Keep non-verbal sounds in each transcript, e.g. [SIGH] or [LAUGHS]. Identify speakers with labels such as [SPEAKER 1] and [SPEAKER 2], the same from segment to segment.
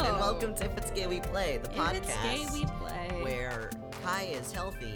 [SPEAKER 1] Welcome to If It's Gay We Play, the podcast
[SPEAKER 2] If it's gay, we play.
[SPEAKER 1] where Kai is healthy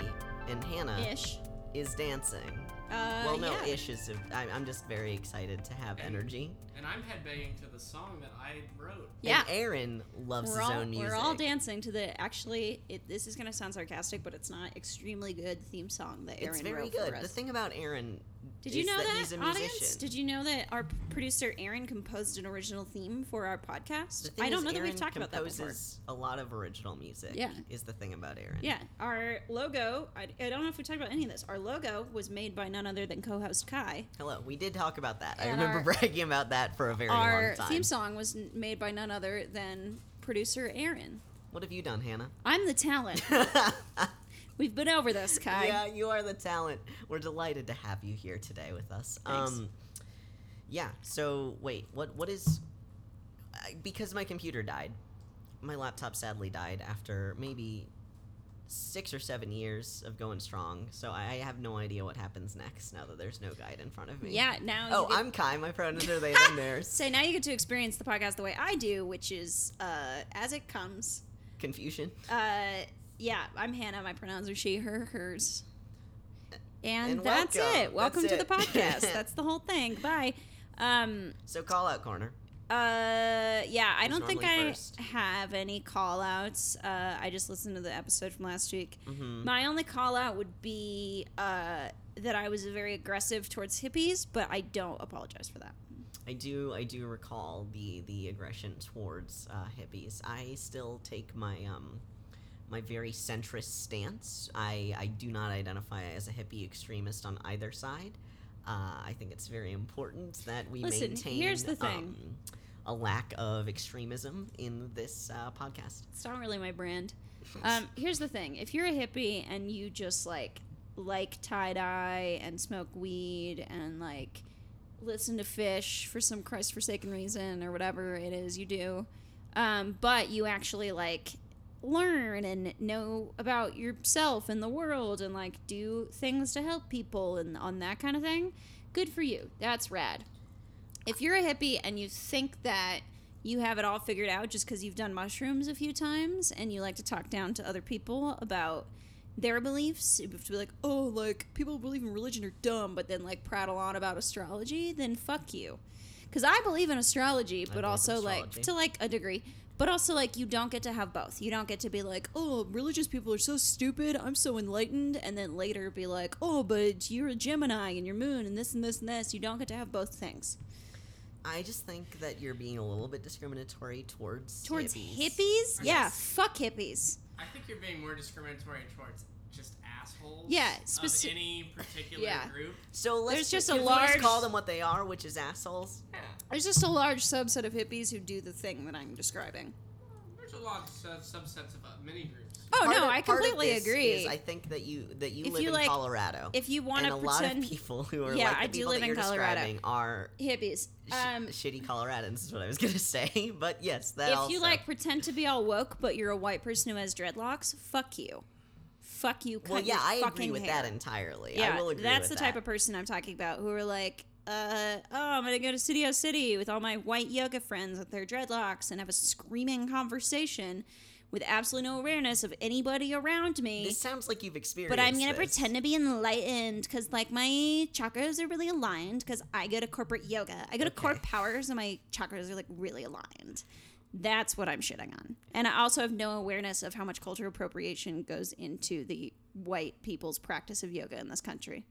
[SPEAKER 1] and Hannah
[SPEAKER 2] Ish.
[SPEAKER 1] is dancing.
[SPEAKER 2] Uh,
[SPEAKER 1] well, no,
[SPEAKER 2] yeah.
[SPEAKER 1] Ish is. A, I, I'm just very excited to have energy.
[SPEAKER 3] And I'm headbanging to the song that I wrote.
[SPEAKER 2] Yeah.
[SPEAKER 1] And Aaron loves
[SPEAKER 2] We're
[SPEAKER 1] his
[SPEAKER 2] all,
[SPEAKER 1] own music.
[SPEAKER 2] we're all dancing to the actually. It, this is gonna sound sarcastic, but it's not extremely good theme song that Aaron
[SPEAKER 1] It's very
[SPEAKER 2] wrote
[SPEAKER 1] good.
[SPEAKER 2] for us.
[SPEAKER 1] The thing about Aaron
[SPEAKER 2] Did you
[SPEAKER 1] is
[SPEAKER 2] know
[SPEAKER 1] that,
[SPEAKER 2] that,
[SPEAKER 1] he's a
[SPEAKER 2] audience?
[SPEAKER 1] musician.
[SPEAKER 2] Did you know that our p- producer Aaron composed an original theme for our podcast?
[SPEAKER 1] The thing
[SPEAKER 2] I don't
[SPEAKER 1] is
[SPEAKER 2] know that we've
[SPEAKER 1] Aaron
[SPEAKER 2] talked about that before.
[SPEAKER 1] composes a lot of original music.
[SPEAKER 2] Yeah.
[SPEAKER 1] is the thing about Aaron.
[SPEAKER 2] Yeah, our logo. I, I don't know if we talked about any of this. Our logo was made by none other than co-host Kai.
[SPEAKER 1] Hello, we did talk about that. I
[SPEAKER 2] And
[SPEAKER 1] remember
[SPEAKER 2] our-
[SPEAKER 1] [LAUGHS] bragging about that for a very
[SPEAKER 2] our
[SPEAKER 1] long time.
[SPEAKER 2] theme song was n- made by none other than producer Aaron.
[SPEAKER 1] What have you done,
[SPEAKER 2] [LAUGHS]
[SPEAKER 1] Hannah?
[SPEAKER 2] I'm the talent. We've been over this, Kai.
[SPEAKER 1] yeah, you are the talent. We're delighted to have you here today with us.
[SPEAKER 2] Thanks.
[SPEAKER 1] Um Yeah, so wait, what what is I- because my computer died. My laptop sadly died after maybe 6 or 7 years of going strong. So I I have no idea what happens next now that there's no guide in front of me.
[SPEAKER 2] Yeah, now.
[SPEAKER 1] Oh,
[SPEAKER 2] you get-
[SPEAKER 1] I'm Kai. My pronouns are they them theirs.
[SPEAKER 2] So now you get to experience the podcast the way I do, which is uh, as it comes.
[SPEAKER 1] Confusion.
[SPEAKER 2] Uh, yeah, I'm Hannah. My pronouns are she, her, hers. And,
[SPEAKER 1] And
[SPEAKER 2] that's
[SPEAKER 1] welcome.
[SPEAKER 2] it. Welcome
[SPEAKER 1] That's
[SPEAKER 2] to
[SPEAKER 1] it. [LAUGHS]
[SPEAKER 2] the podcast. that's the whole thing. Bye. Um,
[SPEAKER 1] So call out corner.
[SPEAKER 2] uh, yeah, I
[SPEAKER 1] Who's
[SPEAKER 2] don't think
[SPEAKER 1] normally
[SPEAKER 2] I
[SPEAKER 1] first?
[SPEAKER 2] have any call outs. Uh, I just listened to the episode from last week.
[SPEAKER 1] Mhm.
[SPEAKER 2] My only call out would be uh, that I was very aggressive towards hippies, but I don't apologize for that.
[SPEAKER 1] I do I do recall the the aggression towards uh, hippies. I still take my um my very centrist stance. I I do not identify as a hippie extremist on either side. Uh, I think it's very important that we
[SPEAKER 2] Listen,
[SPEAKER 1] maintain
[SPEAKER 2] here's the thing.
[SPEAKER 1] um, a lack of extremism in this uh, podcast.
[SPEAKER 2] It's not really my brand. Um, here's the thing: if you're a hippie and you just like like tie dye and smoke weed and like listen to Fish for some Christ forsaken reason or whatever it is you do, um, but you actually like learn and know about yourself and the world and like do things to help people and on that kind of thing, good for you. That's rad. If you're a hippie and you think that you have it all figured out just because you've done mushrooms a few times and you like to talk down to other people about their beliefs you have to be like oh like people who believe in religion are dumb but then like prattle on about astrology then fuck you because i believe in astrology but
[SPEAKER 1] believe in
[SPEAKER 2] also
[SPEAKER 1] astrology.
[SPEAKER 2] like to like a degree but also like you don't get to have both you don't get to be like oh religious people are so stupid i'm so enlightened and then later be like oh but you're a gemini and your moon and this and this and this you don't get to have both things
[SPEAKER 1] I just think that you're being a little bit discriminatory towards
[SPEAKER 2] towards
[SPEAKER 1] hippies.
[SPEAKER 2] hippies, yeah
[SPEAKER 3] Yes.
[SPEAKER 2] fuck hippies
[SPEAKER 3] I think you're being more discriminatory towards just assholes.
[SPEAKER 2] Yeah,
[SPEAKER 3] of
[SPEAKER 2] speci-
[SPEAKER 3] any particular
[SPEAKER 2] Yeah.
[SPEAKER 3] group.
[SPEAKER 1] So let's
[SPEAKER 2] There's just a
[SPEAKER 1] can we just
[SPEAKER 2] large-
[SPEAKER 1] call them what they are, which is assholes.
[SPEAKER 3] Yeah,
[SPEAKER 2] There's just a large subset of hippies who do the thing that I'm describing.
[SPEAKER 3] there's a lot of sub- subsets of uh, many groups.
[SPEAKER 2] Oh
[SPEAKER 1] Part of-
[SPEAKER 2] no, I
[SPEAKER 1] part of
[SPEAKER 2] completely
[SPEAKER 1] this
[SPEAKER 2] agree.
[SPEAKER 1] Is I think that you that you
[SPEAKER 2] If
[SPEAKER 1] live
[SPEAKER 2] you,
[SPEAKER 1] in
[SPEAKER 2] like-
[SPEAKER 1] Colorado.
[SPEAKER 2] if you want
[SPEAKER 1] and a
[SPEAKER 2] to
[SPEAKER 1] lot
[SPEAKER 2] pretend
[SPEAKER 1] of people who are
[SPEAKER 2] Yeah,
[SPEAKER 1] like the
[SPEAKER 2] I do
[SPEAKER 1] people
[SPEAKER 2] live
[SPEAKER 1] that
[SPEAKER 2] in
[SPEAKER 1] you're
[SPEAKER 2] Colorado.
[SPEAKER 1] describing are
[SPEAKER 2] hippies,
[SPEAKER 1] sh-
[SPEAKER 2] um,
[SPEAKER 1] shitty Coloradans is what I was [LAUGHS] gonna say. But yes, that
[SPEAKER 2] if
[SPEAKER 1] also.
[SPEAKER 2] you like pretend to be all woke, but you're a white person who has dreadlocks, fuck you, fuck you.
[SPEAKER 1] well,
[SPEAKER 2] cut
[SPEAKER 1] yeah,
[SPEAKER 2] your
[SPEAKER 1] I agree
[SPEAKER 2] fucking
[SPEAKER 1] with
[SPEAKER 2] hair.
[SPEAKER 1] that entirely.
[SPEAKER 2] Yeah,
[SPEAKER 1] I will agree
[SPEAKER 2] that's
[SPEAKER 1] with
[SPEAKER 2] the
[SPEAKER 1] that.
[SPEAKER 2] type of person I'm talking about who are like, uh, oh, I'm gonna go to Studio City with all my white yoga friends with their dreadlocks and have a screaming conversation with absolutely no awareness of anybody around me.
[SPEAKER 1] This sounds like you've experienced.
[SPEAKER 2] But I'm gonna
[SPEAKER 1] this.
[SPEAKER 2] pretend to be enlightened because like my chakras are really aligned because I go to corporate yoga. I go to Core
[SPEAKER 1] Okay.
[SPEAKER 2] Powers and my chakras are like really aligned. That's what I'm shitting on. And I also have no awareness of how much cultural appropriation goes into the white people's practice of yoga in this country.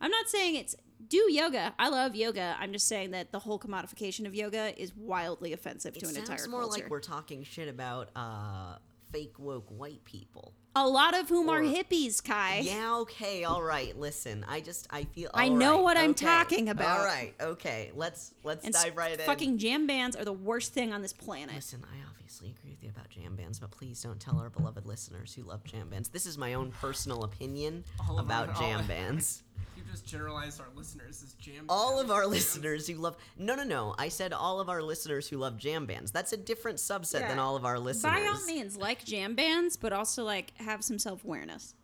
[SPEAKER 2] I'm not saying it's do yoga. I love yoga. I'm just saying that the whole commodification of yoga is wildly offensive
[SPEAKER 1] It
[SPEAKER 2] to an
[SPEAKER 1] sounds
[SPEAKER 2] entire
[SPEAKER 1] more
[SPEAKER 2] culture.
[SPEAKER 1] like we're talking shit about uh, fake woke white people.
[SPEAKER 2] a lot of whom are
[SPEAKER 1] Or-
[SPEAKER 2] hippies, Kai.
[SPEAKER 1] Yeah, okay, all right. Listen, I just I feel
[SPEAKER 2] I
[SPEAKER 1] all
[SPEAKER 2] know
[SPEAKER 1] right,
[SPEAKER 2] what I'm
[SPEAKER 1] okay,
[SPEAKER 2] talking about.
[SPEAKER 1] All right, okay. Let's let's
[SPEAKER 2] And
[SPEAKER 1] dive right in.
[SPEAKER 2] fucking jam bands are the worst thing on this planet.
[SPEAKER 1] Listen, I obviously agree with you about jam bands, but please don't tell our beloved listeners who love jam bands. This is my own personal opinion
[SPEAKER 3] All of
[SPEAKER 1] about
[SPEAKER 3] our-
[SPEAKER 1] jam
[SPEAKER 2] [LAUGHS]
[SPEAKER 3] all-
[SPEAKER 1] bands.
[SPEAKER 3] You just generalized our listeners as jam.
[SPEAKER 1] All of our
[SPEAKER 3] bands.
[SPEAKER 1] listeners who love no no no, I said all of our listeners who love jam bands. That's a different subset than
[SPEAKER 2] Yeah.
[SPEAKER 1] all of our listeners.
[SPEAKER 2] By all means, like jam bands, but also like have some self awareness.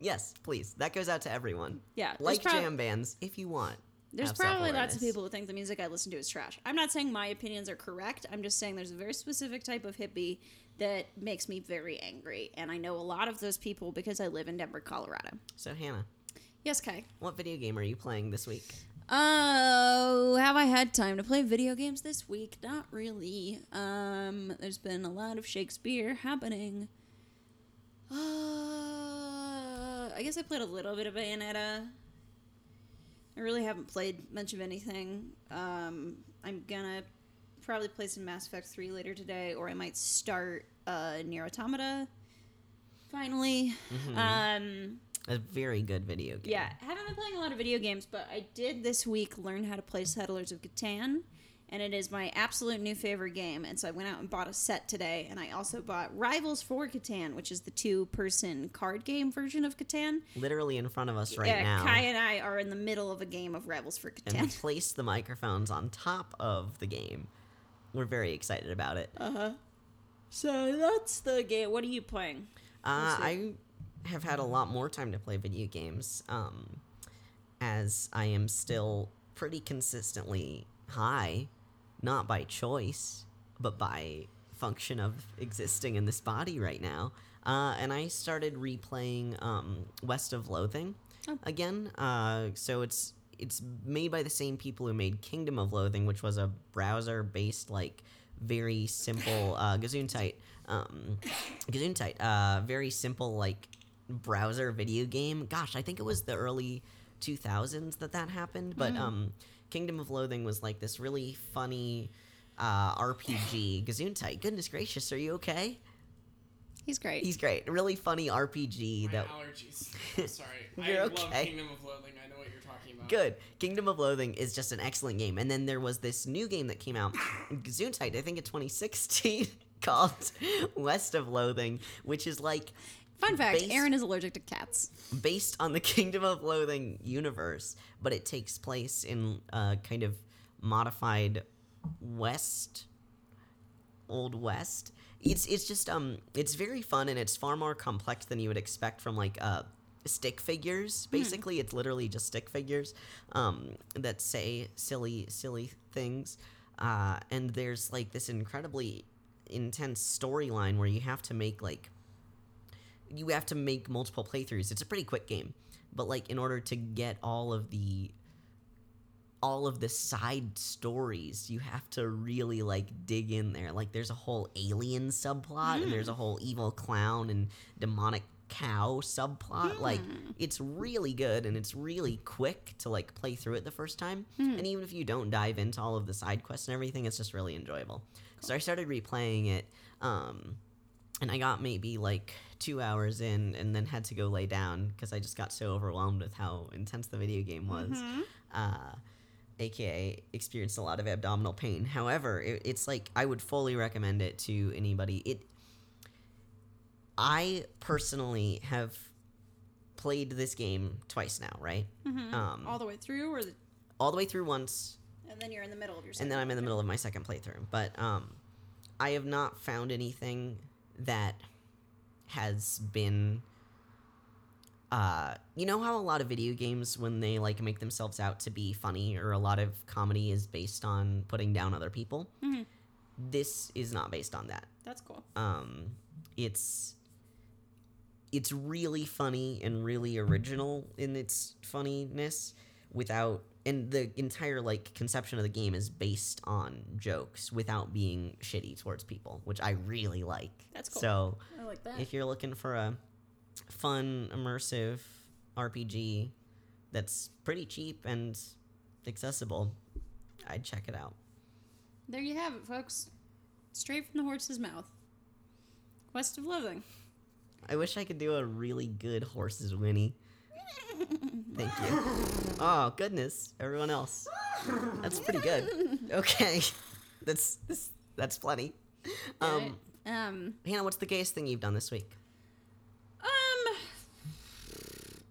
[SPEAKER 1] Yes, please. That goes out to everyone.
[SPEAKER 2] Yeah, there's
[SPEAKER 1] Like
[SPEAKER 2] prob-
[SPEAKER 1] jam bands if you want.
[SPEAKER 2] There's
[SPEAKER 1] Have
[SPEAKER 2] probably lots
[SPEAKER 1] self-awareness.
[SPEAKER 2] of people who think the music I listen to is trash. I'm not saying my opinions are correct. I'm just saying there's a very specific type of hippie that makes me very angry. And I know a lot of those people because I live in Denver, Colorado.
[SPEAKER 1] So Hannah,
[SPEAKER 2] Yes, Kai.
[SPEAKER 1] what video game are you playing this week?
[SPEAKER 2] Oh, have I had time to play video games this week? Not really. Um, there's been a lot of Shakespeare happening. Uh, I guess I played a little bit of Bayonetta. I really haven't played much of anything. Um, I'm gonna probably play some Mass Effect 3 later today, or I might start uh, Nier Automata finally. Um,
[SPEAKER 1] A very good video game.
[SPEAKER 2] yeah, I haven't been playing a lot of video games, but I did this week learn how to play Settlers of Catan, and it is my absolute new favorite game. And so I went out and bought a set today, and I also bought Rivals for Catan, which is the two-person card game version of Catan.
[SPEAKER 1] Literally in front of us right
[SPEAKER 2] yeah,
[SPEAKER 1] now.
[SPEAKER 2] Kai and I are in the middle of a game of Rivals for
[SPEAKER 1] and we
[SPEAKER 2] Catan. [LAUGHS]
[SPEAKER 1] place the microphones on top of the game. We're very excited about it.
[SPEAKER 2] Uh huh. So that's the game. What are you playing?
[SPEAKER 1] Uh, I have had a lot more time to play video games, um, as I am still pretty consistently high, not by choice, but by function of existing in this body right now. Uh, and I started replaying um, West of Loathing
[SPEAKER 2] Oh.
[SPEAKER 1] again. Uh, so it's it's made by the same people who made Kingdom of Loathing, which was a browser-based like very simple uh, Gazuntite, um, Gazuntite, uh, very simple like browser video game. Gosh, I think it was the early 2000s that that happened. But um, Kingdom of Loathing was like this really funny uh, RPG. Gazuntite, goodness gracious, are you okay?
[SPEAKER 2] He's great.
[SPEAKER 1] He's great. Really funny RPG
[SPEAKER 3] My
[SPEAKER 1] that
[SPEAKER 3] allergies.
[SPEAKER 1] [LAUGHS]
[SPEAKER 3] I'm sorry.
[SPEAKER 1] You're
[SPEAKER 3] I love
[SPEAKER 1] okay.
[SPEAKER 3] Kingdom of Loathing. I know what you're talking about.
[SPEAKER 1] good. Kingdom of Loathing is just an excellent game. And then there was this new game that came out, Gazuntite, I think in 2016, [LAUGHS] called West of Loathing, which is like
[SPEAKER 2] Fun fact:
[SPEAKER 1] Based-
[SPEAKER 2] Aaron is allergic to cats.
[SPEAKER 1] based on the [LAUGHS] Kingdom of Loathing universe, but it takes place in a kind of modified West, Old West. It's it's just um it's very fun and it's far more complex than you would expect from like uh stick figures. Basically, it's literally just stick figures um that say silly silly things. Uh, and there's like this incredibly intense storyline where you have to make like you have to make multiple playthroughs. It's a pretty quick game, but like in order to get all of the all of the side stories, you have to really like dig in there. Like there's a whole alien subplot and there's a whole evil clown and demonic cow subplot. Like it's really good and it's really quick to like play through it the first time. And even if you don't dive into all of the side quests and everything, it's just really enjoyable. So I started replaying it um and I got maybe like two hours in, and then had to go lay down because I just got so overwhelmed with how intense the video game was. Uh, AKA experienced a lot of abdominal pain. However, it, it's like I would fully recommend it to anybody. It, I personally have played this game twice now, right? Um,
[SPEAKER 2] Mm-hmm. All the way through, or the,
[SPEAKER 1] all the way through once,
[SPEAKER 2] and then you're in the middle of your.
[SPEAKER 1] and then I'm in the middle of my second playthrough. But um, I have not found anything that has been. Uh, you know how a lot of video games, when they like make themselves out to be funny, or a lot of comedy is based on putting down other people.
[SPEAKER 2] Mhm.
[SPEAKER 1] This is not based on that
[SPEAKER 2] That's cool.
[SPEAKER 1] um it's it's really funny and really original in its funniness without and the entire like conception of the game is based on jokes without being shitty towards people which i really like
[SPEAKER 2] That's cool.
[SPEAKER 1] so
[SPEAKER 2] I like that.
[SPEAKER 1] if you're looking for a fun immersive rpg that's pretty cheap and accessible i'd check it out
[SPEAKER 2] There you have it, folks. Straight from the horse's mouth. Quest of Living.
[SPEAKER 1] I wish I could do a really good horse's whinny. Thank you. Oh goodness, everyone else. That's pretty good. Okay, [LAUGHS] that's this, that's plenty. Um,
[SPEAKER 2] Right? um,
[SPEAKER 1] Hannah, what's the gayest thing you've done this week?
[SPEAKER 2] um,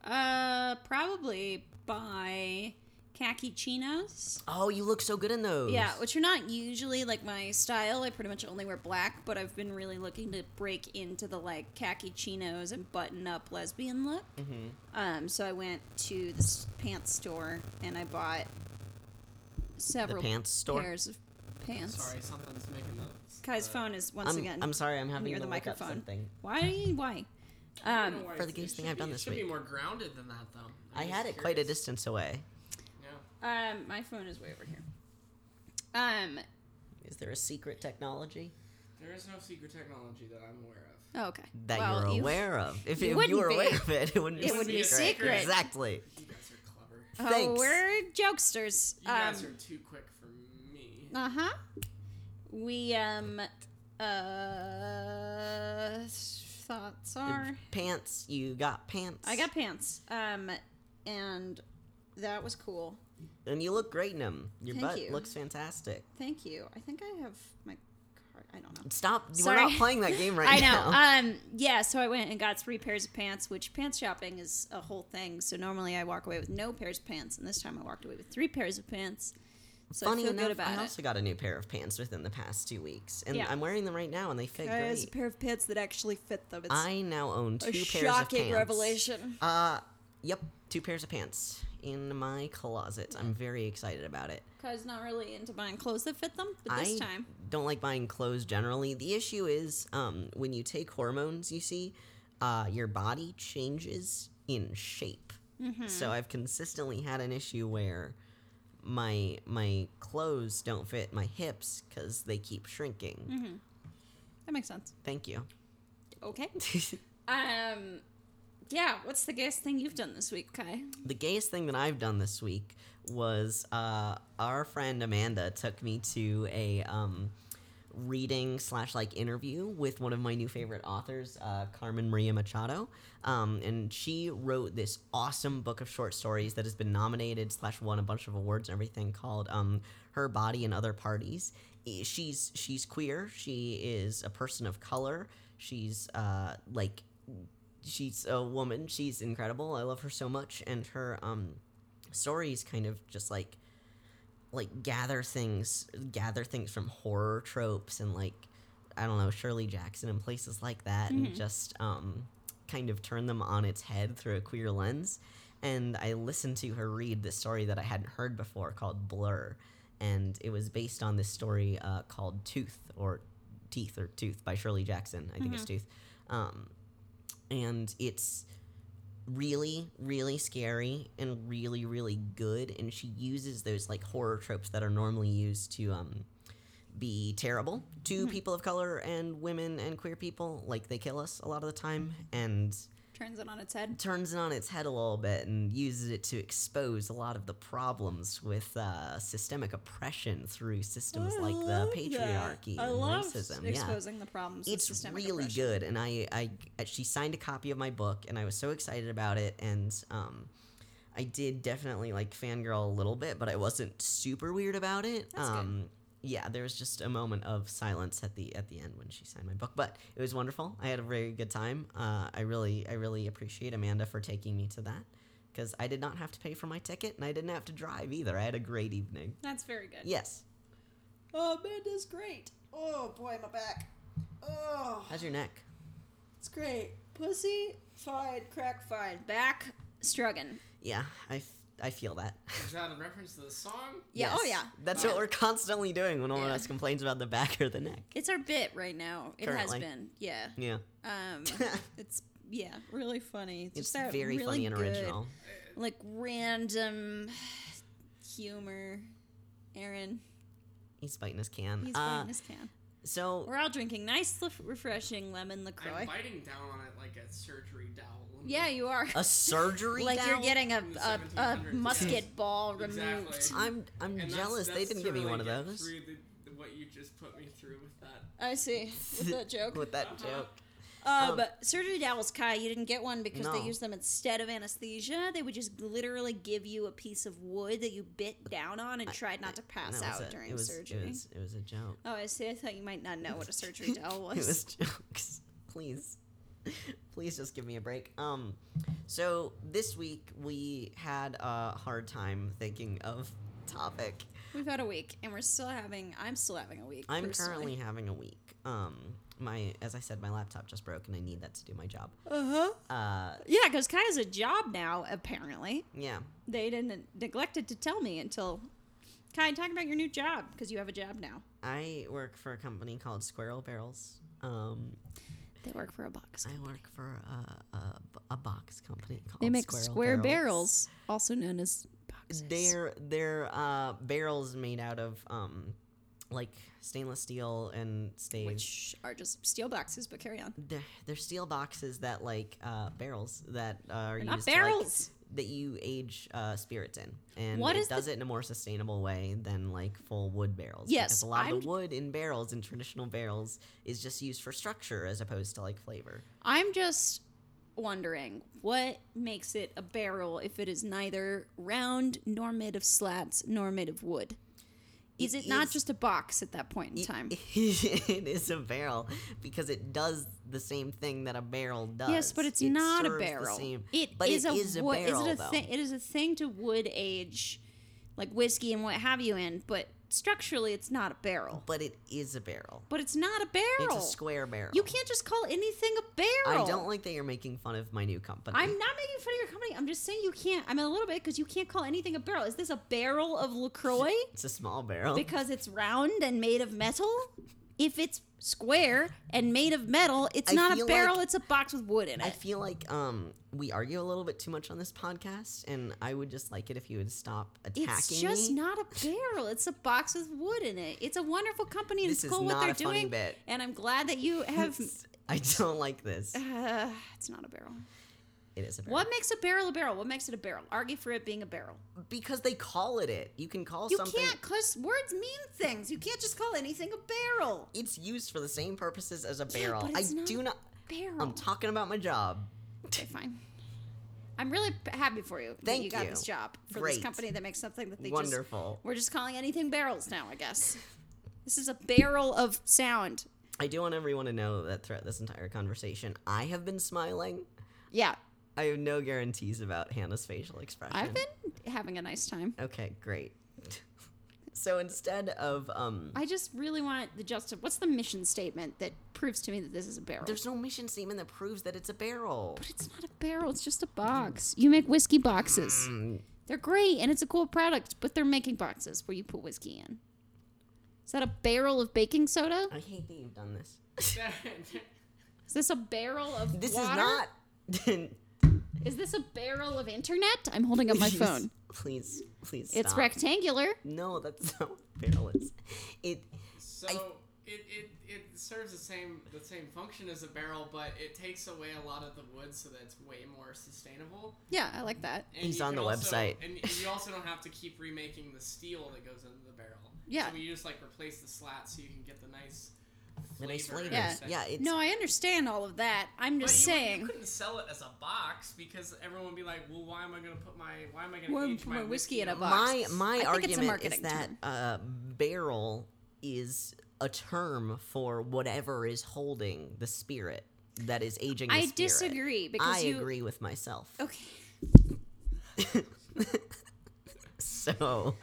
[SPEAKER 2] uh, probably by khaki chinos.
[SPEAKER 1] Oh, you look so good in those.
[SPEAKER 2] Yeah, which are not usually like my style. I pretty much only wear black, but I've been really looking to break into the like khaki chinos and button up lesbian look.
[SPEAKER 1] Mhm.
[SPEAKER 2] Um, so I went to the s- pants store and I bought
[SPEAKER 1] the
[SPEAKER 2] several
[SPEAKER 1] pants store.
[SPEAKER 2] pairs of pants.
[SPEAKER 3] Sorry, something's making the.
[SPEAKER 2] Kai's
[SPEAKER 3] the-
[SPEAKER 2] phone is once
[SPEAKER 1] I'm,
[SPEAKER 2] again.
[SPEAKER 1] I'm sorry, I'm having
[SPEAKER 2] near
[SPEAKER 1] to
[SPEAKER 2] the
[SPEAKER 1] look up
[SPEAKER 2] microphone.
[SPEAKER 1] something.
[SPEAKER 2] why? Why?
[SPEAKER 3] I don't
[SPEAKER 2] Um,
[SPEAKER 3] know why
[SPEAKER 1] For the
[SPEAKER 3] it's- it
[SPEAKER 1] gayest thing
[SPEAKER 3] should
[SPEAKER 1] I've done
[SPEAKER 3] be-
[SPEAKER 1] this
[SPEAKER 3] It should
[SPEAKER 1] week.
[SPEAKER 3] be more grounded than that, though.
[SPEAKER 1] I
[SPEAKER 3] I'm
[SPEAKER 1] had
[SPEAKER 3] just
[SPEAKER 1] it quite a
[SPEAKER 3] curious.
[SPEAKER 1] distance away.
[SPEAKER 3] Yeah.
[SPEAKER 2] um, my phone is way over here. Um.
[SPEAKER 1] Is there a secret technology
[SPEAKER 3] There is no secret technology that I'm aware of.
[SPEAKER 2] oh, okay.
[SPEAKER 1] that
[SPEAKER 2] Well,
[SPEAKER 1] you're
[SPEAKER 2] you-
[SPEAKER 1] aware of? If,
[SPEAKER 2] you
[SPEAKER 1] if you
[SPEAKER 2] wouldn't
[SPEAKER 1] were
[SPEAKER 2] be.
[SPEAKER 1] aware of it, it wouldn't
[SPEAKER 2] It
[SPEAKER 1] be
[SPEAKER 2] would be
[SPEAKER 1] secret.
[SPEAKER 2] secret.
[SPEAKER 1] Exactly.
[SPEAKER 3] You guys are clever.
[SPEAKER 2] Oh,
[SPEAKER 1] Thanks.
[SPEAKER 2] we're jokesters.
[SPEAKER 3] You guys
[SPEAKER 2] um,
[SPEAKER 3] are too quick for me.
[SPEAKER 2] Uh huh. We um uh thoughts are
[SPEAKER 1] Pants. You got pants.
[SPEAKER 2] I got pants. Um and that was cool.
[SPEAKER 1] And you look great in them. Your
[SPEAKER 2] Thank
[SPEAKER 1] butt
[SPEAKER 2] you.
[SPEAKER 1] looks fantastic.
[SPEAKER 2] Thank you. I think I have my card. I don't know.
[SPEAKER 1] Stop. We're
[SPEAKER 2] Sorry.
[SPEAKER 1] not playing that game right
[SPEAKER 2] [LAUGHS] I know.
[SPEAKER 1] now. [LAUGHS]
[SPEAKER 2] Um yeah, so I went and got three pairs of pants, which pants shopping is a whole thing. So normally I walk away with no pairs of pants, and this time I walked away with three pairs of pants. So
[SPEAKER 1] Funny
[SPEAKER 2] I feel
[SPEAKER 1] enough,
[SPEAKER 2] good about
[SPEAKER 1] I
[SPEAKER 2] it.
[SPEAKER 1] also got a new pair of pants within the past two weeks, and
[SPEAKER 2] Yeah.
[SPEAKER 1] I'm wearing them right now, and they fit
[SPEAKER 2] There's a
[SPEAKER 1] great.
[SPEAKER 2] pair of pants that actually fit them. It's
[SPEAKER 1] I now own two
[SPEAKER 2] a
[SPEAKER 1] pairs of pants.
[SPEAKER 2] shocking revelation.
[SPEAKER 1] Uh, yep, two pairs of pants in my closet. I'm very excited about it.
[SPEAKER 2] Cause not really into buying clothes that fit them, but this
[SPEAKER 1] I
[SPEAKER 2] time
[SPEAKER 1] don't like buying clothes generally. The issue is um, when you take hormones, you see, uh, your body changes in shape. So I've consistently had an issue where my my clothes don't fit my hips because they keep shrinking.
[SPEAKER 2] that makes sense.
[SPEAKER 1] Thank you.
[SPEAKER 2] Okay. um, yeah. What's the gayest thing you've done this week, Kai?
[SPEAKER 1] the gayest thing that I've done this week was uh, our friend Amanda took me to a um, reading slash like interview with one of my new favorite authors, uh, Carmen Maria Machado, um, and she wrote this awesome book of short stories that has been nominated slash won a bunch of awards and everything called um, Her Body and Other Parties. I- She's she's queer. She is a person of color. She's uh, like she's a woman. She's incredible. I love her so much, and her um, stories kind of just like like gather things, gather things from horror tropes and like I don't know Shirley Jackson and places like that, and just um, kind of turn them on its head through a queer lens. And I listened to her read this story that I hadn't heard before called Blur, and it was based on this story uh, called Tooth or Teeth or Tooth by Shirley Jackson. I think it's Tooth. Um, and it's really really scary and really really good and she uses those like horror tropes that are normally used to um be terrible to
[SPEAKER 2] Mm-hmm.
[SPEAKER 1] people of color and women and queer people like they kill us a lot of the time and
[SPEAKER 2] Turns it on its head.
[SPEAKER 1] turns it on its head a little bit and uses it to expose a lot of the problems with uh, systemic oppression through systems like the patriarchy
[SPEAKER 2] Oh, I
[SPEAKER 1] and
[SPEAKER 2] love
[SPEAKER 1] racism yeah
[SPEAKER 2] exposing the problems. with
[SPEAKER 1] it's
[SPEAKER 2] systemic
[SPEAKER 1] really
[SPEAKER 2] oppression.
[SPEAKER 1] good and I, I she signed a copy of my book and i was so excited about it and um i did definitely like fangirl a little bit but i wasn't super weird about it
[SPEAKER 2] That's good.
[SPEAKER 1] um yeah there was just a moment of silence at the at the end when she signed my book but it was wonderful i had a very good time uh, i really i really appreciate amanda for taking me to that because i did not have to pay for my ticket and i didn't have to drive either i had a great evening
[SPEAKER 2] That's very good.
[SPEAKER 1] yes
[SPEAKER 2] Oh, Amanda's great. Oh boy, my back. Oh,
[SPEAKER 1] how's your neck
[SPEAKER 2] it's great. Pussy fine, crack fine. Back strugging.
[SPEAKER 1] yeah i f- i feel that
[SPEAKER 3] Is that a reference to the song?
[SPEAKER 2] Yeah. Oh
[SPEAKER 1] Yes.
[SPEAKER 2] yeah.
[SPEAKER 1] That's
[SPEAKER 2] Yeah.
[SPEAKER 1] what we're constantly doing when one of
[SPEAKER 2] Yeah.
[SPEAKER 1] us complains about the back or the neck.
[SPEAKER 2] It's our bit right now. It has
[SPEAKER 1] Currently.
[SPEAKER 2] been. Yeah.
[SPEAKER 1] Yeah. [LAUGHS]
[SPEAKER 2] Um, it's yeah, really funny. It's,
[SPEAKER 1] It's
[SPEAKER 2] just that
[SPEAKER 1] very
[SPEAKER 2] really
[SPEAKER 1] funny and
[SPEAKER 2] good,
[SPEAKER 1] original.
[SPEAKER 2] like random [SIGHS] humor. Aaron,
[SPEAKER 1] He's biting his can.
[SPEAKER 2] he's
[SPEAKER 1] uh,
[SPEAKER 2] biting his can.
[SPEAKER 1] so
[SPEAKER 2] We're all drinking nice, lef- refreshing lemon Lacroix.
[SPEAKER 3] I'm biting down on it like a surgery dowel.
[SPEAKER 2] Yeah, you are.
[SPEAKER 1] a surgery
[SPEAKER 2] [LAUGHS] like you're
[SPEAKER 1] dowel?
[SPEAKER 2] getting a,
[SPEAKER 3] From the
[SPEAKER 2] a, a
[SPEAKER 3] 1700s, yes.
[SPEAKER 2] musket ball removed.
[SPEAKER 3] Exactly.
[SPEAKER 1] I'm I'm
[SPEAKER 3] And that's-
[SPEAKER 1] jealous. they
[SPEAKER 3] that's
[SPEAKER 1] didn't
[SPEAKER 3] to
[SPEAKER 1] give me
[SPEAKER 3] really
[SPEAKER 1] one of
[SPEAKER 3] get
[SPEAKER 1] those
[SPEAKER 3] Through the, the- what you just put me through with that. [LAUGHS]
[SPEAKER 2] I see. With that
[SPEAKER 1] [LAUGHS] [LAUGHS]
[SPEAKER 2] joke.
[SPEAKER 1] with that
[SPEAKER 3] Uh-huh.
[SPEAKER 1] joke.
[SPEAKER 2] uh,
[SPEAKER 1] um,
[SPEAKER 2] but surgery dowels, Kai, you didn't get one because they
[SPEAKER 1] No.
[SPEAKER 2] used them instead of anesthesia. They would just literally give you a piece of wood that you bit down on and tried not to
[SPEAKER 1] And
[SPEAKER 2] pass
[SPEAKER 1] that was
[SPEAKER 2] out
[SPEAKER 1] it.
[SPEAKER 2] during
[SPEAKER 1] it was,
[SPEAKER 2] surgery.
[SPEAKER 1] It was, it was a joke.
[SPEAKER 2] Oh, I see. I thought you might not know what
[SPEAKER 1] [LAUGHS]
[SPEAKER 2] a [LAUGHS] surgery doll was.
[SPEAKER 1] it was jokes. [LAUGHS] Please. Please just give me a break. Um, so this week we had a hard time thinking of topic.
[SPEAKER 2] We've had a week, and we're still having. I'm still having a week.
[SPEAKER 1] I'm
[SPEAKER 2] personally.
[SPEAKER 1] currently having a week. Um, my as I said, my laptop just broke, and I need that to do my job.
[SPEAKER 2] Uh huh.
[SPEAKER 1] Uh,
[SPEAKER 2] Yeah, because Kai has a job now. Apparently,
[SPEAKER 1] yeah,
[SPEAKER 2] they didn't neglected to tell me until Kai, talk about your new job because you have a job now.
[SPEAKER 1] I work for a company called Squirrel Barrels. Um,
[SPEAKER 2] They work for a box.
[SPEAKER 1] I work for a, a, a box company called
[SPEAKER 2] They make
[SPEAKER 1] Squirrel
[SPEAKER 2] square
[SPEAKER 1] Barrels.
[SPEAKER 2] barrels, also known as boxes.
[SPEAKER 1] They're they're uh, barrels made out of um, like stainless steel and staves.
[SPEAKER 2] which are just steel boxes, but carry on.
[SPEAKER 1] they're, they're steel boxes that like uh, barrels that are
[SPEAKER 2] They're
[SPEAKER 1] used
[SPEAKER 2] not
[SPEAKER 1] to, like,
[SPEAKER 2] barrels.
[SPEAKER 1] that you age uh, spirits in, and
[SPEAKER 2] What
[SPEAKER 1] it
[SPEAKER 2] is the-
[SPEAKER 1] does it in a more sustainable way than like full wood barrels.
[SPEAKER 2] Yes,
[SPEAKER 1] because a lot of
[SPEAKER 2] I'm-
[SPEAKER 1] the wood in barrels in traditional barrels is just used for structure as opposed to like flavor.
[SPEAKER 2] I'm just wondering what makes it a barrel if it is neither round nor made of slats nor made of wood. Is
[SPEAKER 1] It
[SPEAKER 2] it not
[SPEAKER 1] is-
[SPEAKER 2] just a box at that point in time?
[SPEAKER 1] [LAUGHS] it is a barrel because it does the same thing that a barrel does.
[SPEAKER 2] Yes, but it's
[SPEAKER 1] It
[SPEAKER 2] not a
[SPEAKER 1] serves the
[SPEAKER 2] barrel.
[SPEAKER 1] same-
[SPEAKER 2] It
[SPEAKER 1] but
[SPEAKER 2] is
[SPEAKER 1] it
[SPEAKER 2] a
[SPEAKER 1] is a
[SPEAKER 2] wood.
[SPEAKER 1] barrel
[SPEAKER 2] is it a
[SPEAKER 1] though.
[SPEAKER 2] thing? It is a thing to wood age, like whiskey and what have you, in. But structurally, it's not a barrel.
[SPEAKER 1] But it is a barrel.
[SPEAKER 2] But it's not a barrel.
[SPEAKER 1] It's a square barrel.
[SPEAKER 2] You can't just call anything a barrel.
[SPEAKER 1] I don't like that you're making fun of my new company.
[SPEAKER 2] I'm not making fun of your company. I'm just saying you can't. I'm a little bit because you can't call anything a barrel. Is this a barrel
[SPEAKER 1] [LAUGHS]
[SPEAKER 2] of Lacroix
[SPEAKER 1] It's a small barrel.
[SPEAKER 2] because it's round and made of metal? If it's square and made of metal, it's
[SPEAKER 1] I
[SPEAKER 2] not a
[SPEAKER 1] feel
[SPEAKER 2] barrel.
[SPEAKER 1] like-
[SPEAKER 2] it's a box with wood in
[SPEAKER 1] I
[SPEAKER 2] it.
[SPEAKER 1] feel like um we argue a little bit too much on this podcast, and I would just like it if you would stop attacking
[SPEAKER 2] It's
[SPEAKER 1] [LAUGHS]
[SPEAKER 2] just
[SPEAKER 1] me.
[SPEAKER 2] not a barrel. It's a box with wood in it. It's a wonderful company. and
[SPEAKER 1] This
[SPEAKER 2] it's
[SPEAKER 1] is
[SPEAKER 2] cool what
[SPEAKER 1] not
[SPEAKER 2] they're
[SPEAKER 1] a funny
[SPEAKER 2] doing.
[SPEAKER 1] bit.
[SPEAKER 2] And I'm glad that you have.
[SPEAKER 1] I don't like this.
[SPEAKER 2] uh, [SIGHS] it's not a barrel.
[SPEAKER 1] It is a barrel.
[SPEAKER 2] What makes a barrel a barrel? What makes it a barrel? Argue for it being a barrel.
[SPEAKER 1] Because they call it it. You can call
[SPEAKER 2] You
[SPEAKER 1] something.
[SPEAKER 2] can't, because words mean things. You can't just call anything a barrel.
[SPEAKER 1] It's used for the same purposes as a
[SPEAKER 2] Yeah,
[SPEAKER 1] barrel.
[SPEAKER 2] but it's
[SPEAKER 1] I
[SPEAKER 2] not
[SPEAKER 1] do not.
[SPEAKER 2] Barrel.
[SPEAKER 1] I'm talking about my job.
[SPEAKER 2] okay, fine. I'm really p- happy for you. that
[SPEAKER 1] Thank
[SPEAKER 2] you got
[SPEAKER 1] you.
[SPEAKER 2] this job for
[SPEAKER 1] Great.
[SPEAKER 2] this company that makes something that they just
[SPEAKER 1] Wonderful.
[SPEAKER 2] we're just calling anything barrels now. I guess this is a barrel of sound.
[SPEAKER 1] I do want everyone to know that throughout this entire conversation, I have been smiling.
[SPEAKER 2] Yeah,
[SPEAKER 1] I have no guarantees about Hannah's facial expression.
[SPEAKER 2] I've been having a nice time.
[SPEAKER 1] Okay, great. [LAUGHS] so instead of um,
[SPEAKER 2] I just really want the justice. What's the mission statement that proves to me that this is a barrel?
[SPEAKER 1] there's no mission statement that proves that it's a barrel.
[SPEAKER 2] but it's not a barrel. It's just a box. You make whiskey boxes. They're great, and it's a cool product. But they're making boxes where you put whiskey in. Is that a barrel of baking soda?
[SPEAKER 1] I hate that you've done this. [LAUGHS]
[SPEAKER 2] Is this a barrel of
[SPEAKER 1] This
[SPEAKER 2] water?
[SPEAKER 1] is not. [LAUGHS]
[SPEAKER 2] Is this a barrel of internet? I'm holding [LAUGHS] up my
[SPEAKER 1] Please-
[SPEAKER 2] phone.
[SPEAKER 1] Please, please.
[SPEAKER 2] It's
[SPEAKER 1] stop.
[SPEAKER 2] rectangular.
[SPEAKER 1] No, that's not what barrel. It's it.
[SPEAKER 3] so it, it it serves the same the same function as a barrel, but it takes away a lot of the wood, so that's way more sustainable.
[SPEAKER 2] Yeah, I like that.
[SPEAKER 3] And
[SPEAKER 1] He's
[SPEAKER 3] you
[SPEAKER 1] on
[SPEAKER 3] can
[SPEAKER 1] the
[SPEAKER 3] also-
[SPEAKER 1] website.
[SPEAKER 3] and y-
[SPEAKER 1] [LAUGHS]
[SPEAKER 3] you also don't have to keep remaking the steel that goes into the barrel.
[SPEAKER 2] Yeah.
[SPEAKER 3] so you just like replace the slats so you can get the nice
[SPEAKER 1] The nice
[SPEAKER 3] flavor
[SPEAKER 1] flavors.
[SPEAKER 3] and
[SPEAKER 1] Yeah,
[SPEAKER 3] everything.
[SPEAKER 1] it's
[SPEAKER 2] No, I understand all of that. I'm
[SPEAKER 3] But
[SPEAKER 2] just
[SPEAKER 3] you, wouldn't-
[SPEAKER 2] saying.
[SPEAKER 3] you couldn't sell it as a box because everyone would be like, "Well, why am I going to put my why am I
[SPEAKER 2] Why
[SPEAKER 3] going to age
[SPEAKER 2] put
[SPEAKER 3] my
[SPEAKER 2] my whiskey in a box?
[SPEAKER 1] my
[SPEAKER 2] I
[SPEAKER 1] my
[SPEAKER 2] think it's a
[SPEAKER 1] argument is
[SPEAKER 2] marketing
[SPEAKER 1] that
[SPEAKER 2] term.
[SPEAKER 1] uh, barrel is a term for whatever is holding the spirit that is aging. The
[SPEAKER 2] I
[SPEAKER 1] spirit.
[SPEAKER 2] disagree because
[SPEAKER 1] I
[SPEAKER 2] you. Oh.
[SPEAKER 1] agree with myself.
[SPEAKER 2] Okay. [LAUGHS]
[SPEAKER 1] So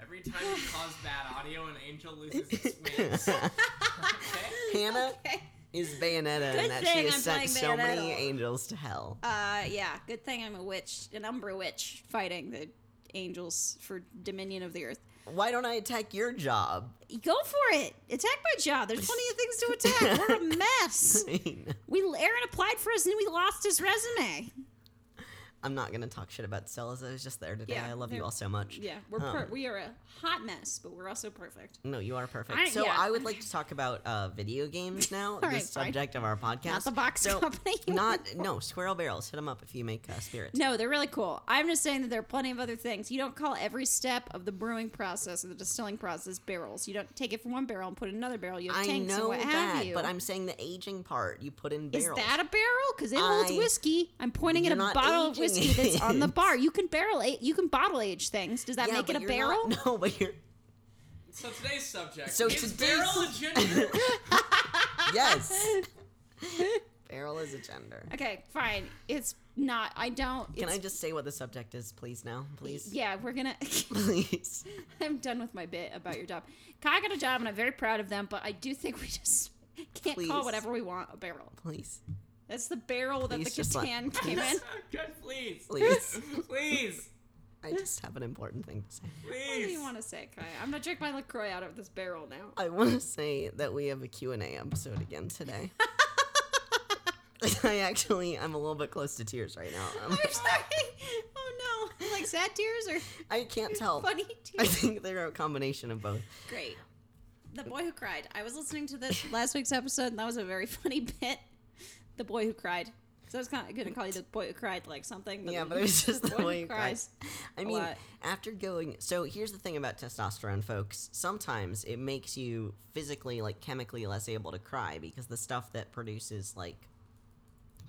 [SPEAKER 3] Every time you cause bad audio, an angel
[SPEAKER 2] [LAUGHS]
[SPEAKER 3] loses its wings. okay?
[SPEAKER 1] Hannah
[SPEAKER 2] Okay.
[SPEAKER 1] is Bayonetta,
[SPEAKER 2] Good
[SPEAKER 1] and that she
[SPEAKER 2] thing
[SPEAKER 1] has
[SPEAKER 2] I'm
[SPEAKER 1] sent
[SPEAKER 2] playing
[SPEAKER 1] so many
[SPEAKER 2] Bayonetta.
[SPEAKER 1] angels to hell.
[SPEAKER 2] Uh, yeah. Good thing I'm a witch, an Umbra witch, fighting the angels for dominion of the earth.
[SPEAKER 1] Why don't I attack your job? [LAUGHS]
[SPEAKER 2] Go for it. Attack my job. There's plenty of things to [LAUGHS] attack. We're a mess. We Aaron applied for us and we lost his resume.
[SPEAKER 1] I'm not gonna talk shit about Stella's. I was just there today.
[SPEAKER 2] Yeah,
[SPEAKER 1] I love
[SPEAKER 2] they're-
[SPEAKER 1] you all so much.
[SPEAKER 2] Yeah, we're
[SPEAKER 1] Um,
[SPEAKER 2] per- we are a hot mess, but we're also perfect.
[SPEAKER 1] No, you are perfect.
[SPEAKER 2] I-
[SPEAKER 1] so
[SPEAKER 2] yeah.
[SPEAKER 1] I would like to talk about uh, video games
[SPEAKER 2] [LAUGHS]
[SPEAKER 1] now, the
[SPEAKER 2] right, fine.
[SPEAKER 1] subject of our podcast.
[SPEAKER 2] Not the box
[SPEAKER 1] so,
[SPEAKER 2] company.
[SPEAKER 1] Not no squirrel barrels. Hit them up if you make uh, spirits.
[SPEAKER 2] No, they're really cool. I'm just saying that there are plenty of other things. You don't call every step of the brewing process or the distilling process barrels. You don't take it from one barrel and put it in another barrel. You have
[SPEAKER 1] I
[SPEAKER 2] [LAUGHS] tanks and
[SPEAKER 1] know
[SPEAKER 2] what have
[SPEAKER 1] that,
[SPEAKER 2] you.
[SPEAKER 1] but I'm saying the aging part. You put in
[SPEAKER 2] is
[SPEAKER 1] barrels.
[SPEAKER 2] that a barrel? Because it holds
[SPEAKER 1] I-
[SPEAKER 2] whiskey. I'm pointing at a
[SPEAKER 1] You're not
[SPEAKER 2] bottle of
[SPEAKER 1] aging
[SPEAKER 2] whiskey that's on the
[SPEAKER 1] it.
[SPEAKER 2] bar. You can barrel, a- you can bottle age things. Does that
[SPEAKER 1] Yeah,
[SPEAKER 2] make it
[SPEAKER 1] but
[SPEAKER 2] a
[SPEAKER 1] you're
[SPEAKER 2] barrel?
[SPEAKER 1] Not, [LAUGHS] no, but you're
[SPEAKER 3] So today's subject
[SPEAKER 1] So
[SPEAKER 3] is
[SPEAKER 1] today's-
[SPEAKER 3] barrel and
[SPEAKER 1] [LAUGHS]
[SPEAKER 3] ginger.
[SPEAKER 1] yes.
[SPEAKER 2] [LAUGHS]
[SPEAKER 1] barrel is a gender.
[SPEAKER 2] Okay, fine. It's not. I don't.
[SPEAKER 1] Can I
[SPEAKER 2] it's-
[SPEAKER 1] just say what the subject is, please? Now, please,
[SPEAKER 2] Yeah, we're gonna. [LAUGHS]
[SPEAKER 1] please.
[SPEAKER 2] I'm done with my bit about your job. Kai got a job, and I'm very proud of them. But I do think we just can't call
[SPEAKER 1] Please.
[SPEAKER 2] whatever we want a barrel.
[SPEAKER 1] Please,
[SPEAKER 2] That's the barrel
[SPEAKER 1] Please
[SPEAKER 2] that
[SPEAKER 1] just
[SPEAKER 2] the
[SPEAKER 3] [LAUGHS]
[SPEAKER 1] let-
[SPEAKER 2] Catan came in.
[SPEAKER 3] Good, please,
[SPEAKER 1] please.
[SPEAKER 3] please.
[SPEAKER 1] I just have an important thing to say.
[SPEAKER 2] What do you want to say, Kai? I'm gonna drink my Lacroix out of this barrel now.
[SPEAKER 1] I want to say that we have a Q&A episode again today. I actually, I'm a little bit close to tears right now. [LAUGHS] I'm-
[SPEAKER 2] I'm sorry. [LAUGHS] Oh no, like sad tears or
[SPEAKER 1] I can't tell.
[SPEAKER 2] funny
[SPEAKER 1] [LAUGHS] I
[SPEAKER 2] tears?
[SPEAKER 1] think they're a combination of both.
[SPEAKER 2] Great. The boy who cried. I was listening to this last week's episode, and that was a very [LAUGHS] funny bit. The boy who cried. So I was kind of gonna call you the boy who cried, like
[SPEAKER 1] [LAUGHS]
[SPEAKER 2] something.
[SPEAKER 1] Yeah,
[SPEAKER 2] then
[SPEAKER 1] but it was just the
[SPEAKER 2] boy who
[SPEAKER 1] way you cried.
[SPEAKER 2] cries.
[SPEAKER 1] I
[SPEAKER 2] a
[SPEAKER 1] mean,
[SPEAKER 2] lot.
[SPEAKER 1] after going, so here's the thing about testosterone, folks. Sometimes it makes you physically, like chemically, less able to cry because the stuff that produces like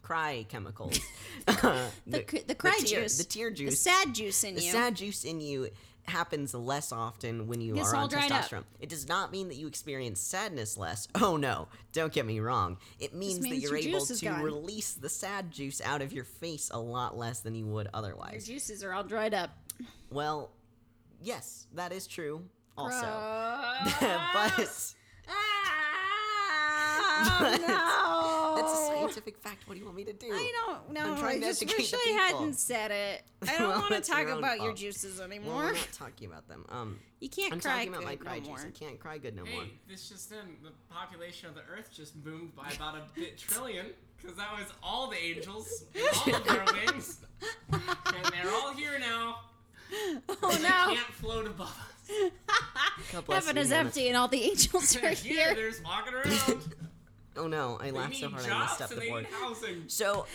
[SPEAKER 1] cry chemicals, [LAUGHS] uh, the,
[SPEAKER 2] The, cr- the cry
[SPEAKER 1] tear,
[SPEAKER 2] juice.
[SPEAKER 1] the tear
[SPEAKER 2] The
[SPEAKER 1] juice,
[SPEAKER 2] sad juice in
[SPEAKER 1] the
[SPEAKER 2] you.
[SPEAKER 1] sad juice in you happens less often when you
[SPEAKER 2] Gets
[SPEAKER 1] are
[SPEAKER 2] all
[SPEAKER 1] on
[SPEAKER 2] dried up.
[SPEAKER 1] testosterone. It does not mean that you experience sadness less. Oh no, don't get me wrong. It means, that
[SPEAKER 2] means
[SPEAKER 1] you're
[SPEAKER 2] your
[SPEAKER 1] able
[SPEAKER 2] juice is
[SPEAKER 1] to
[SPEAKER 2] gone.
[SPEAKER 1] release the sad juice out of your face a lot less than you would
[SPEAKER 2] Your
[SPEAKER 1] otherwise.
[SPEAKER 2] juices are all dried up.
[SPEAKER 1] Well, yes, that is true. Also,
[SPEAKER 2] Gross.
[SPEAKER 1] [LAUGHS] but [LAUGHS]
[SPEAKER 2] Ah, no.
[SPEAKER 1] that's a scientific fact. What do you want me to do?
[SPEAKER 2] I don't know.
[SPEAKER 1] I'm
[SPEAKER 2] I
[SPEAKER 1] trying to
[SPEAKER 2] just
[SPEAKER 1] educate
[SPEAKER 2] wish
[SPEAKER 1] the
[SPEAKER 2] I
[SPEAKER 1] people.
[SPEAKER 2] hadn't said it.
[SPEAKER 1] [LAUGHS]
[SPEAKER 2] I don't
[SPEAKER 1] Well,
[SPEAKER 2] want to
[SPEAKER 1] it's your
[SPEAKER 2] talk
[SPEAKER 1] own
[SPEAKER 2] about your
[SPEAKER 1] fault.
[SPEAKER 2] juices
[SPEAKER 1] Well,
[SPEAKER 2] anymore.
[SPEAKER 1] we're not talking about them. Um,
[SPEAKER 2] [LAUGHS] you can't
[SPEAKER 1] I'm
[SPEAKER 2] cry
[SPEAKER 1] talking about my
[SPEAKER 2] good
[SPEAKER 1] cry
[SPEAKER 2] no
[SPEAKER 1] juice.
[SPEAKER 2] more.
[SPEAKER 1] I can't cry good no more.
[SPEAKER 3] Hey, this just in: the population of the Earth just boomed by about a bit trillion, because that was all the angels, and all of their
[SPEAKER 2] [LAUGHS]
[SPEAKER 3] wings, and they're all here now.
[SPEAKER 2] Oh
[SPEAKER 3] They
[SPEAKER 2] no!
[SPEAKER 3] can't float above us.
[SPEAKER 1] God bless
[SPEAKER 2] Heaven
[SPEAKER 1] you,
[SPEAKER 2] is
[SPEAKER 1] Hannah.
[SPEAKER 2] empty, and all
[SPEAKER 1] [LAUGHS]
[SPEAKER 2] the angels are
[SPEAKER 3] They're here.
[SPEAKER 2] here.
[SPEAKER 3] They're just walking around.
[SPEAKER 1] Oh no, I
[SPEAKER 3] They
[SPEAKER 1] laughed
[SPEAKER 3] need
[SPEAKER 1] so hard I messed
[SPEAKER 3] jobs
[SPEAKER 1] up
[SPEAKER 3] and
[SPEAKER 1] the
[SPEAKER 3] they
[SPEAKER 1] board.
[SPEAKER 3] need housing. [LAUGHS]
[SPEAKER 2] [LAUGHS]
[SPEAKER 1] So,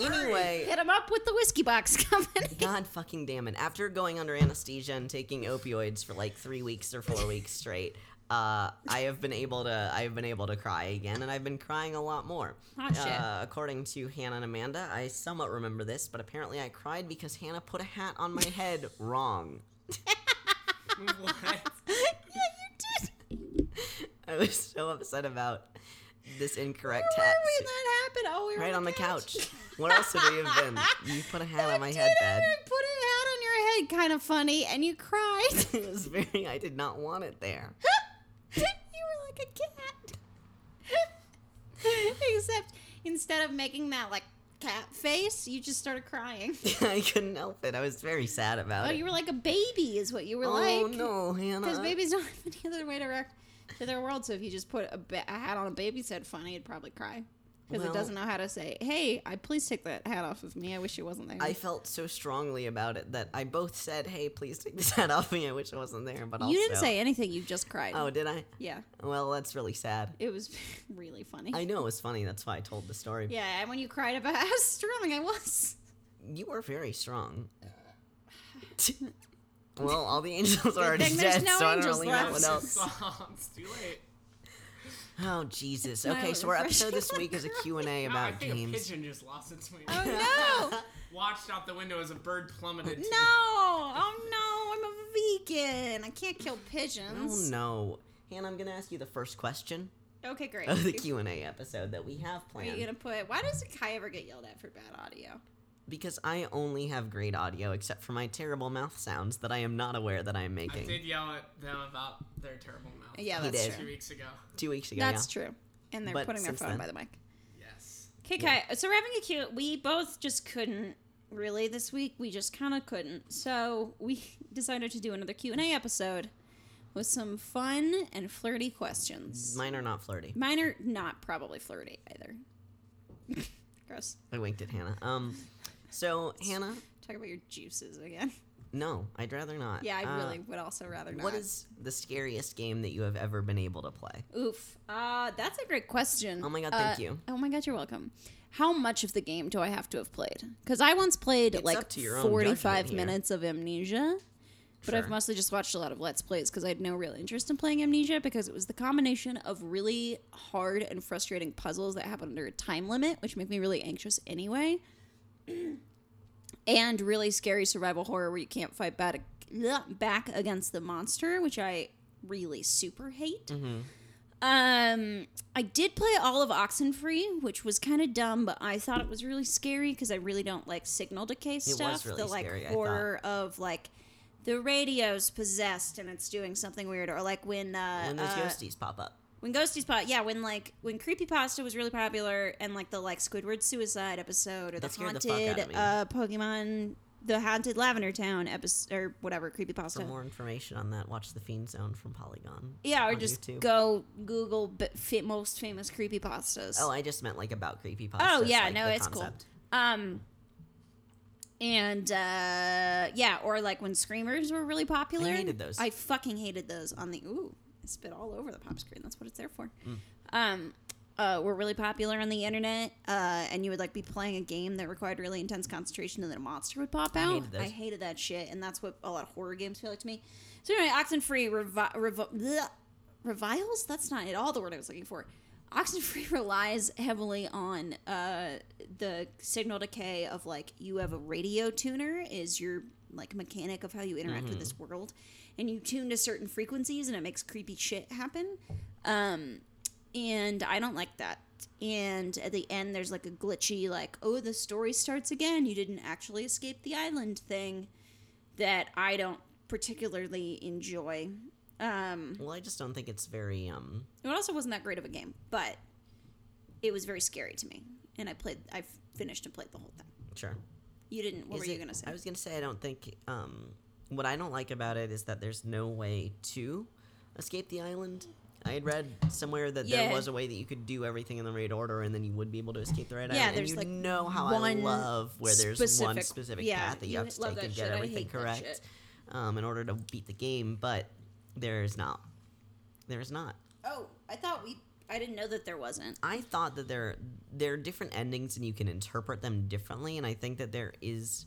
[SPEAKER 1] anyway,
[SPEAKER 2] Hit 'em up with the whiskey box [LAUGHS] company.
[SPEAKER 1] God fucking damn it. After going under anesthesia and taking opioids for like three weeks or four weeks straight, uh, I have been able to I have been able to cry again and I've been crying a lot more.
[SPEAKER 2] Hot Oh, shit.
[SPEAKER 1] Uh, according to Hannah and Amanda, I somewhat remember this, but apparently I cried because Hannah put a hat on my head
[SPEAKER 2] [LAUGHS]
[SPEAKER 1] wrong.
[SPEAKER 3] what?
[SPEAKER 2] yeah, you did.
[SPEAKER 1] I was so upset about this incorrect
[SPEAKER 2] Where
[SPEAKER 1] hat.
[SPEAKER 2] were we when that happened? Oh, we were
[SPEAKER 1] right on the
[SPEAKER 2] [LAUGHS]
[SPEAKER 1] couch. Where else would we have been? You put a hat
[SPEAKER 2] You
[SPEAKER 1] on my
[SPEAKER 2] did
[SPEAKER 1] head,
[SPEAKER 2] it,
[SPEAKER 1] bad.
[SPEAKER 2] and I put it out on your head, kind of funny, and you
[SPEAKER 1] [LAUGHS]
[SPEAKER 2] cried. [LAUGHS]
[SPEAKER 1] It was very I did not want it there.
[SPEAKER 2] you were like a cat. [LAUGHS] Except instead of making that like cat face, you just started crying.
[SPEAKER 1] [LAUGHS] I couldn't help it. I was very sad about
[SPEAKER 2] Oh,
[SPEAKER 1] it.
[SPEAKER 2] you were like a baby, is what you were
[SPEAKER 1] oh
[SPEAKER 2] like.
[SPEAKER 1] no, Hannah.
[SPEAKER 2] Because [LAUGHS] babies don't have any other way to react to their world. So if you just put a, ba- a hat on a baby said funny, it'd probably cry. Because
[SPEAKER 1] Well-
[SPEAKER 2] it doesn't know how to say, hey, I please take that hat off of me. I wish it wasn't there.
[SPEAKER 1] I felt so strongly about it that I both said, "Hey, please take this [LAUGHS] hat off me." I wish I wasn't there, but also
[SPEAKER 2] you didn't say anything. You just cried.
[SPEAKER 1] Oh, did I?
[SPEAKER 2] Yeah.
[SPEAKER 1] Well, that's really sad.
[SPEAKER 2] It was [LAUGHS] really funny.
[SPEAKER 1] I know it was funny. That's why I told the story.
[SPEAKER 2] yeah, and when you cried about [LAUGHS] how strong I was.
[SPEAKER 1] You were very strong.
[SPEAKER 2] [LAUGHS]
[SPEAKER 1] well, all the angels are already
[SPEAKER 2] thing there's
[SPEAKER 1] dead,
[SPEAKER 2] no
[SPEAKER 1] so I don't
[SPEAKER 2] angels
[SPEAKER 1] really know
[SPEAKER 2] left.
[SPEAKER 1] what else.
[SPEAKER 3] it's too late.
[SPEAKER 1] Oh Jesus.
[SPEAKER 2] not
[SPEAKER 1] Okay,
[SPEAKER 2] a
[SPEAKER 1] so our episode
[SPEAKER 2] refreshing
[SPEAKER 1] this week
[SPEAKER 2] [LAUGHS]
[SPEAKER 1] is a Q and A
[SPEAKER 3] Wow, I
[SPEAKER 1] about
[SPEAKER 3] think a
[SPEAKER 1] games.
[SPEAKER 3] pigeon just lost its wing.
[SPEAKER 1] [LAUGHS]
[SPEAKER 2] Oh no!
[SPEAKER 3] [LAUGHS] Watched out the window as a bird plummeted. to
[SPEAKER 2] No! Oh no! I'm a vegan. I can't kill
[SPEAKER 1] Oh
[SPEAKER 2] pigeons.
[SPEAKER 1] no, Hannah, I'm gonna ask you the first question
[SPEAKER 2] Okay, great.
[SPEAKER 1] of [LAUGHS]
[SPEAKER 2] [LAUGHS]
[SPEAKER 1] the Q and A episode that we have
[SPEAKER 2] Are
[SPEAKER 1] planned.
[SPEAKER 2] you gonna put? Why does Kai ever get yelled at for bad audio?
[SPEAKER 1] Because I only have great audio, except for my terrible mouth sounds that I am not aware that I am
[SPEAKER 3] I
[SPEAKER 1] making.
[SPEAKER 3] did yell at them about their terrible mouth.
[SPEAKER 2] Yeah,
[SPEAKER 1] He
[SPEAKER 2] that's
[SPEAKER 1] did.
[SPEAKER 3] Two
[SPEAKER 2] true.
[SPEAKER 3] weeks ago.
[SPEAKER 1] Two weeks ago.
[SPEAKER 2] That's
[SPEAKER 1] yeah.
[SPEAKER 2] true. And they're
[SPEAKER 1] But
[SPEAKER 2] putting their
[SPEAKER 1] since
[SPEAKER 2] phone
[SPEAKER 1] then-
[SPEAKER 2] by the mic.
[SPEAKER 3] Yes.
[SPEAKER 2] Okay, Kai. So we're having a cute. We both just couldn't really this week. We just kind of couldn't. So we [LAUGHS] decided to do another Q and A episode with some fun and flirty questions.
[SPEAKER 1] Mine are not flirty.
[SPEAKER 2] Mine are not probably flirty either. [LAUGHS] Gross.
[SPEAKER 1] I winked at Hannah. Um, so Hannah,
[SPEAKER 2] Talk about your juices again. [LAUGHS]
[SPEAKER 1] no, I'd rather not.
[SPEAKER 2] Yeah, I
[SPEAKER 1] Uh,
[SPEAKER 2] really would also rather not.
[SPEAKER 1] What is the scariest game that you have ever been able to play?
[SPEAKER 2] Oof. Uh, that's a great question.
[SPEAKER 1] Oh my God, thank
[SPEAKER 2] Uh,
[SPEAKER 1] you.
[SPEAKER 2] Oh my god, you're welcome. How much of the game do I have to have played? Because I once played like
[SPEAKER 1] up to your own judgment
[SPEAKER 2] 45
[SPEAKER 1] here.
[SPEAKER 2] minutes of Amnesia, but I've
[SPEAKER 1] Sure.
[SPEAKER 2] mostly just watched a lot of Let's Plays because I had no real interest in playing Amnesia because it was the combination of really hard and frustrating puzzles that happen under a time limit, which make me really anxious anyway, and really scary survival horror where you can't fight back, back against the monster, which I really super hate.
[SPEAKER 1] Mm-hmm.
[SPEAKER 2] Um, I did play all of Oxenfree, which was kind of dumb, but I thought it was really scary because I really don't like signal decay
[SPEAKER 1] was
[SPEAKER 2] stuff.
[SPEAKER 1] really
[SPEAKER 2] the like
[SPEAKER 1] scary, I thought.
[SPEAKER 2] horror of like the radio's possessed and it's doing something weird, or like when uh,
[SPEAKER 1] When those
[SPEAKER 2] uh,
[SPEAKER 1] ghosties pop up.
[SPEAKER 2] when Ghosties Pot, yeah, when like when Creepypasta was really popular and like the like Squidward suicide episode or the
[SPEAKER 1] That scared the fuck out
[SPEAKER 2] haunted
[SPEAKER 1] of me.
[SPEAKER 2] uh Pokemon the haunted Lavender Town episode or whatever
[SPEAKER 1] For
[SPEAKER 2] creepypasta.
[SPEAKER 1] more information on that, watch the Fiend Zone from Polygon.
[SPEAKER 2] yeah, or
[SPEAKER 1] on
[SPEAKER 2] just
[SPEAKER 1] YouTube.
[SPEAKER 2] go Google b- fa- most famous creepypastas.
[SPEAKER 1] Oh, I just meant like about creepypastas.
[SPEAKER 2] Oh, yeah,
[SPEAKER 1] like,
[SPEAKER 2] no,
[SPEAKER 1] the
[SPEAKER 2] it's cool.
[SPEAKER 1] concept.
[SPEAKER 2] Um, and uh, yeah, or like when screamers were really popular.
[SPEAKER 1] I hated those.
[SPEAKER 2] I fucking hated those on the ooh, I spit all over the pop screen. That's what it's there for. Um, uh, were really popular on the internet, uh, and you would like be playing a game that required really intense concentration, and then a monster would pop out.
[SPEAKER 1] hated those.
[SPEAKER 2] hated that shit, and that's what a lot of horror games feel like to me. So anyway, Oxenfree revi- revo- bleh, reviles. That's not at all the word I was looking for. Oxenfree [LAUGHS] relies heavily on uh, the signal decay of like you have a radio tuner is your like mechanic of how you interact
[SPEAKER 1] Mm-hmm.
[SPEAKER 2] with this world, and you tune to certain frequencies and it makes creepy shit happen. Um, and I don't like that. And at the end, there's like a glitchy like oh the story starts again. You didn't actually escape the island thing that I don't particularly enjoy. Um,
[SPEAKER 1] Well, I just don't think it's very um
[SPEAKER 2] it also wasn't that great of a game, but it was very scary to me, and I played. I finished and played the whole thing.
[SPEAKER 1] sure.
[SPEAKER 2] You didn't. What
[SPEAKER 1] Is
[SPEAKER 2] were
[SPEAKER 1] it-
[SPEAKER 2] you gonna say?
[SPEAKER 1] I was gonna say I don't think um what I don't like about it is that there's no way to escape the island. I had read somewhere that
[SPEAKER 2] Yeah.
[SPEAKER 1] there was a way that you could do everything in the right order, and then you would be able to escape the right
[SPEAKER 2] Yeah,
[SPEAKER 1] island.
[SPEAKER 2] there's,
[SPEAKER 1] and you
[SPEAKER 2] like,
[SPEAKER 1] know how I
[SPEAKER 2] one
[SPEAKER 1] love where there's one
[SPEAKER 2] specific-
[SPEAKER 1] specific
[SPEAKER 2] yeah,
[SPEAKER 1] path that you,
[SPEAKER 2] you
[SPEAKER 1] have to
[SPEAKER 2] love
[SPEAKER 1] take
[SPEAKER 2] that
[SPEAKER 1] and get
[SPEAKER 2] shit. I
[SPEAKER 1] everything
[SPEAKER 2] hate that
[SPEAKER 1] correct
[SPEAKER 2] shit.
[SPEAKER 1] um, in order to beat the game. But there's not. There's not.
[SPEAKER 2] oh, I thought we. I didn't know that there wasn't.
[SPEAKER 1] I thought that there there are different endings and you can interpret them differently, and I think that there is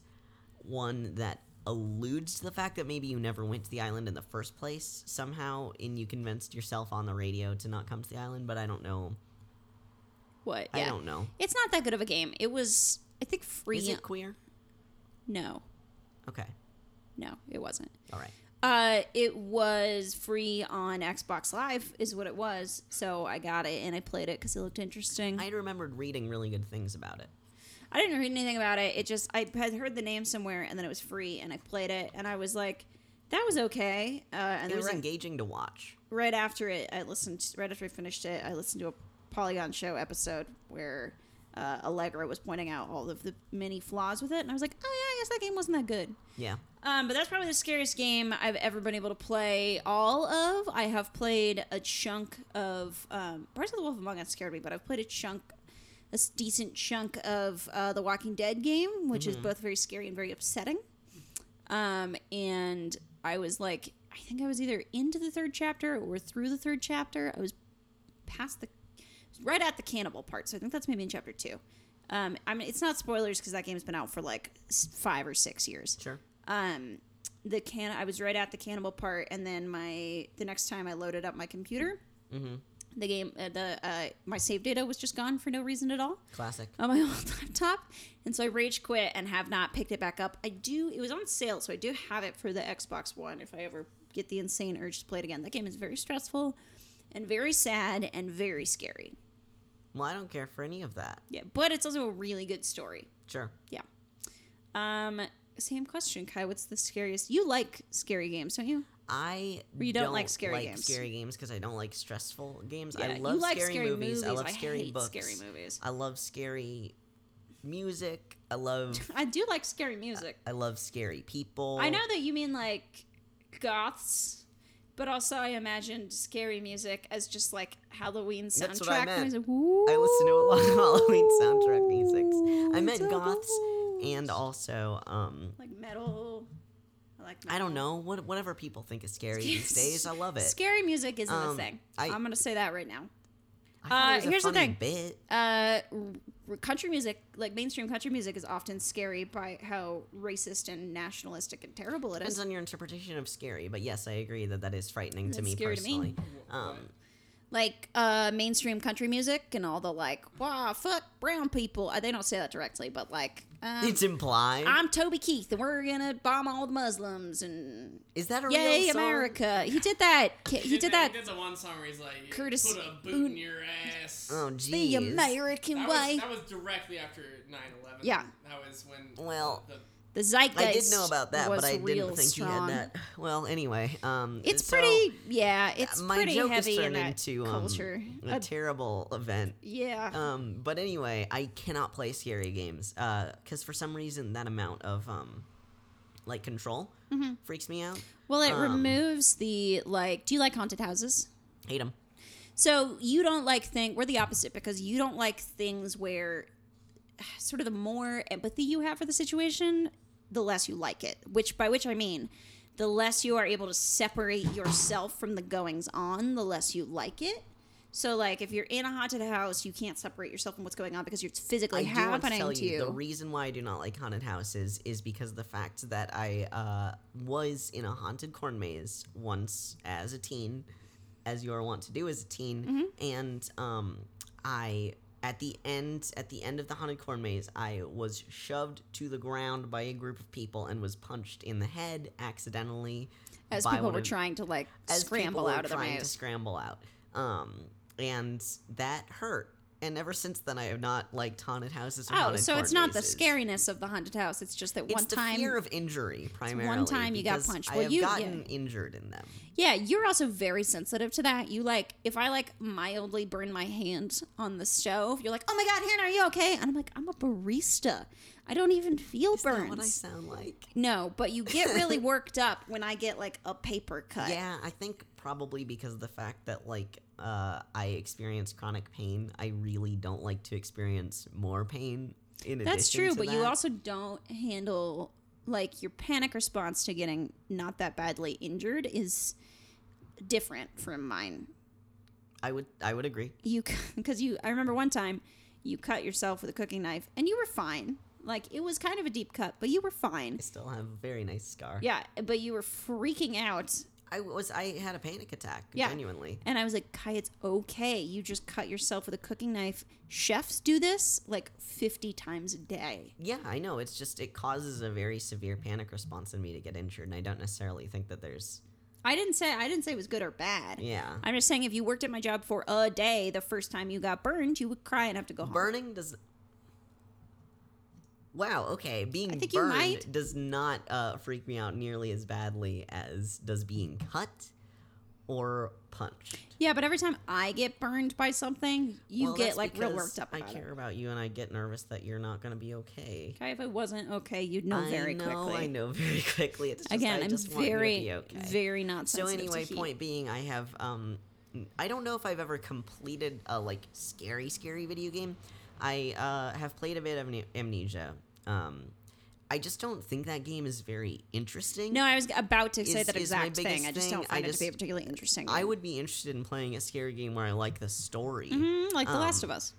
[SPEAKER 1] one that alludes to the fact that maybe you never went to the island in the first place somehow, and you convinced yourself on the radio to not come to the island. But I don't know.
[SPEAKER 2] What?
[SPEAKER 1] I don't know.
[SPEAKER 2] It's not that good of a game. It was. I think free.
[SPEAKER 1] Is it queer?
[SPEAKER 2] no,
[SPEAKER 1] Okay,
[SPEAKER 2] no, it wasn't.
[SPEAKER 1] all right.
[SPEAKER 2] Uh, it was free on Xbox Live, is what it was. So I got it and I played it because it looked interesting.
[SPEAKER 1] I had remembered reading really good things about it.
[SPEAKER 2] I didn't read anything about it. It just I had heard the name somewhere, and then it was free, and I played it, and I was like, that was okay. Uh, and
[SPEAKER 1] It
[SPEAKER 2] then
[SPEAKER 1] was
[SPEAKER 2] right,
[SPEAKER 1] engaging to watch.
[SPEAKER 2] right after it, I listened. Right after I finished it, I listened to a Polygon Show episode where uh, Allegra was pointing out all of the many flaws with it, and I was like, oh yeah, I guess that game wasn't that good.
[SPEAKER 1] Yeah,
[SPEAKER 2] Um, but that's probably the scariest game I've ever been able to play all of. I have played a chunk of um, parts of The Wolf Among Us scared me, but I've played a chunk, a s- decent chunk of uh, the Walking Dead game, which is both very scary and very upsetting. Um, and I was like, I think I was either into the third chapter or through the third chapter. I was past the right at the cannibal part, so I think that's maybe in chapter two. Um, I mean, it's not spoilers because that game's been out for like s- five or six years
[SPEAKER 1] sure.
[SPEAKER 2] um the can I was right at the cannibal part and then my the next time I loaded up my computer the game uh, the uh, my save data was just gone for no reason at all
[SPEAKER 1] Classic.
[SPEAKER 2] on my [LAUGHS] old laptop and so I rage quit and have not picked it back up I do it was on sale so I do have it for the Xbox one if I ever get the insane urge to play it again that game is very stressful and very sad and very scary
[SPEAKER 1] Well, I don't care for any of that.
[SPEAKER 2] yeah but it's also a really good story
[SPEAKER 1] Sure.
[SPEAKER 2] yeah um same question Kai what's the scariest you like scary games don't you
[SPEAKER 1] I
[SPEAKER 2] Or you don't like scary games.
[SPEAKER 1] Scary games because I don't like stressful games.
[SPEAKER 2] Yeah,
[SPEAKER 1] I
[SPEAKER 2] you
[SPEAKER 1] love
[SPEAKER 2] like
[SPEAKER 1] scary,
[SPEAKER 2] scary
[SPEAKER 1] movies. I
[SPEAKER 2] movies.
[SPEAKER 1] love
[SPEAKER 2] I
[SPEAKER 1] scary
[SPEAKER 2] hate
[SPEAKER 1] books.
[SPEAKER 2] scary movies.
[SPEAKER 1] I love scary music. I love
[SPEAKER 2] I do like scary music.
[SPEAKER 1] I love scary people.
[SPEAKER 2] I know that you mean like goths, but also I imagined scary music as just like Halloween soundtrack
[SPEAKER 1] That's what I meant.
[SPEAKER 2] music.
[SPEAKER 1] I listen to a lot of [LAUGHS] Halloween soundtrack
[SPEAKER 2] Ooh,
[SPEAKER 1] musics. I meant
[SPEAKER 2] it's a
[SPEAKER 1] goths
[SPEAKER 2] ghost.
[SPEAKER 1] and also um
[SPEAKER 2] [LAUGHS] like metal. I like. Metal.
[SPEAKER 1] I don't know what whatever people think is scary these
[SPEAKER 2] [LAUGHS]
[SPEAKER 1] days. I love it.
[SPEAKER 2] Scary music isn't a
[SPEAKER 1] Um,
[SPEAKER 2] thing.
[SPEAKER 1] I-
[SPEAKER 2] I, am gonna say that right now.
[SPEAKER 1] I thought it
[SPEAKER 2] Uh,
[SPEAKER 1] was a
[SPEAKER 2] here's the
[SPEAKER 1] funny
[SPEAKER 2] thing.
[SPEAKER 1] Bit.
[SPEAKER 2] Uh, r- country music, like mainstream country music, is often scary by how racist and nationalistic and terrible it
[SPEAKER 1] Depends
[SPEAKER 2] is.
[SPEAKER 1] on your interpretation of scary, but yes, I agree that that is frightening to
[SPEAKER 2] That's
[SPEAKER 1] me
[SPEAKER 2] scary to me.
[SPEAKER 1] personally. Um,
[SPEAKER 2] like uh mainstream country music and all the like wow fuck brown people Uh, they don't say that directly but like um,
[SPEAKER 1] it's implied.
[SPEAKER 2] i'm toby keith and we're gonna bomb all the muslims and
[SPEAKER 1] is that a real
[SPEAKER 2] yay
[SPEAKER 1] song?
[SPEAKER 2] america he did that he, he did that
[SPEAKER 3] He did the one song where he's like,
[SPEAKER 2] Curtis
[SPEAKER 3] "Put a boot
[SPEAKER 2] Boone-
[SPEAKER 3] in your ass."
[SPEAKER 1] Oh,
[SPEAKER 2] the
[SPEAKER 1] geez.
[SPEAKER 2] american
[SPEAKER 3] that
[SPEAKER 2] way
[SPEAKER 3] was, that was directly after 9/11.
[SPEAKER 2] Yeah.
[SPEAKER 3] that was when.
[SPEAKER 1] Well,
[SPEAKER 3] the,
[SPEAKER 2] the zeitgeist
[SPEAKER 1] I did know about that,
[SPEAKER 2] was
[SPEAKER 1] but I
[SPEAKER 2] real
[SPEAKER 1] didn't think
[SPEAKER 2] strong.
[SPEAKER 1] you had that. Well, anyway, um,
[SPEAKER 2] it's
[SPEAKER 1] so
[SPEAKER 2] pretty yeah it's
[SPEAKER 1] my
[SPEAKER 2] pretty
[SPEAKER 1] joke has
[SPEAKER 2] heavy in
[SPEAKER 1] turned
[SPEAKER 2] that
[SPEAKER 1] into um,
[SPEAKER 2] culture
[SPEAKER 1] a
[SPEAKER 2] Uh,
[SPEAKER 1] terrible event.
[SPEAKER 2] yeah
[SPEAKER 1] Um, uh, but anyway, I cannot play scary games because for some reason that amount of um, like control
[SPEAKER 2] Mm-hmm.
[SPEAKER 1] freaks me out.
[SPEAKER 2] Well, it
[SPEAKER 1] Um,
[SPEAKER 2] removes the like. Do you like haunted houses?
[SPEAKER 1] Hate them.
[SPEAKER 2] So you don't like things. We're the opposite because you don't like things where [SIGHS] sort of the more empathy you have for the situation, the less you like it. Which by which I mean, the less you are able to separate yourself from the goings on, the less you like it. So like if you're in a haunted house, you can't separate yourself from what's going on because it's physically
[SPEAKER 1] I do want to
[SPEAKER 2] happening
[SPEAKER 1] tell
[SPEAKER 2] to
[SPEAKER 1] you,
[SPEAKER 2] you.
[SPEAKER 1] the reason why I do not like haunted houses is because of the fact that I uh, was in a haunted corn maze once as a teen, as you are wont to do as a teen,
[SPEAKER 2] Mm-hmm.
[SPEAKER 1] and um, I at the end at the end of the haunted corn maze I was shoved to the ground by a group of people and was punched in the head accidentally
[SPEAKER 2] as
[SPEAKER 1] by
[SPEAKER 2] people
[SPEAKER 1] one
[SPEAKER 2] were
[SPEAKER 1] of-
[SPEAKER 2] trying to like
[SPEAKER 1] as people
[SPEAKER 2] scramble
[SPEAKER 1] were
[SPEAKER 2] out of the
[SPEAKER 1] trying to
[SPEAKER 2] maze.
[SPEAKER 1] scramble out. Um, and that hurt. And ever since then, I have not liked haunted houses. Or
[SPEAKER 2] Oh,
[SPEAKER 1] haunted
[SPEAKER 2] so
[SPEAKER 1] corn
[SPEAKER 2] it's not the
[SPEAKER 1] mazes.
[SPEAKER 2] scariness of the haunted house. It's just that
[SPEAKER 1] It's
[SPEAKER 2] one
[SPEAKER 1] the
[SPEAKER 2] time
[SPEAKER 1] fear of injury primarily.
[SPEAKER 2] time you got
[SPEAKER 1] because
[SPEAKER 2] punched.
[SPEAKER 1] I
[SPEAKER 2] Well,
[SPEAKER 1] have
[SPEAKER 2] you- yeah.
[SPEAKER 1] gotten injured in them.
[SPEAKER 2] Yeah, you're also very sensitive to that. You like if I like mildly burn my hand on the stove, you're like, "Oh my god, Hannah, are you okay?" And I'm like, "I'm a barista. I don't even feel
[SPEAKER 1] Is that what I
[SPEAKER 2] burns."
[SPEAKER 1] sound like?
[SPEAKER 2] No, but you get
[SPEAKER 1] [LAUGHS]
[SPEAKER 2] really worked up when I get like a paper cut.
[SPEAKER 1] Yeah, I think probably because of the fact that like uh, I experience chronic pain, I really don't like to experience more pain. In
[SPEAKER 2] That's
[SPEAKER 1] addition
[SPEAKER 2] true,
[SPEAKER 1] to
[SPEAKER 2] but you
[SPEAKER 1] that.
[SPEAKER 2] also don't handle like your panic response to getting not that badly injured is different from mine.
[SPEAKER 1] I would I would agree.
[SPEAKER 2] you [LAUGHS] because you i remember one time you cut yourself with a cooking knife and you were fine like it was kind of a deep cut but you were fine
[SPEAKER 1] I still have a very nice scar.
[SPEAKER 2] yeah but you were freaking out
[SPEAKER 1] I was I had a panic attack.
[SPEAKER 2] Yeah.
[SPEAKER 1] genuinely.
[SPEAKER 2] and i was like kai it's okay you just cut yourself with a cooking knife chefs do this like 50 times a day
[SPEAKER 1] Yeah, I know. It's just it causes a very severe panic response in me to get injured, and I don't necessarily think that there's
[SPEAKER 2] i didn't say i didn't say it was good or bad
[SPEAKER 1] yeah.
[SPEAKER 2] i'm just saying if you worked at my job for a day the first time you got burned you would cry and have to go home
[SPEAKER 1] Burning does. Wow. Okay, being
[SPEAKER 2] I think you
[SPEAKER 1] burned
[SPEAKER 2] might.
[SPEAKER 1] does not uh, freak me out nearly as badly as does being cut or punched.
[SPEAKER 2] yeah but every time i get burned by something you
[SPEAKER 1] Well,
[SPEAKER 2] get
[SPEAKER 1] that's
[SPEAKER 2] like real
[SPEAKER 1] because
[SPEAKER 2] worked up
[SPEAKER 1] I
[SPEAKER 2] about it.
[SPEAKER 1] care about you, and I get nervous that you're not going to be okay.
[SPEAKER 2] Kai, if I wasn't okay, you'd know
[SPEAKER 1] I
[SPEAKER 2] very
[SPEAKER 1] know,
[SPEAKER 2] quickly.
[SPEAKER 1] I know very [LAUGHS] quickly. It's just,
[SPEAKER 2] Again,
[SPEAKER 1] I
[SPEAKER 2] I'm
[SPEAKER 1] just want you to
[SPEAKER 2] very,
[SPEAKER 1] be okay.
[SPEAKER 2] very not
[SPEAKER 1] So
[SPEAKER 2] sensitive
[SPEAKER 1] anyway,
[SPEAKER 2] to heat.
[SPEAKER 1] point being, I have um, I don't know if I've ever completed a like scary, scary video game. I uh, have played a bit of Amne- Amnesia. Um, I just don't think that game is very interesting.
[SPEAKER 2] No, I was about to say
[SPEAKER 1] is-
[SPEAKER 2] that
[SPEAKER 1] is my
[SPEAKER 2] exact thing.
[SPEAKER 1] biggest
[SPEAKER 2] I just
[SPEAKER 1] thing.
[SPEAKER 2] don't find
[SPEAKER 1] I
[SPEAKER 2] it to be a
[SPEAKER 1] just-
[SPEAKER 2] particularly interesting.
[SPEAKER 1] I
[SPEAKER 2] one.
[SPEAKER 1] would be interested in playing a scary game where I like the story,
[SPEAKER 2] Mhm, like The Last
[SPEAKER 1] um,
[SPEAKER 2] of Us.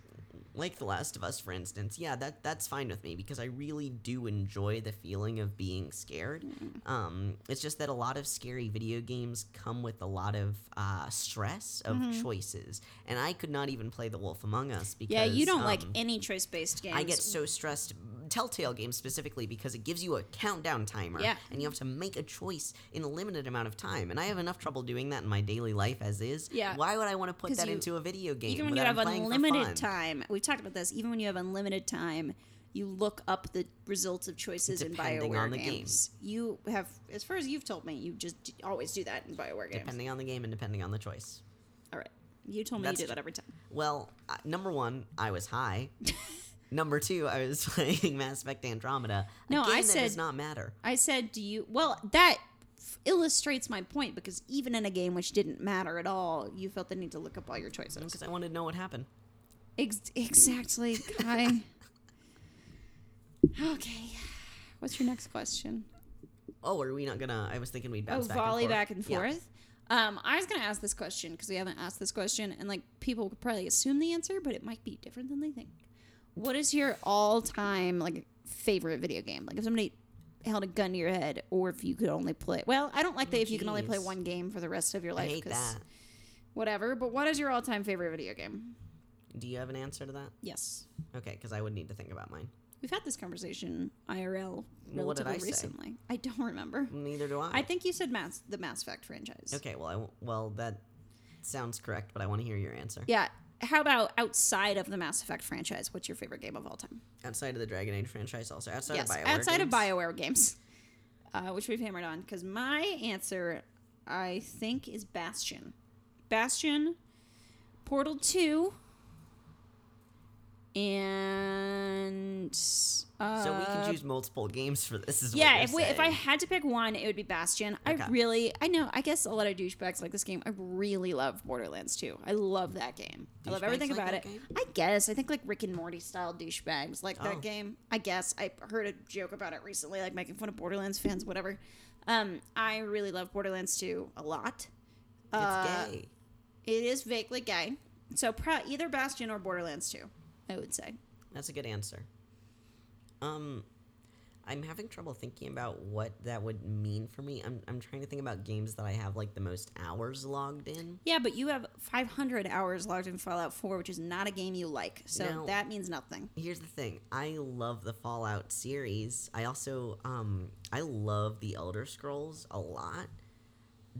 [SPEAKER 1] like The Last of Us, for instance. Yeah, that that's fine with me because I really do enjoy the feeling of being scared.
[SPEAKER 2] Mm-hmm.
[SPEAKER 1] Um, it's just that a lot of scary video games come with a lot of uh, stress of
[SPEAKER 2] Mm-hmm.
[SPEAKER 1] choices, and I could not even play The Wolf Among Us because
[SPEAKER 2] Yeah, you don't like
[SPEAKER 1] um,
[SPEAKER 2] any choice-based games.
[SPEAKER 1] I get so stressed. Telltale games specifically because it gives you a countdown timer,
[SPEAKER 2] Yeah.
[SPEAKER 1] and you have to make a choice in a limited amount of time. And I have enough trouble doing that in my daily life as is.
[SPEAKER 2] Yeah.
[SPEAKER 1] Why would I want to put
[SPEAKER 2] 'Cause
[SPEAKER 1] that
[SPEAKER 2] you-
[SPEAKER 1] into a video game?
[SPEAKER 2] even when you
[SPEAKER 1] that
[SPEAKER 2] have
[SPEAKER 1] I'm playing for fun?
[SPEAKER 2] unlimited time, we've talked about this. Even when you have unlimited time, you look up the results of choices in
[SPEAKER 1] Depending
[SPEAKER 2] Bioware
[SPEAKER 1] on the
[SPEAKER 2] games. You have, as far as you've told me, you just d- always do that in Bioware games.
[SPEAKER 1] depending on the game and depending on the choice.
[SPEAKER 2] All right, you told me you
[SPEAKER 1] That's
[SPEAKER 2] do
[SPEAKER 1] tr-
[SPEAKER 2] that every time.
[SPEAKER 1] Well, uh, number one, I was
[SPEAKER 2] [LAUGHS]
[SPEAKER 1] high. number two, I was [LAUGHS] playing Mass Effect Andromeda.
[SPEAKER 2] No,
[SPEAKER 1] a game
[SPEAKER 2] I
[SPEAKER 1] that
[SPEAKER 2] said-
[SPEAKER 1] does not matter.
[SPEAKER 2] I said, "Do you?" Well, that f- illustrates my point because even in a game which didn't matter at all, you felt the need to look up all your choices.
[SPEAKER 1] Because I wanted to know what happened.
[SPEAKER 2] Ex- exactly, Kai. okay, what's your next question?
[SPEAKER 1] Oh, are we not gonna? I was thinking we'd bounce
[SPEAKER 2] oh,
[SPEAKER 1] back
[SPEAKER 2] volley
[SPEAKER 1] and forth.
[SPEAKER 2] back and
[SPEAKER 1] Yeah.
[SPEAKER 2] forth. Um, I was gonna ask this question because we haven't asked this question, and like people could probably assume the answer, but it might be different than they think. What is your all-time like favorite video game? Like if somebody held a gun to your head, or if you could only play. Well, I don't like that if you can only play
[SPEAKER 1] jeez.
[SPEAKER 2] one game for the rest of your
[SPEAKER 1] I
[SPEAKER 2] life.
[SPEAKER 1] hate
[SPEAKER 2] 'cause
[SPEAKER 1] that.
[SPEAKER 2] Whatever. But what is your all-time favorite video game?
[SPEAKER 1] Do you have an answer to that?
[SPEAKER 2] Yes,
[SPEAKER 1] Okay, because I would need to think about mine.
[SPEAKER 2] we've had this conversation IRL
[SPEAKER 1] Well, what did
[SPEAKER 2] relatively
[SPEAKER 1] I say? Mm.
[SPEAKER 2] recently. I don't remember.
[SPEAKER 1] Neither do I.
[SPEAKER 2] I think you said Mass the Mass Effect franchise.
[SPEAKER 1] okay, well, I w- well that sounds correct, but I want to hear your answer.
[SPEAKER 2] Yeah. How about outside of the Mass Effect franchise? What's your favorite game of all time?
[SPEAKER 1] Outside of the Dragon Age franchise, also outside
[SPEAKER 2] yes,
[SPEAKER 1] of Bioware.
[SPEAKER 2] outside of
[SPEAKER 1] games?
[SPEAKER 2] Bioware games, uh, which we've hammered on. Because my answer, I think, is Bastion. Bastion, Portal Two, and uh,
[SPEAKER 1] So we could choose multiple games for this. Is
[SPEAKER 2] uh, yeah,
[SPEAKER 1] What
[SPEAKER 2] if,
[SPEAKER 1] you're
[SPEAKER 2] we, if I
[SPEAKER 1] saying.
[SPEAKER 2] had to pick one, it would be Bastion.
[SPEAKER 1] Okay.
[SPEAKER 2] I really, I know, I guess a lot of douchebags like this game. I really love Borderlands 2. I love that game. I love
[SPEAKER 1] Douchebags
[SPEAKER 2] everything
[SPEAKER 1] like
[SPEAKER 2] about
[SPEAKER 1] that
[SPEAKER 2] it.
[SPEAKER 1] game?
[SPEAKER 2] I guess. I think like Rick and Morty style douchebags like
[SPEAKER 1] Oh.
[SPEAKER 2] that game. I guess. I heard a joke about it recently, like making fun of Borderlands fans, whatever. Um, I really love Borderlands 2 a lot. Uh,
[SPEAKER 1] it's gay.
[SPEAKER 2] It is vaguely gay. So pro- either Bastion or Borderlands 2, I would say.
[SPEAKER 1] That's a good answer. Um, I'm having trouble thinking about what that would mean for me. I'm I'm trying to think about games that I have like the most hours logged in.
[SPEAKER 2] Yeah, but you have 500 hours logged in Fallout 4, which is not a game you like. So
[SPEAKER 1] No.
[SPEAKER 2] that means nothing.
[SPEAKER 1] Here's the thing. I love the Fallout series. I also um I love the Elder Scrolls a lot.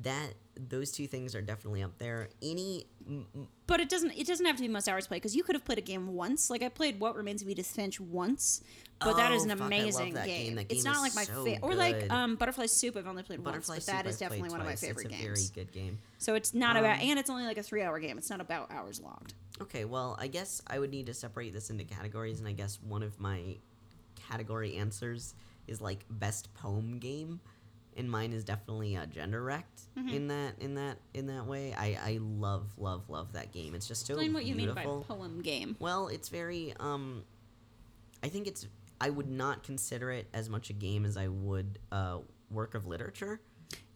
[SPEAKER 1] That those two things are definitely up there. Any m- m-
[SPEAKER 2] But it doesn't it doesn't have to be most hours played because you could have played a game once. Like I played What Remains of Edith Finch once, but that
[SPEAKER 1] Oh,
[SPEAKER 2] is an
[SPEAKER 1] fuck, I love
[SPEAKER 2] amazing
[SPEAKER 1] that
[SPEAKER 2] game.
[SPEAKER 1] game. That
[SPEAKER 2] it's
[SPEAKER 1] game
[SPEAKER 2] not
[SPEAKER 1] is
[SPEAKER 2] like my
[SPEAKER 1] so
[SPEAKER 2] favorite, or like
[SPEAKER 1] good.
[SPEAKER 2] um, Butterfly Soup. I've only played
[SPEAKER 1] Butterfly
[SPEAKER 2] once, but
[SPEAKER 1] Soup
[SPEAKER 2] that is
[SPEAKER 1] I've played
[SPEAKER 2] definitely one of my
[SPEAKER 1] twice.
[SPEAKER 2] favorite
[SPEAKER 1] it's a
[SPEAKER 2] games.
[SPEAKER 1] Very good game.
[SPEAKER 2] So it's not about,
[SPEAKER 1] Um,
[SPEAKER 2] and it's only like a three hour game. It's not about hours logged.
[SPEAKER 1] Okay, well, I guess I would need to separate this into categories, and I guess one of my category answers is like best poem game, and mine is definitely uh, gender wrecked
[SPEAKER 2] Mm-hmm.
[SPEAKER 1] in that in that in that way. I I love love love that game. It's just so
[SPEAKER 2] Explain what you mean
[SPEAKER 1] beautiful.
[SPEAKER 2] by poem game.
[SPEAKER 1] Well, it's very. Um, I think it's. I would not consider it as much a game as I would a work of literature.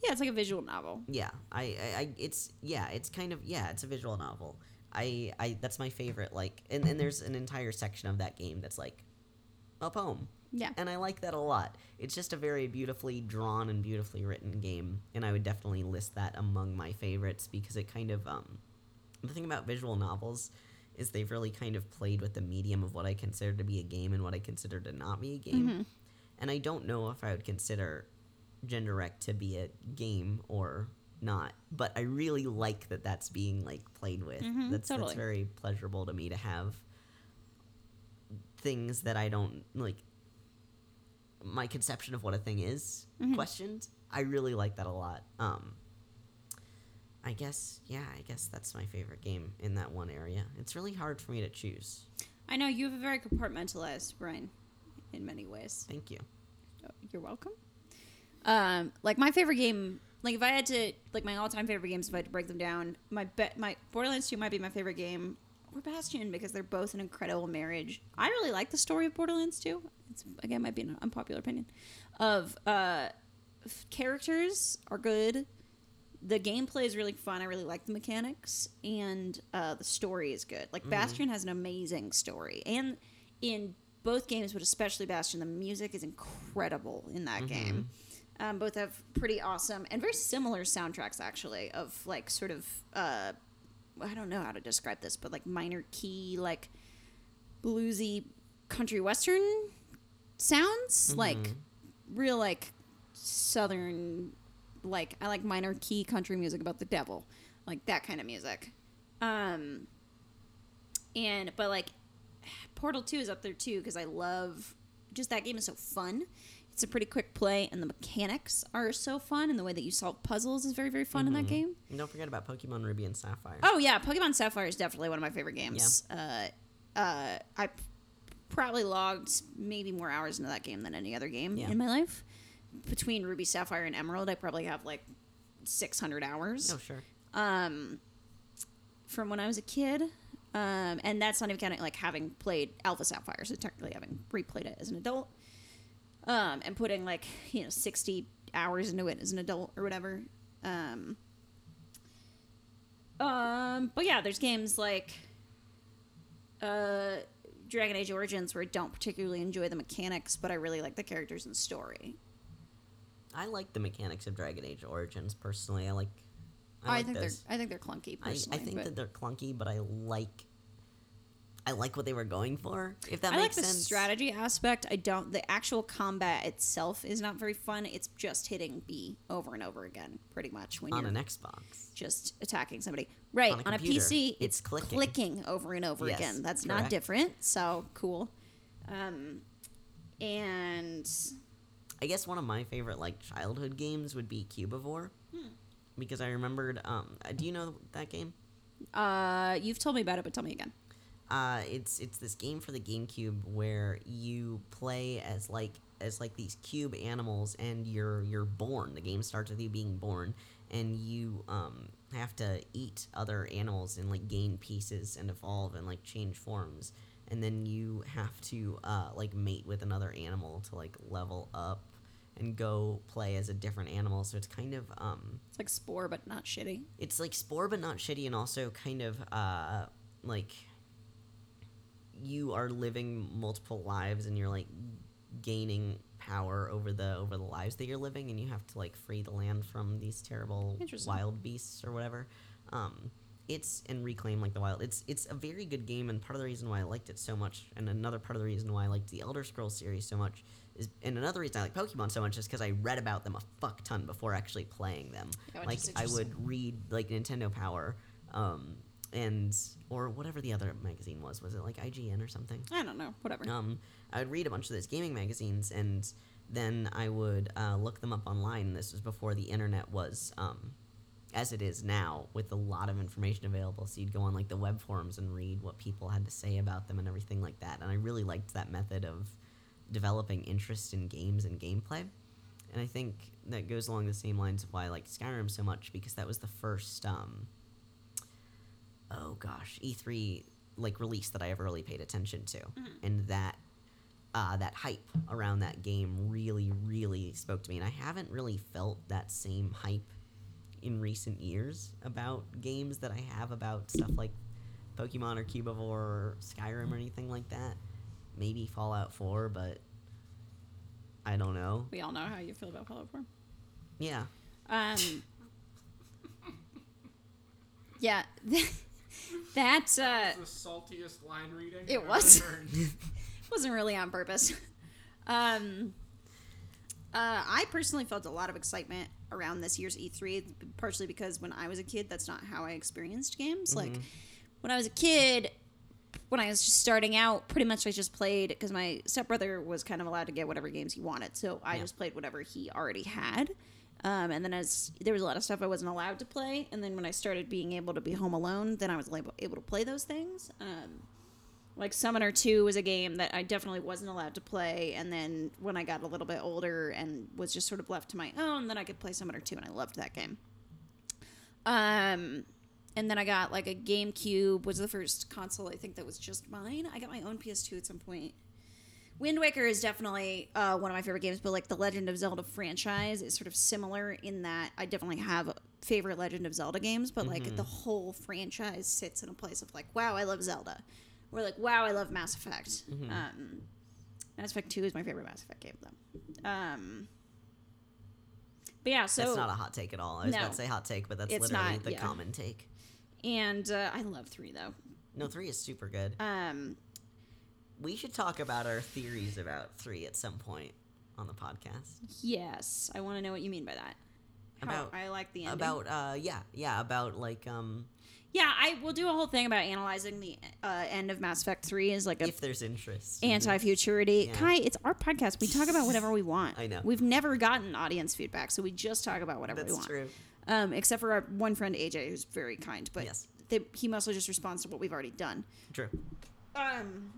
[SPEAKER 2] Yeah, it's like a visual novel.
[SPEAKER 1] Yeah, I, I, I, it's yeah, it's kind of yeah, it's a visual novel. I, I, that's my favorite. Like, and, and there's an entire section of that game that's like a poem,
[SPEAKER 2] Yeah.
[SPEAKER 1] and I like that a lot. It's just a very beautifully drawn and beautifully written game, and I would definitely list that among my favorites because it kind of, um, the thing about visual novels is they've really kind of played with the medium of what I consider to be a game and what I consider to not be a game, and I don't know if I would consider gender rec to be a game or not but i really like that that's being like played with
[SPEAKER 2] Mhm,
[SPEAKER 1] that's
[SPEAKER 2] totally.
[SPEAKER 1] that's very pleasurable to me to have things that i don't like my conception of what a thing is
[SPEAKER 2] Mm-hmm.
[SPEAKER 1] questioned i really like that a lot um i guess yeah i guess that's my favorite game in that one area it's really hard for me to choose
[SPEAKER 2] I know you have a very compartmentalized brain in many ways.
[SPEAKER 1] thank you
[SPEAKER 2] Oh, You're welcome. Um, like my favorite game, like if I had to, like my all-time favorite games, if I had to break them down, my bet, my Borderlands Two might be my favorite game, or Bastion because they're both an incredible marriage. I really like the story of Borderlands Two. It's again might be an unpopular opinion. Of uh, f- characters are good. The gameplay is really fun. I really like the mechanics, and uh, the story is good. Like Bastion has an amazing story, and in both games, but especially Bastion, the music is incredible in that game. Um, both have pretty awesome and very similar soundtracks, actually, of like sort of uh, I don't know how to describe this, but like minor key, like bluesy country western sounds, like real like southern, like I like minor key country music about the devil, like that kind of music. Um, and but like Portal 2 is up there too because I love just that game is so fun. It's a pretty quick play, and the mechanics are so fun, and the way that you solve puzzles is very, very fun in
[SPEAKER 1] Mm-hmm.
[SPEAKER 2] that game.
[SPEAKER 1] and don't forget about pokemon ruby and sapphire
[SPEAKER 2] Oh yeah, Pokemon Sapphire is definitely one of my favorite games. Uh, uh, I p- probably logged maybe more hours into that game than any other game
[SPEAKER 1] Yeah.
[SPEAKER 2] in my life. Between Ruby Sapphire and Emerald, I probably have like 600 hours
[SPEAKER 1] oh sure
[SPEAKER 2] um, from when I was a kid. Um, and that's not even counting like having played Alpha Sapphire, so technically having replayed it as an adult. Um, and putting like, you know, 60 hours into it as an adult or whatever. Um, um, but yeah, there's games like uh, Dragon Age Origins where I don't particularly enjoy the mechanics, but I really like the characters and story.
[SPEAKER 1] I like the mechanics of Dragon Age Origins personally. I like. I,
[SPEAKER 2] Oh, I,
[SPEAKER 1] like
[SPEAKER 2] think
[SPEAKER 1] those.
[SPEAKER 2] they're I think they're clunky
[SPEAKER 1] I, I
[SPEAKER 2] personally.
[SPEAKER 1] think
[SPEAKER 2] but-
[SPEAKER 1] that they're clunky, but I like. I like what they were going for. If that
[SPEAKER 2] I like
[SPEAKER 1] makes
[SPEAKER 2] the
[SPEAKER 1] sense.
[SPEAKER 2] strategy aspect. I don't. The actual combat itself is not very fun. It's just hitting B over and over again, pretty much when
[SPEAKER 1] on
[SPEAKER 2] you're
[SPEAKER 1] an Xbox.
[SPEAKER 2] just attacking somebody. Right
[SPEAKER 1] On
[SPEAKER 2] on
[SPEAKER 1] a
[SPEAKER 2] a,
[SPEAKER 1] computer,
[SPEAKER 2] PC,
[SPEAKER 1] it's
[SPEAKER 2] it's,
[SPEAKER 1] clicking.
[SPEAKER 2] clicking. over and over
[SPEAKER 1] Yes,
[SPEAKER 2] again. That's not
[SPEAKER 1] correct.
[SPEAKER 2] different. So cool. Um, and
[SPEAKER 1] I guess one of my favorite like childhood games would be Cubivore,
[SPEAKER 2] Hmm.
[SPEAKER 1] because I remembered. Um, uh, do you know that game?
[SPEAKER 2] uh, you've told me about it, but tell me again.
[SPEAKER 1] Uh, it's it's this game for the GameCube where you play as like as like these cube animals, and you're you're born. The game starts with you being born, and you um, have to eat other animals and like gain pieces and evolve and like change forms, and then you have to uh, like mate with another animal to like level up and go play as a different animal. So it's kind of um,
[SPEAKER 2] It's like Spore, but not shitty.
[SPEAKER 1] it's like spore but not shitty and also kind of uh like you are living multiple lives and you're like gaining power over the over the lives that you're living and you have to like free the land from these terrible
[SPEAKER 2] Interesting.
[SPEAKER 1] wild beasts or whatever um it's and reclaim like the wild it's it's a very good game and part of the reason why i liked it so much and another part of the reason why i liked the elder scrolls series so much is and another reason i like pokemon so much is because i read about them a fuck ton before actually playing them
[SPEAKER 2] Oh,
[SPEAKER 1] like
[SPEAKER 2] interesting,
[SPEAKER 1] i would read like nintendo power um and or whatever the other magazine was was it like ign or something
[SPEAKER 2] I don't know. Whatever.
[SPEAKER 1] um, I would read a bunch of those gaming magazines, and then I would uh, look them up online. This was before the internet was um, as it is now, with a lot of information available. So you'd go on like the web forums and read what people had to say about them and everything like that. And I really liked that method of developing interest in games and gameplay. And I think that goes along the same lines of why I liked Skyrim so much because that was the first. Um, oh gosh, E3 like release that I ever really paid attention to, and that uh, that hype around that game really, really spoke to me, and I haven't really felt that same hype in recent years about games that I have about stuff like Pokemon or Cubivore or Skyrim or anything like that. Maybe Fallout 4, but I don't know.
[SPEAKER 2] We all know how you feel about Fallout 4.
[SPEAKER 1] Yeah,
[SPEAKER 2] Um, [LAUGHS] yeah, [LAUGHS] that uh,
[SPEAKER 3] the saltiest line reading.
[SPEAKER 2] It
[SPEAKER 3] I've ever
[SPEAKER 2] was.
[SPEAKER 3] heard.
[SPEAKER 2] wasn't really on purpose. [LAUGHS] um, uh, I personally felt a lot of excitement around this year's E3, partially because when I was a kid, that's not how I experienced games. Like, when I was a kid, when I was just starting out, pretty much I just played because my stepbrother was kind of allowed to get whatever games he wanted. So I
[SPEAKER 1] Yeah.
[SPEAKER 2] just played whatever he already had. Um, and then as there was a lot of stuff I wasn't allowed to play, and then when I started being able to be home alone, then I was able, able to play those things. Um, like Summoner Two was a game that I definitely wasn't allowed to play, and then when I got a little bit older and was just sort of left to my own, then I could play Summoner Two, and I loved that game. Um, and then I got like a GameCube was the first console I think that was just mine. I got my own PS2 at some point. Wind Waker is definitely uh, one of my favorite games, but like the Legend of Zelda franchise is sort of similar in that I definitely have favorite Legend of Zelda games, but
[SPEAKER 1] Mm-hmm.
[SPEAKER 2] like the whole franchise sits in a place of like, wow, I love Zelda, or like, wow, I love Mass Effect.
[SPEAKER 1] Mm-hmm.
[SPEAKER 2] Um, Mass Effect Two is my favorite Mass Effect game though. Um, but yeah, so
[SPEAKER 1] that's not a hot take at all. I was
[SPEAKER 2] No.
[SPEAKER 1] about to say hot take, but that's
[SPEAKER 2] It's
[SPEAKER 1] literally
[SPEAKER 2] not,
[SPEAKER 1] the
[SPEAKER 2] yeah.
[SPEAKER 1] common take.
[SPEAKER 2] and uh, I love three though.
[SPEAKER 1] No, three is super good.
[SPEAKER 2] Um,
[SPEAKER 1] We should talk about our theories about three at some point on the podcast.
[SPEAKER 2] yes, I want to know what you mean by that. How
[SPEAKER 1] About-
[SPEAKER 2] I like the ending.
[SPEAKER 1] About uh yeah, yeah, about like um
[SPEAKER 2] yeah, I will do a whole thing about analyzing the uh, end of Mass Effect Three is like a
[SPEAKER 1] if there's interest. Mm-hmm.
[SPEAKER 2] anti-futurity.
[SPEAKER 1] Yeah.
[SPEAKER 2] Kai, it's our podcast. We talk about whatever we want.
[SPEAKER 1] I know.
[SPEAKER 2] We've never gotten audience feedback, so we just talk about whatever we
[SPEAKER 1] That's
[SPEAKER 2] want.
[SPEAKER 1] true.
[SPEAKER 2] Um, except for our one friend AJ, who's very kind, but
[SPEAKER 1] Yes.
[SPEAKER 2] they, he mostly just responds to what we've already done.
[SPEAKER 1] True.
[SPEAKER 2] Um,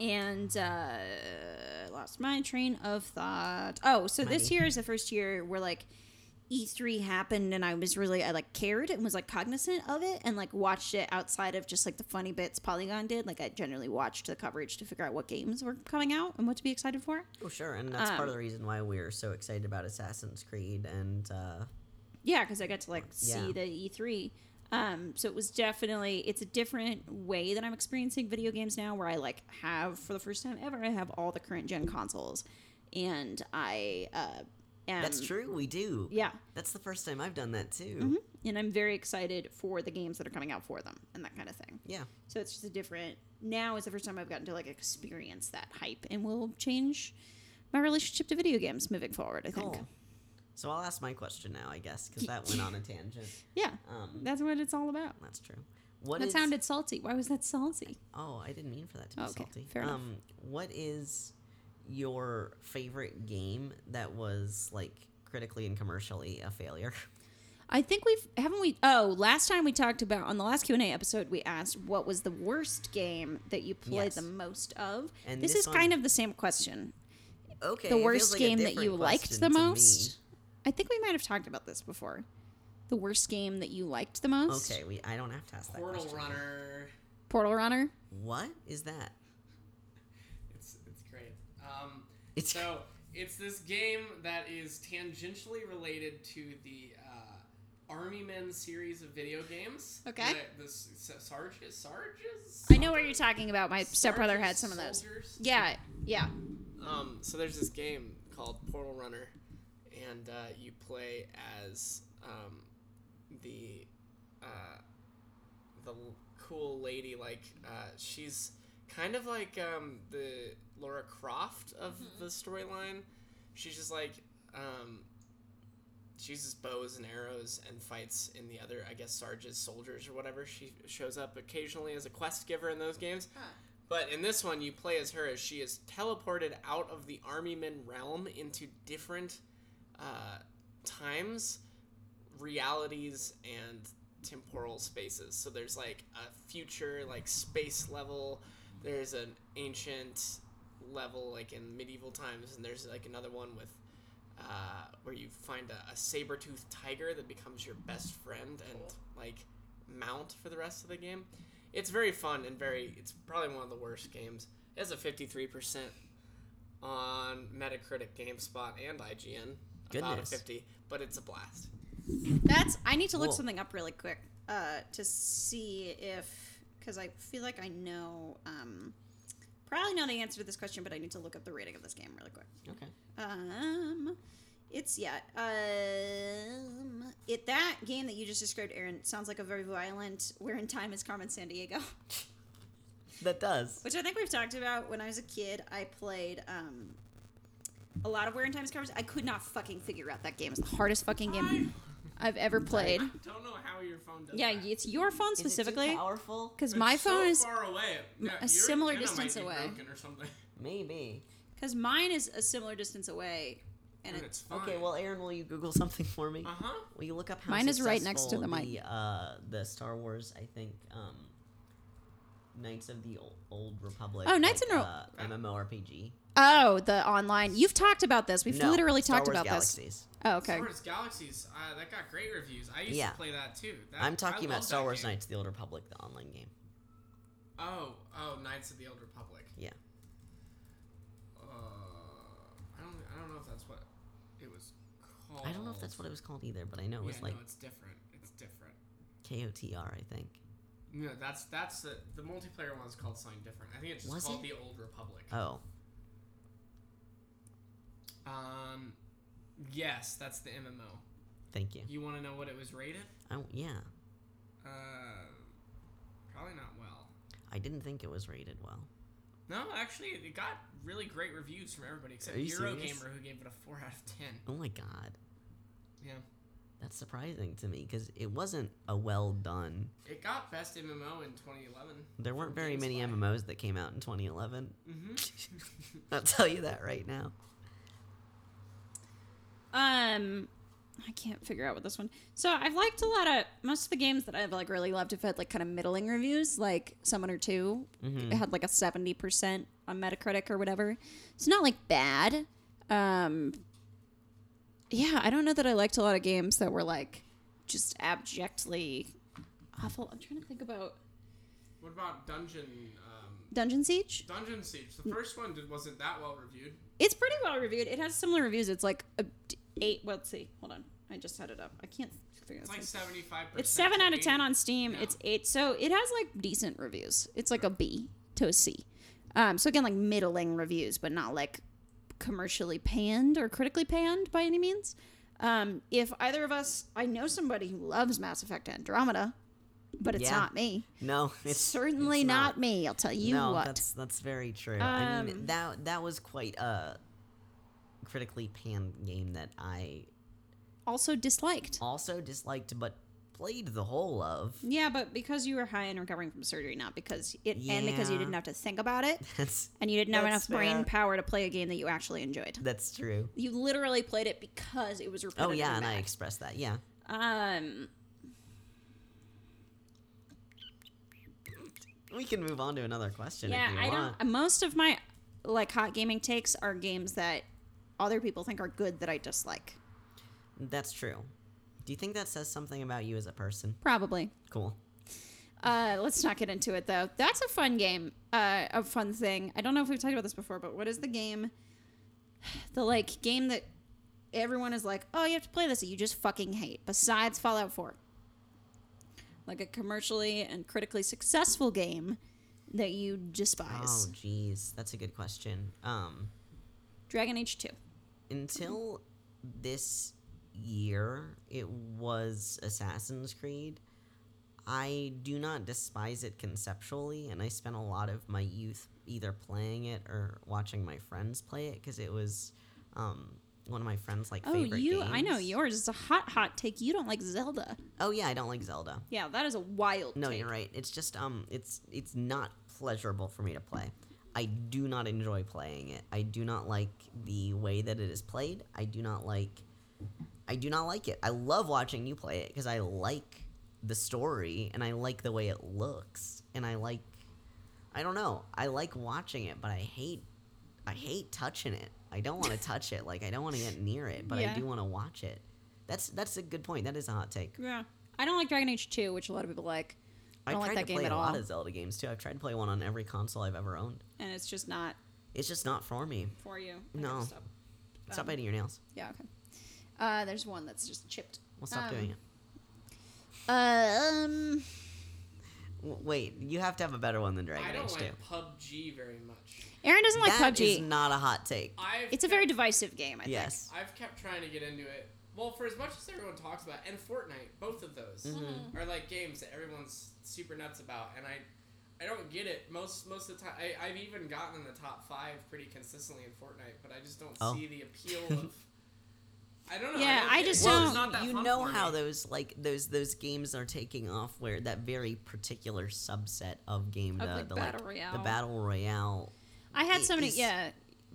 [SPEAKER 2] and uh, lost my train of thought. Oh, so this
[SPEAKER 1] Money.
[SPEAKER 2] year is the first year where like E3 happened, and I was really I like cared and was like cognizant of it, and like watched it outside of just like the funny bits Polygon did. Like I generally watched the coverage to figure out what games were coming out and what to be excited for.
[SPEAKER 1] Oh sure, and that's part of the reason why we're so excited about Assassin's Creed and uh
[SPEAKER 2] Yeah, because I got to like see
[SPEAKER 1] Yeah.
[SPEAKER 2] the E3. Um, so it was definitely it's a different way that I'm experiencing video games now, where I like have for the first time ever, I have all the current gen consoles, and I uh, am
[SPEAKER 1] that's true, we do.
[SPEAKER 2] Yeah,
[SPEAKER 1] That's the first time I've done that too.
[SPEAKER 2] and I'm very excited for the games that are coming out for them and that kind of thing.
[SPEAKER 1] Yeah.
[SPEAKER 2] So it's just a different. Now is the first time I've gotten to like experience that hype, and will change my relationship to video games moving forward. I think.
[SPEAKER 1] Cool. So I'll ask my question now, I guess, because that went on a tangent. [LAUGHS]
[SPEAKER 2] Yeah,
[SPEAKER 1] Um
[SPEAKER 2] that's what it's all about.
[SPEAKER 1] that's true. What
[SPEAKER 2] that
[SPEAKER 1] is-
[SPEAKER 2] sounded salty. Why was that salty?
[SPEAKER 1] Oh, I didn't mean for that to be
[SPEAKER 2] Oh, okay.
[SPEAKER 1] salty.
[SPEAKER 2] Fair enough.
[SPEAKER 1] um, what is your favorite game that was like critically and commercially a failure? [LAUGHS]
[SPEAKER 2] I think we've haven't we? Oh, last time we talked about on the last Q and A episode, we asked what was the worst game that you played
[SPEAKER 1] Yes.
[SPEAKER 2] the most of.
[SPEAKER 1] And
[SPEAKER 2] this,
[SPEAKER 1] this
[SPEAKER 2] is
[SPEAKER 1] one-
[SPEAKER 2] kind of the same question.
[SPEAKER 1] Okay. it
[SPEAKER 2] the
[SPEAKER 1] feels
[SPEAKER 2] worst
[SPEAKER 1] like a
[SPEAKER 2] game that
[SPEAKER 1] different
[SPEAKER 2] you liked
[SPEAKER 1] question
[SPEAKER 2] the
[SPEAKER 1] to me.
[SPEAKER 2] most. I think we might have talked about this before. The worst game that you liked the most.
[SPEAKER 1] Okay, we I don't have to ask that.
[SPEAKER 3] Portal
[SPEAKER 1] question.
[SPEAKER 3] Runner.
[SPEAKER 2] Portal Runner.
[SPEAKER 1] What is that?
[SPEAKER 3] It's it's great. Um,
[SPEAKER 1] It's-
[SPEAKER 3] so it's this game that is tangentially related to the uh, Army Men series of video games.
[SPEAKER 2] Okay.
[SPEAKER 3] The, the S- Sarges, Sarges.
[SPEAKER 2] I know what you're talking about. My stepbrother
[SPEAKER 3] Sergeant
[SPEAKER 2] had some of those.
[SPEAKER 3] Soldiers?
[SPEAKER 2] Yeah, yeah.
[SPEAKER 3] Um, so there's this game called Portal Runner, and uh, you play as um, the uh, the l- cool lady. Like uh, she's kind of like um, the Laura Croft of the storyline. She's just like um, she uses bows and arrows and fights in the other, I guess, Sarge's soldiers or whatever. She shows up occasionally as a quest giver in those games. But in this one, you play as her as she is teleported out of the army men realm into different uh, times, realities, and temporal spaces. So there's like a future, like space level, there's an ancient level, like in medieval times, and there's like another one with. Uh, where you find a, a saber-toothed tiger that becomes your best friend and like mount for the rest of the game. It's very fun and very. It's probably one of the worst games. It has a fifty-three percent on Metacritic, GameSpot, and IGN. About a
[SPEAKER 1] Goodness.
[SPEAKER 3] fifty, but it's a blast.
[SPEAKER 2] That's. I need to look
[SPEAKER 1] Cool.
[SPEAKER 2] something up really quick uh, to see if, because I feel like I know. Um, probably know the answer to this question, but I need to look up the rating of this game really quick.
[SPEAKER 1] Okay.
[SPEAKER 2] Um, it's yeah. Um, it that game that you just described, Aaron, sounds like a very violent. Where in time is Carmen San Diego? [LAUGHS]
[SPEAKER 1] That does.
[SPEAKER 2] Which I think we've talked about. When I was a kid, I played um, a lot of Where in Time is Carmen. San- I could not fucking figure out that game. It's the hardest fucking game I've ever played.
[SPEAKER 3] Don't know how your phone does.
[SPEAKER 2] Yeah,
[SPEAKER 3] that.
[SPEAKER 2] it's your phone
[SPEAKER 1] Is it too
[SPEAKER 2] specifically.
[SPEAKER 1] powerful.
[SPEAKER 2] Because
[SPEAKER 3] It's
[SPEAKER 2] my phone
[SPEAKER 3] so
[SPEAKER 2] is
[SPEAKER 3] far away. Yeah,
[SPEAKER 2] a
[SPEAKER 3] your
[SPEAKER 2] similar
[SPEAKER 3] antenna
[SPEAKER 2] distance
[SPEAKER 3] might be
[SPEAKER 2] away.
[SPEAKER 3] broken Or something. [LAUGHS]
[SPEAKER 1] Maybe.
[SPEAKER 2] because mine is a similar distance away, and
[SPEAKER 3] And
[SPEAKER 2] it's
[SPEAKER 3] it's fine.
[SPEAKER 1] Okay. Well, Aaron, will you Google something for me?
[SPEAKER 3] Uh huh.
[SPEAKER 1] Will you look up how
[SPEAKER 2] Mine is right next to
[SPEAKER 1] successful
[SPEAKER 2] the mic.
[SPEAKER 1] The, uh, the Star Wars, I think, um, Knights of the Old, Old Republic.
[SPEAKER 2] Oh, Knights
[SPEAKER 1] like,
[SPEAKER 2] in Ro-
[SPEAKER 1] uh, MMORPG.
[SPEAKER 2] oh the online. You've talked about this. We've
[SPEAKER 1] No,
[SPEAKER 2] literally
[SPEAKER 1] Star
[SPEAKER 2] talked
[SPEAKER 1] Wars
[SPEAKER 2] about this.
[SPEAKER 1] Galaxies.
[SPEAKER 2] Oh okay.
[SPEAKER 3] Star Wars Galaxies. Uh, that got great reviews. I used
[SPEAKER 1] Yeah.
[SPEAKER 3] to play that too. That,
[SPEAKER 1] I'm
[SPEAKER 3] I
[SPEAKER 1] talking
[SPEAKER 3] love
[SPEAKER 1] about Star
[SPEAKER 3] that
[SPEAKER 1] Wars
[SPEAKER 3] game.
[SPEAKER 1] Knights of the Old Republic, the online game.
[SPEAKER 3] Oh, oh, Knights of the Old Republic.
[SPEAKER 1] Yeah.
[SPEAKER 3] Uh, I don't, I don't know if that's what it was called.
[SPEAKER 1] I don't know if that's what it was called either, but I know it
[SPEAKER 3] Oh. Yeah,
[SPEAKER 1] was like
[SPEAKER 3] no, it's different. It's different.
[SPEAKER 1] KOTR, I think.
[SPEAKER 3] No, that's that's the the multiplayer one's called something different. I think it's just
[SPEAKER 1] Was
[SPEAKER 3] called
[SPEAKER 1] it?
[SPEAKER 3] the Old Republic.
[SPEAKER 1] Oh,
[SPEAKER 3] Um, yes, that's the MMO.
[SPEAKER 1] thank you.
[SPEAKER 3] You want to know what it was rated?
[SPEAKER 1] I, yeah,
[SPEAKER 3] Uh, probably not well.
[SPEAKER 1] I didn't think it was rated well.
[SPEAKER 3] No, actually, it got really great reviews from everybody except
[SPEAKER 1] Are you serious?
[SPEAKER 3] Eurogamer, who gave it a four out of ten.
[SPEAKER 1] Oh my god,
[SPEAKER 3] Yeah.
[SPEAKER 1] that's surprising to me because it wasn't a well done.
[SPEAKER 3] It got best MMO in 2011.
[SPEAKER 1] There weren't very many MMOs that came out in 2011.
[SPEAKER 3] Mm-hmm.
[SPEAKER 1] [LAUGHS] I'll tell you that right now.
[SPEAKER 2] Um, I can't figure out what this one. So I've liked a lot of most of the games that I've like really loved have had like kind of middling reviews, like Summoner Two it had like a seventy percent on Metacritic or whatever. It's not like bad. Um, yeah, I don't know that I liked a lot of games that were like just abjectly awful. I'm trying to think about
[SPEAKER 3] What about Dungeon um,
[SPEAKER 2] Dungeon Siege.
[SPEAKER 3] Dungeon Siege? The first one did, wasn't that well reviewed.
[SPEAKER 2] It's pretty well reviewed. It has similar reviews. It's like a d- eight. Well, let's see. Hold on. I just had it up. I can't figure
[SPEAKER 3] It's
[SPEAKER 2] this
[SPEAKER 3] like
[SPEAKER 2] out.
[SPEAKER 3] 75.
[SPEAKER 2] It's seven out of ten on Steam.
[SPEAKER 3] Yeah.
[SPEAKER 2] It's eight, so it has like decent reviews. It's like a B to a C. Um, so again, like middling reviews, but not like commercially panned or critically panned by any means. Um, if either of us, I know somebody who loves Mass Effect Andromeda, but it's
[SPEAKER 1] Yeah.
[SPEAKER 2] not me.
[SPEAKER 1] No,
[SPEAKER 2] It's
[SPEAKER 1] it's
[SPEAKER 2] certainly
[SPEAKER 1] it's
[SPEAKER 2] not. me. I'll tell you
[SPEAKER 1] no,
[SPEAKER 2] what.
[SPEAKER 1] that's that's very true. I mean,
[SPEAKER 2] Um,
[SPEAKER 1] that that was quite a critically panned game that I
[SPEAKER 2] also disliked.
[SPEAKER 1] also disliked, but played the whole of. [LAUGHS]
[SPEAKER 2] Yeah, but because you were high and recovering from surgery, not because it, and because you
[SPEAKER 1] Yeah.
[SPEAKER 2] didn't have to think about it,
[SPEAKER 1] That's
[SPEAKER 2] and you didn't have
[SPEAKER 1] That's
[SPEAKER 2] enough brain
[SPEAKER 1] fair.
[SPEAKER 2] power to play a game that you actually enjoyed.
[SPEAKER 1] that's true.
[SPEAKER 2] You literally played it because it was repetitive.
[SPEAKER 1] Oh yeah, and I
[SPEAKER 2] and
[SPEAKER 1] expressed that. Yeah,
[SPEAKER 2] Um,
[SPEAKER 1] We can move on to another question
[SPEAKER 2] yeah,
[SPEAKER 1] if you
[SPEAKER 2] I
[SPEAKER 1] want.
[SPEAKER 2] don't. Most of my like hot gaming takes are games that other people think are good that I dislike.
[SPEAKER 1] That's true. Do you think that says something about you as a person?
[SPEAKER 2] Probably.
[SPEAKER 1] Cool.
[SPEAKER 2] Uh, let's not get into it though. That's a fun game. Uh, a fun thing. I don't know if we've talked about this before, but what is the game? [SIGHS] The like game that everyone is like, oh, you have to play this that you just fucking hate. Besides Fallout Four, like a commercially and critically successful game that you despise.
[SPEAKER 1] Oh, jeez, that's a good question. Um,
[SPEAKER 2] Dragon Age Two.
[SPEAKER 1] until this year, it was Assassin's Creed. I do not despise it conceptually, and I spent a lot of my youth either playing it or watching my friends play it because it was um, one of my friends' like
[SPEAKER 2] Oh,
[SPEAKER 1] favorite
[SPEAKER 2] you. I know
[SPEAKER 1] games.
[SPEAKER 2] yours is a hot, hot take. You don't like Zelda.
[SPEAKER 1] Oh yeah, I don't like Zelda.
[SPEAKER 2] Yeah, that is a wild.
[SPEAKER 1] No,
[SPEAKER 2] take.
[SPEAKER 1] you're right. It's just um, it's it's not pleasurable for me to play. I do not enjoy playing it. I do not like the way that it is played. I do not like. I do not like it. I love watching you play it because I like the story and I like the way it looks and I like. I don't know. I like watching it, but I hate. I hate touching it. I don't want to touch it. Like I don't want to get near it, but
[SPEAKER 2] Yeah.
[SPEAKER 1] I do want to watch it. That's that's a good point. That is a hot take.
[SPEAKER 2] Yeah, I don't like Dragon Age Two, which a lot of people like. I don't
[SPEAKER 1] I've
[SPEAKER 2] like
[SPEAKER 1] tried
[SPEAKER 2] that
[SPEAKER 1] to
[SPEAKER 2] game
[SPEAKER 1] play
[SPEAKER 2] at
[SPEAKER 1] a
[SPEAKER 2] all.
[SPEAKER 1] lot of Zelda games too. I've tried to play one on every console I've ever owned.
[SPEAKER 2] and it's just not
[SPEAKER 1] It's just not for me.
[SPEAKER 2] for you. I
[SPEAKER 1] No.
[SPEAKER 2] gotta Stop.
[SPEAKER 1] Stop
[SPEAKER 2] Um,
[SPEAKER 1] biting your nails.
[SPEAKER 2] Yeah. Okay. Uh, there's one that's just chipped.
[SPEAKER 1] We'll stop
[SPEAKER 2] um,
[SPEAKER 1] doing it.
[SPEAKER 2] Um.
[SPEAKER 1] W- wait, you have to have a better one than
[SPEAKER 3] I
[SPEAKER 1] Dragon Age
[SPEAKER 3] don't
[SPEAKER 1] 2.
[SPEAKER 3] like PUBG very much.
[SPEAKER 2] Aaron doesn't like
[SPEAKER 1] That
[SPEAKER 2] PUBG.
[SPEAKER 1] is not a hot take.
[SPEAKER 3] I've
[SPEAKER 2] it's a
[SPEAKER 3] kept-
[SPEAKER 2] very divisive game. I
[SPEAKER 1] yes.
[SPEAKER 3] I've kept trying to get into it. Well, for as much as everyone talks about, and Fortnite, both of those
[SPEAKER 1] Mm-hmm.
[SPEAKER 2] Mm-hmm.
[SPEAKER 3] are like games that everyone's super nuts about, and I, I don't get it most most of the time. I, I've even gotten in the top five pretty consistently in Fortnite, but I just don't
[SPEAKER 1] Oh.
[SPEAKER 3] see the appeal
[SPEAKER 1] [LAUGHS]
[SPEAKER 3] of. I don't know.
[SPEAKER 2] Yeah,
[SPEAKER 3] don't
[SPEAKER 2] I
[SPEAKER 3] get it.
[SPEAKER 2] just
[SPEAKER 3] It's
[SPEAKER 2] don't-
[SPEAKER 1] well,
[SPEAKER 2] It's
[SPEAKER 3] not that
[SPEAKER 1] you
[SPEAKER 3] fun
[SPEAKER 1] know
[SPEAKER 3] for me.
[SPEAKER 1] how those like those those games are taking off, where that very particular subset of game,
[SPEAKER 2] Of,
[SPEAKER 1] the,
[SPEAKER 2] like,
[SPEAKER 1] the,
[SPEAKER 2] battle royale.
[SPEAKER 1] the battle royale,
[SPEAKER 2] think. I had
[SPEAKER 1] it
[SPEAKER 2] so many.
[SPEAKER 1] is-
[SPEAKER 2] Yeah.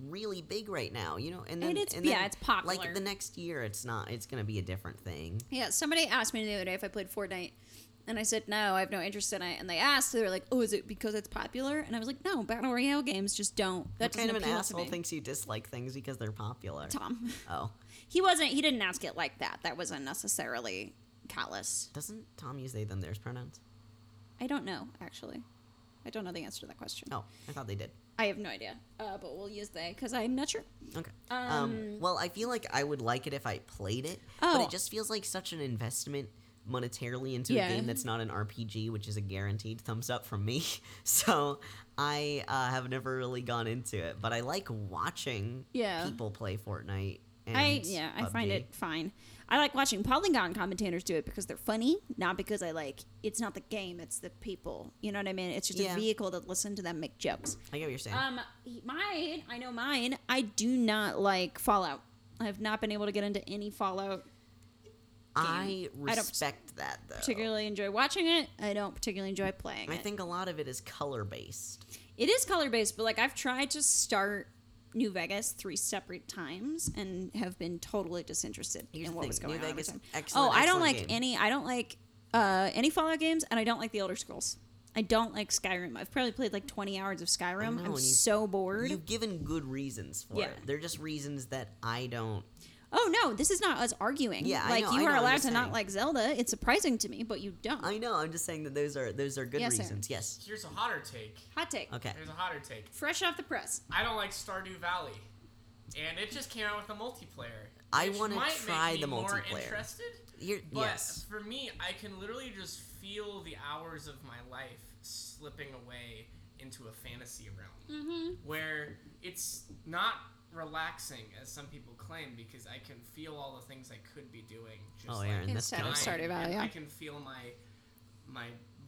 [SPEAKER 1] really big right now. You know, and
[SPEAKER 2] And
[SPEAKER 1] then
[SPEAKER 2] it's-
[SPEAKER 1] then,
[SPEAKER 2] yeah, it's popular.
[SPEAKER 1] Like the next year, it's not. It's gonna be a different thing.
[SPEAKER 2] Yeah. Somebody asked me the other day if I played Fortnite, and I said no, I have no interest in it. And they asked, they were like, "Oh, is it because it's popular?" And I was like, "No, battle royale games just don't." That
[SPEAKER 1] What kind of
[SPEAKER 2] doesn't
[SPEAKER 1] an
[SPEAKER 2] appeal
[SPEAKER 1] asshole
[SPEAKER 2] to me.
[SPEAKER 1] thinks you dislike things because they're popular?
[SPEAKER 2] Tom. [LAUGHS]
[SPEAKER 1] Oh,
[SPEAKER 2] He wasn't. He didn't ask it like that. That wasn't necessarily callous.
[SPEAKER 1] doesn't Tom use they them theirs pronouns?
[SPEAKER 2] I don't know actually. I don't know the answer to that question.
[SPEAKER 1] Oh, I thought they did.
[SPEAKER 2] I have no idea. Uh, but we'll use they because I'm not sure.
[SPEAKER 1] Okay. Um,
[SPEAKER 2] Um,
[SPEAKER 1] well, I feel like I would like it if I played it, but
[SPEAKER 2] Oh.
[SPEAKER 1] it just feels like such an investment monetarily into
[SPEAKER 2] Yeah.
[SPEAKER 1] a game that's not an RPG, which is a guaranteed thumbs up from me. [LAUGHS] So I uh, have never really gone into it, but I like watching
[SPEAKER 2] Yeah.
[SPEAKER 1] people play Fortnite. And
[SPEAKER 2] I yeah, I find
[SPEAKER 1] PUBG.
[SPEAKER 2] it fine. I like watching Polygon commentators do it because they're funny, not because I like. It's not the game; it's the people. You know what I mean? It's just
[SPEAKER 1] Yeah.
[SPEAKER 2] a vehicle to listen to them make jokes.
[SPEAKER 1] I get what you're saying.
[SPEAKER 2] Um, he- mine. I know mine. I do not like Fallout. I have not been able to get into any Fallout.
[SPEAKER 1] I
[SPEAKER 2] I don't
[SPEAKER 1] respect that though.
[SPEAKER 2] Particularly enjoy watching it. I don't particularly enjoy playing
[SPEAKER 1] Oh. I
[SPEAKER 2] it.
[SPEAKER 1] think a lot of it is color based.
[SPEAKER 2] It is color based, but like I've tried to start New Vegas three separate times and have been totally disinterested
[SPEAKER 1] Here's
[SPEAKER 2] in
[SPEAKER 1] the
[SPEAKER 2] what was
[SPEAKER 1] thing,
[SPEAKER 2] going
[SPEAKER 1] New
[SPEAKER 2] on. at
[SPEAKER 1] Vegas,
[SPEAKER 2] the time.
[SPEAKER 1] excellent,
[SPEAKER 2] oh, I
[SPEAKER 1] excellent
[SPEAKER 2] don't
[SPEAKER 1] game.
[SPEAKER 2] like any. I don't like uh, any Fallout games, and I don't like The Elder Scrolls. I don't like Skyrim. I've probably played like twenty hours of Skyrim.
[SPEAKER 1] know,
[SPEAKER 2] I'm
[SPEAKER 1] and you-
[SPEAKER 2] so bored.
[SPEAKER 1] You've given good reasons for
[SPEAKER 2] Yeah.
[SPEAKER 1] it. They're just reasons that I don't
[SPEAKER 2] oh no, this is not us arguing.
[SPEAKER 1] Yeah, I
[SPEAKER 2] like
[SPEAKER 1] know,
[SPEAKER 2] you
[SPEAKER 1] I
[SPEAKER 2] are
[SPEAKER 1] know, I'm
[SPEAKER 2] allowed to
[SPEAKER 1] just
[SPEAKER 2] not
[SPEAKER 1] saying. Uh,
[SPEAKER 2] like Zelda. It's surprising to me, but you don't.
[SPEAKER 1] I know. I'm just saying that those are those are good
[SPEAKER 2] Yes, Aaron.
[SPEAKER 1] reasons. Yes.
[SPEAKER 3] Here's a hotter take.
[SPEAKER 2] Hot take.
[SPEAKER 1] Okay.
[SPEAKER 3] Here's a hotter take.
[SPEAKER 2] Fresh off the press.
[SPEAKER 3] I don't like Stardew Valley, and it just came out with a multiplayer.
[SPEAKER 1] I
[SPEAKER 3] which
[SPEAKER 1] wanna
[SPEAKER 3] might make
[SPEAKER 1] try
[SPEAKER 3] me
[SPEAKER 1] the
[SPEAKER 3] more
[SPEAKER 1] multiplayer.
[SPEAKER 3] Interested?
[SPEAKER 1] You're,
[SPEAKER 3] But
[SPEAKER 1] yes.
[SPEAKER 3] for me, I can literally just feel the hours of my life slipping away into a fantasy realm
[SPEAKER 1] Mm-hmm.
[SPEAKER 3] where it's not relaxing as some people claim because I can feel all the things I could be doing. Just
[SPEAKER 1] Oh,
[SPEAKER 3] like
[SPEAKER 1] Aaron, that's
[SPEAKER 2] Instead of
[SPEAKER 1] kinda-
[SPEAKER 3] dying,
[SPEAKER 2] Stardew Valley,
[SPEAKER 3] and
[SPEAKER 2] yeah.
[SPEAKER 3] I can feel my my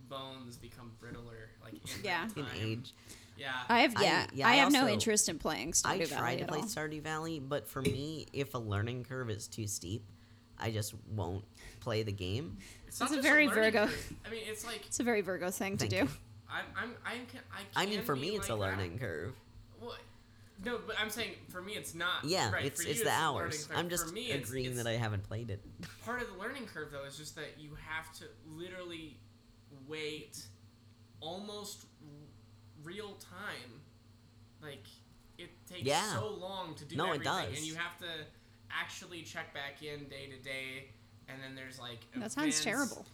[SPEAKER 3] bones become brittler, like in that
[SPEAKER 2] Yeah.
[SPEAKER 1] in
[SPEAKER 3] time.
[SPEAKER 1] age.
[SPEAKER 3] Yeah,
[SPEAKER 2] I have
[SPEAKER 1] I-
[SPEAKER 2] yeah. I,
[SPEAKER 1] yeah, I
[SPEAKER 2] have no
[SPEAKER 1] also-
[SPEAKER 2] interest in playing Stardew
[SPEAKER 1] I
[SPEAKER 2] Valley
[SPEAKER 1] tried to
[SPEAKER 2] at
[SPEAKER 1] play
[SPEAKER 2] all.
[SPEAKER 1] Stardew Valley, but for me, if a learning curve is too steep, I just won't play the game.
[SPEAKER 3] it's not
[SPEAKER 2] It's a
[SPEAKER 3] just
[SPEAKER 2] very
[SPEAKER 3] learning
[SPEAKER 2] Virgo-
[SPEAKER 3] curve. I mean, it's like
[SPEAKER 2] it's a very Virgo thing
[SPEAKER 1] Thank
[SPEAKER 2] to do.
[SPEAKER 1] you.
[SPEAKER 3] I'm I'm I'm can, I.
[SPEAKER 1] I mean,
[SPEAKER 3] can
[SPEAKER 1] for
[SPEAKER 3] be
[SPEAKER 1] me, it's
[SPEAKER 3] like
[SPEAKER 1] a
[SPEAKER 3] that.
[SPEAKER 1] learning curve.
[SPEAKER 3] Well, No, but I'm saying for me it's not.
[SPEAKER 1] Yeah,
[SPEAKER 3] right.
[SPEAKER 1] it's
[SPEAKER 3] for
[SPEAKER 1] it's
[SPEAKER 3] you,
[SPEAKER 1] the
[SPEAKER 3] a learning
[SPEAKER 1] hours.
[SPEAKER 3] curve.
[SPEAKER 1] I'm just
[SPEAKER 3] for me, it's-
[SPEAKER 1] agreeing
[SPEAKER 3] it's,
[SPEAKER 1] that I haven't played it.
[SPEAKER 3] part of the learning curve though is just that you have to literally wait almost r- real time like it takes
[SPEAKER 1] Yeah.
[SPEAKER 3] so long to do
[SPEAKER 1] No, it
[SPEAKER 3] everything
[SPEAKER 1] does.
[SPEAKER 3] and you have to actually check back in day to day and then there's like
[SPEAKER 2] That sounds
[SPEAKER 3] events,
[SPEAKER 2] terrible.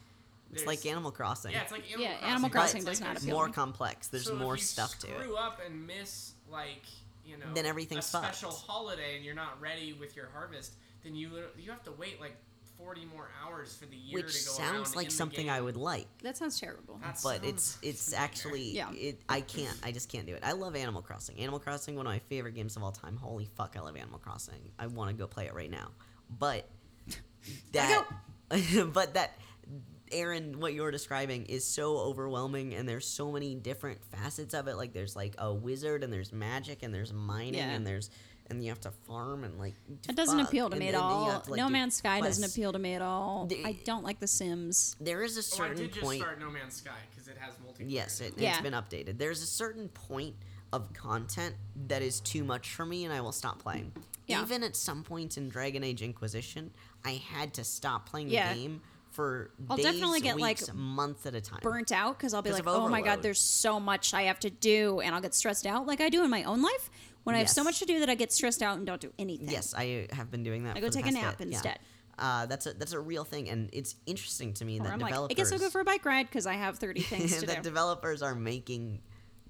[SPEAKER 1] It's
[SPEAKER 3] there's-
[SPEAKER 1] like Animal Crossing.
[SPEAKER 3] yeah it's like animal
[SPEAKER 2] Yeah,
[SPEAKER 3] crossing,
[SPEAKER 2] Animal
[SPEAKER 3] It's
[SPEAKER 1] Crossing
[SPEAKER 3] like
[SPEAKER 2] does not
[SPEAKER 3] there's-
[SPEAKER 2] appeal
[SPEAKER 1] more
[SPEAKER 2] me.
[SPEAKER 1] complex. There's
[SPEAKER 3] so if
[SPEAKER 1] more
[SPEAKER 3] you
[SPEAKER 1] stuff to
[SPEAKER 3] screw
[SPEAKER 1] it.
[SPEAKER 3] up and miss like you know
[SPEAKER 1] Then everything's
[SPEAKER 3] a special
[SPEAKER 1] fucked.
[SPEAKER 3] holiday and you're not ready with your harvest then you lit- you have to wait like 40 more hours for the year
[SPEAKER 1] Which
[SPEAKER 3] to go
[SPEAKER 1] sounds
[SPEAKER 3] around in
[SPEAKER 1] like
[SPEAKER 3] the
[SPEAKER 1] something
[SPEAKER 3] game.
[SPEAKER 1] I would like.
[SPEAKER 2] That sounds terrible.
[SPEAKER 3] That
[SPEAKER 1] But
[SPEAKER 3] sounds
[SPEAKER 1] it's it's
[SPEAKER 3] like a nightmare.
[SPEAKER 1] actually
[SPEAKER 2] Yeah.
[SPEAKER 1] it I can't I just can't do it. I love Animal Crossing. Animal Crossing one of my favorite games of all time. Holy fuck, I love Animal Crossing. I want to go play it right now.
[SPEAKER 2] [LAUGHS]
[SPEAKER 1] But that [LAUGHS] but that Aaron, what you're describing is so overwhelming, and there's so many different facets of it. Like there's like a wizard, and there's magic, and there's mining,
[SPEAKER 2] Yeah.
[SPEAKER 1] and there's and you have to farm, and like
[SPEAKER 2] That doesn't
[SPEAKER 1] fuck,
[SPEAKER 2] appeal to
[SPEAKER 1] and
[SPEAKER 2] me at
[SPEAKER 1] then you
[SPEAKER 2] all.
[SPEAKER 1] have to, like,
[SPEAKER 2] no
[SPEAKER 1] do
[SPEAKER 2] Man's Sky doesn't
[SPEAKER 1] quests.
[SPEAKER 2] appeal to me at all.
[SPEAKER 1] The-
[SPEAKER 2] I don't like The Sims.
[SPEAKER 1] There is a
[SPEAKER 3] [LAUGHS] Oh, I
[SPEAKER 1] certain
[SPEAKER 3] did just
[SPEAKER 1] point.
[SPEAKER 3] start No Man's Sky because it has multiplayer.
[SPEAKER 1] Yes,
[SPEAKER 3] now.
[SPEAKER 1] it,
[SPEAKER 2] Yeah.
[SPEAKER 1] it's been updated. There's a certain point of content that is too much for me, and I will stop playing.
[SPEAKER 2] Yeah.
[SPEAKER 1] Even at some points in Dragon Age Inquisition, I had to stop playing
[SPEAKER 2] Yeah.
[SPEAKER 1] the game for
[SPEAKER 2] I'll
[SPEAKER 1] days,
[SPEAKER 2] definitely get, like,
[SPEAKER 1] weeks, months at a time.
[SPEAKER 2] Burnt out because I'll be
[SPEAKER 1] 'Cause
[SPEAKER 2] like,
[SPEAKER 1] of
[SPEAKER 2] oh my god,
[SPEAKER 1] overload.
[SPEAKER 2] there's so much I have to do, and I'll get stressed out like I do in my own life when I have so
[SPEAKER 1] Yes.
[SPEAKER 2] much to do that I get stressed out and don't do anything.
[SPEAKER 1] Yes, I have been doing that.
[SPEAKER 2] I go
[SPEAKER 1] for the
[SPEAKER 2] take a
[SPEAKER 1] past
[SPEAKER 2] nap
[SPEAKER 1] bit, yeah.
[SPEAKER 2] instead.
[SPEAKER 1] Uh, that's a that's a real thing, and it's interesting to me
[SPEAKER 2] Or
[SPEAKER 1] that
[SPEAKER 2] I'm like,
[SPEAKER 1] developers
[SPEAKER 2] I guess I'll go for a bike ride because I
[SPEAKER 1] [LAUGHS]
[SPEAKER 2] have 30 things to do.
[SPEAKER 1] that developers are making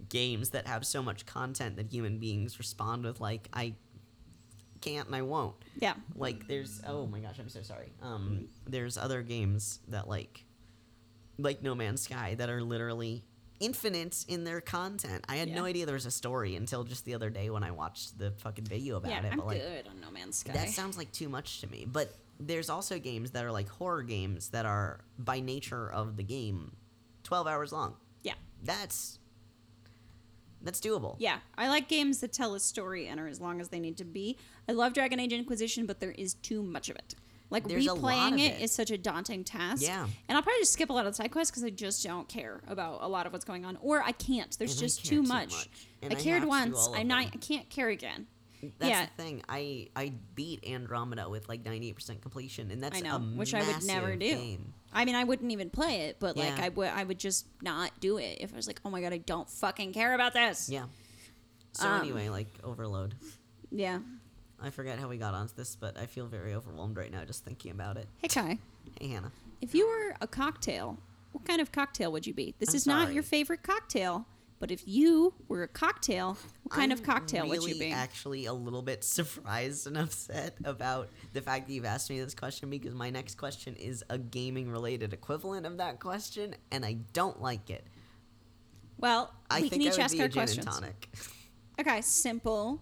[SPEAKER 1] games that have so much content that human beings respond with like I can't and I won't.
[SPEAKER 2] yeah.
[SPEAKER 1] Like there's oh my gosh, I'm so sorry.
[SPEAKER 2] Mm-hmm.
[SPEAKER 1] Um, there's other games that like like No Man's Sky that are literally infinite in their content. I had no
[SPEAKER 2] Yeah.
[SPEAKER 1] idea there was a story until just the other day when I watched the fucking video about
[SPEAKER 2] Yeah,
[SPEAKER 1] it.
[SPEAKER 2] I'm
[SPEAKER 1] but like
[SPEAKER 2] good on No Man's Sky.
[SPEAKER 1] that sounds like too much to me. But there's also games that are like horror games that are by nature of the game 12 hours long.
[SPEAKER 2] yeah.
[SPEAKER 1] That's that's doable.
[SPEAKER 2] Yeah, I like games that tell a story and are as long as they need to be. I love Dragon Age Inquisition, but there is too much of it. Like
[SPEAKER 1] There's a lot
[SPEAKER 2] replaying
[SPEAKER 1] of it.
[SPEAKER 2] it is such a daunting task.
[SPEAKER 1] Yeah.
[SPEAKER 2] and I'll probably just skip a lot of the side quests because I just don't care about a lot of what's going on, or I can't. There's
[SPEAKER 1] And I
[SPEAKER 2] just
[SPEAKER 1] care
[SPEAKER 2] too,
[SPEAKER 1] Mm-hmm. too
[SPEAKER 2] much.
[SPEAKER 1] much,
[SPEAKER 2] I
[SPEAKER 1] and I
[SPEAKER 2] cared
[SPEAKER 1] have to do
[SPEAKER 2] once.
[SPEAKER 1] all of
[SPEAKER 2] I'm not.
[SPEAKER 1] them.
[SPEAKER 2] I can't care again.
[SPEAKER 1] That's
[SPEAKER 2] yeah.
[SPEAKER 1] the thing. I I beat Andromeda with like 98% completion and that's
[SPEAKER 2] I know,
[SPEAKER 1] a
[SPEAKER 2] which I would never
[SPEAKER 1] massive
[SPEAKER 2] do.
[SPEAKER 1] game.
[SPEAKER 2] I mean, I wouldn't even play it, but like,
[SPEAKER 1] Yeah.
[SPEAKER 2] I would, I would just not do it if I was like, oh my god, I don't fucking care about this.
[SPEAKER 1] Yeah. So
[SPEAKER 2] Um,
[SPEAKER 1] anyway, like overload.
[SPEAKER 2] yeah.
[SPEAKER 1] I forget how we got onto this, but I feel very overwhelmed right now just thinking about it.
[SPEAKER 2] Hey Kai,
[SPEAKER 1] Hey Hannah.
[SPEAKER 2] If you were a cocktail, what kind of cocktail would you be? This
[SPEAKER 1] I'm
[SPEAKER 2] is not your
[SPEAKER 1] sorry.
[SPEAKER 2] favorite cocktail, but if you were a cocktail, what kind of
[SPEAKER 1] I'm
[SPEAKER 2] cocktail would you
[SPEAKER 1] really
[SPEAKER 2] be?
[SPEAKER 1] Actually, a little bit [LAUGHS] surprised and upset about the fact that you've asked me this question because my next question is a gaming related equivalent of that question, and I don't like it.
[SPEAKER 2] well,
[SPEAKER 1] I
[SPEAKER 2] we
[SPEAKER 1] think
[SPEAKER 2] can
[SPEAKER 1] I
[SPEAKER 2] each
[SPEAKER 1] would
[SPEAKER 2] ask
[SPEAKER 1] be
[SPEAKER 2] our
[SPEAKER 1] a gin
[SPEAKER 2] questions.
[SPEAKER 1] and tonic.
[SPEAKER 2] Okay, simple,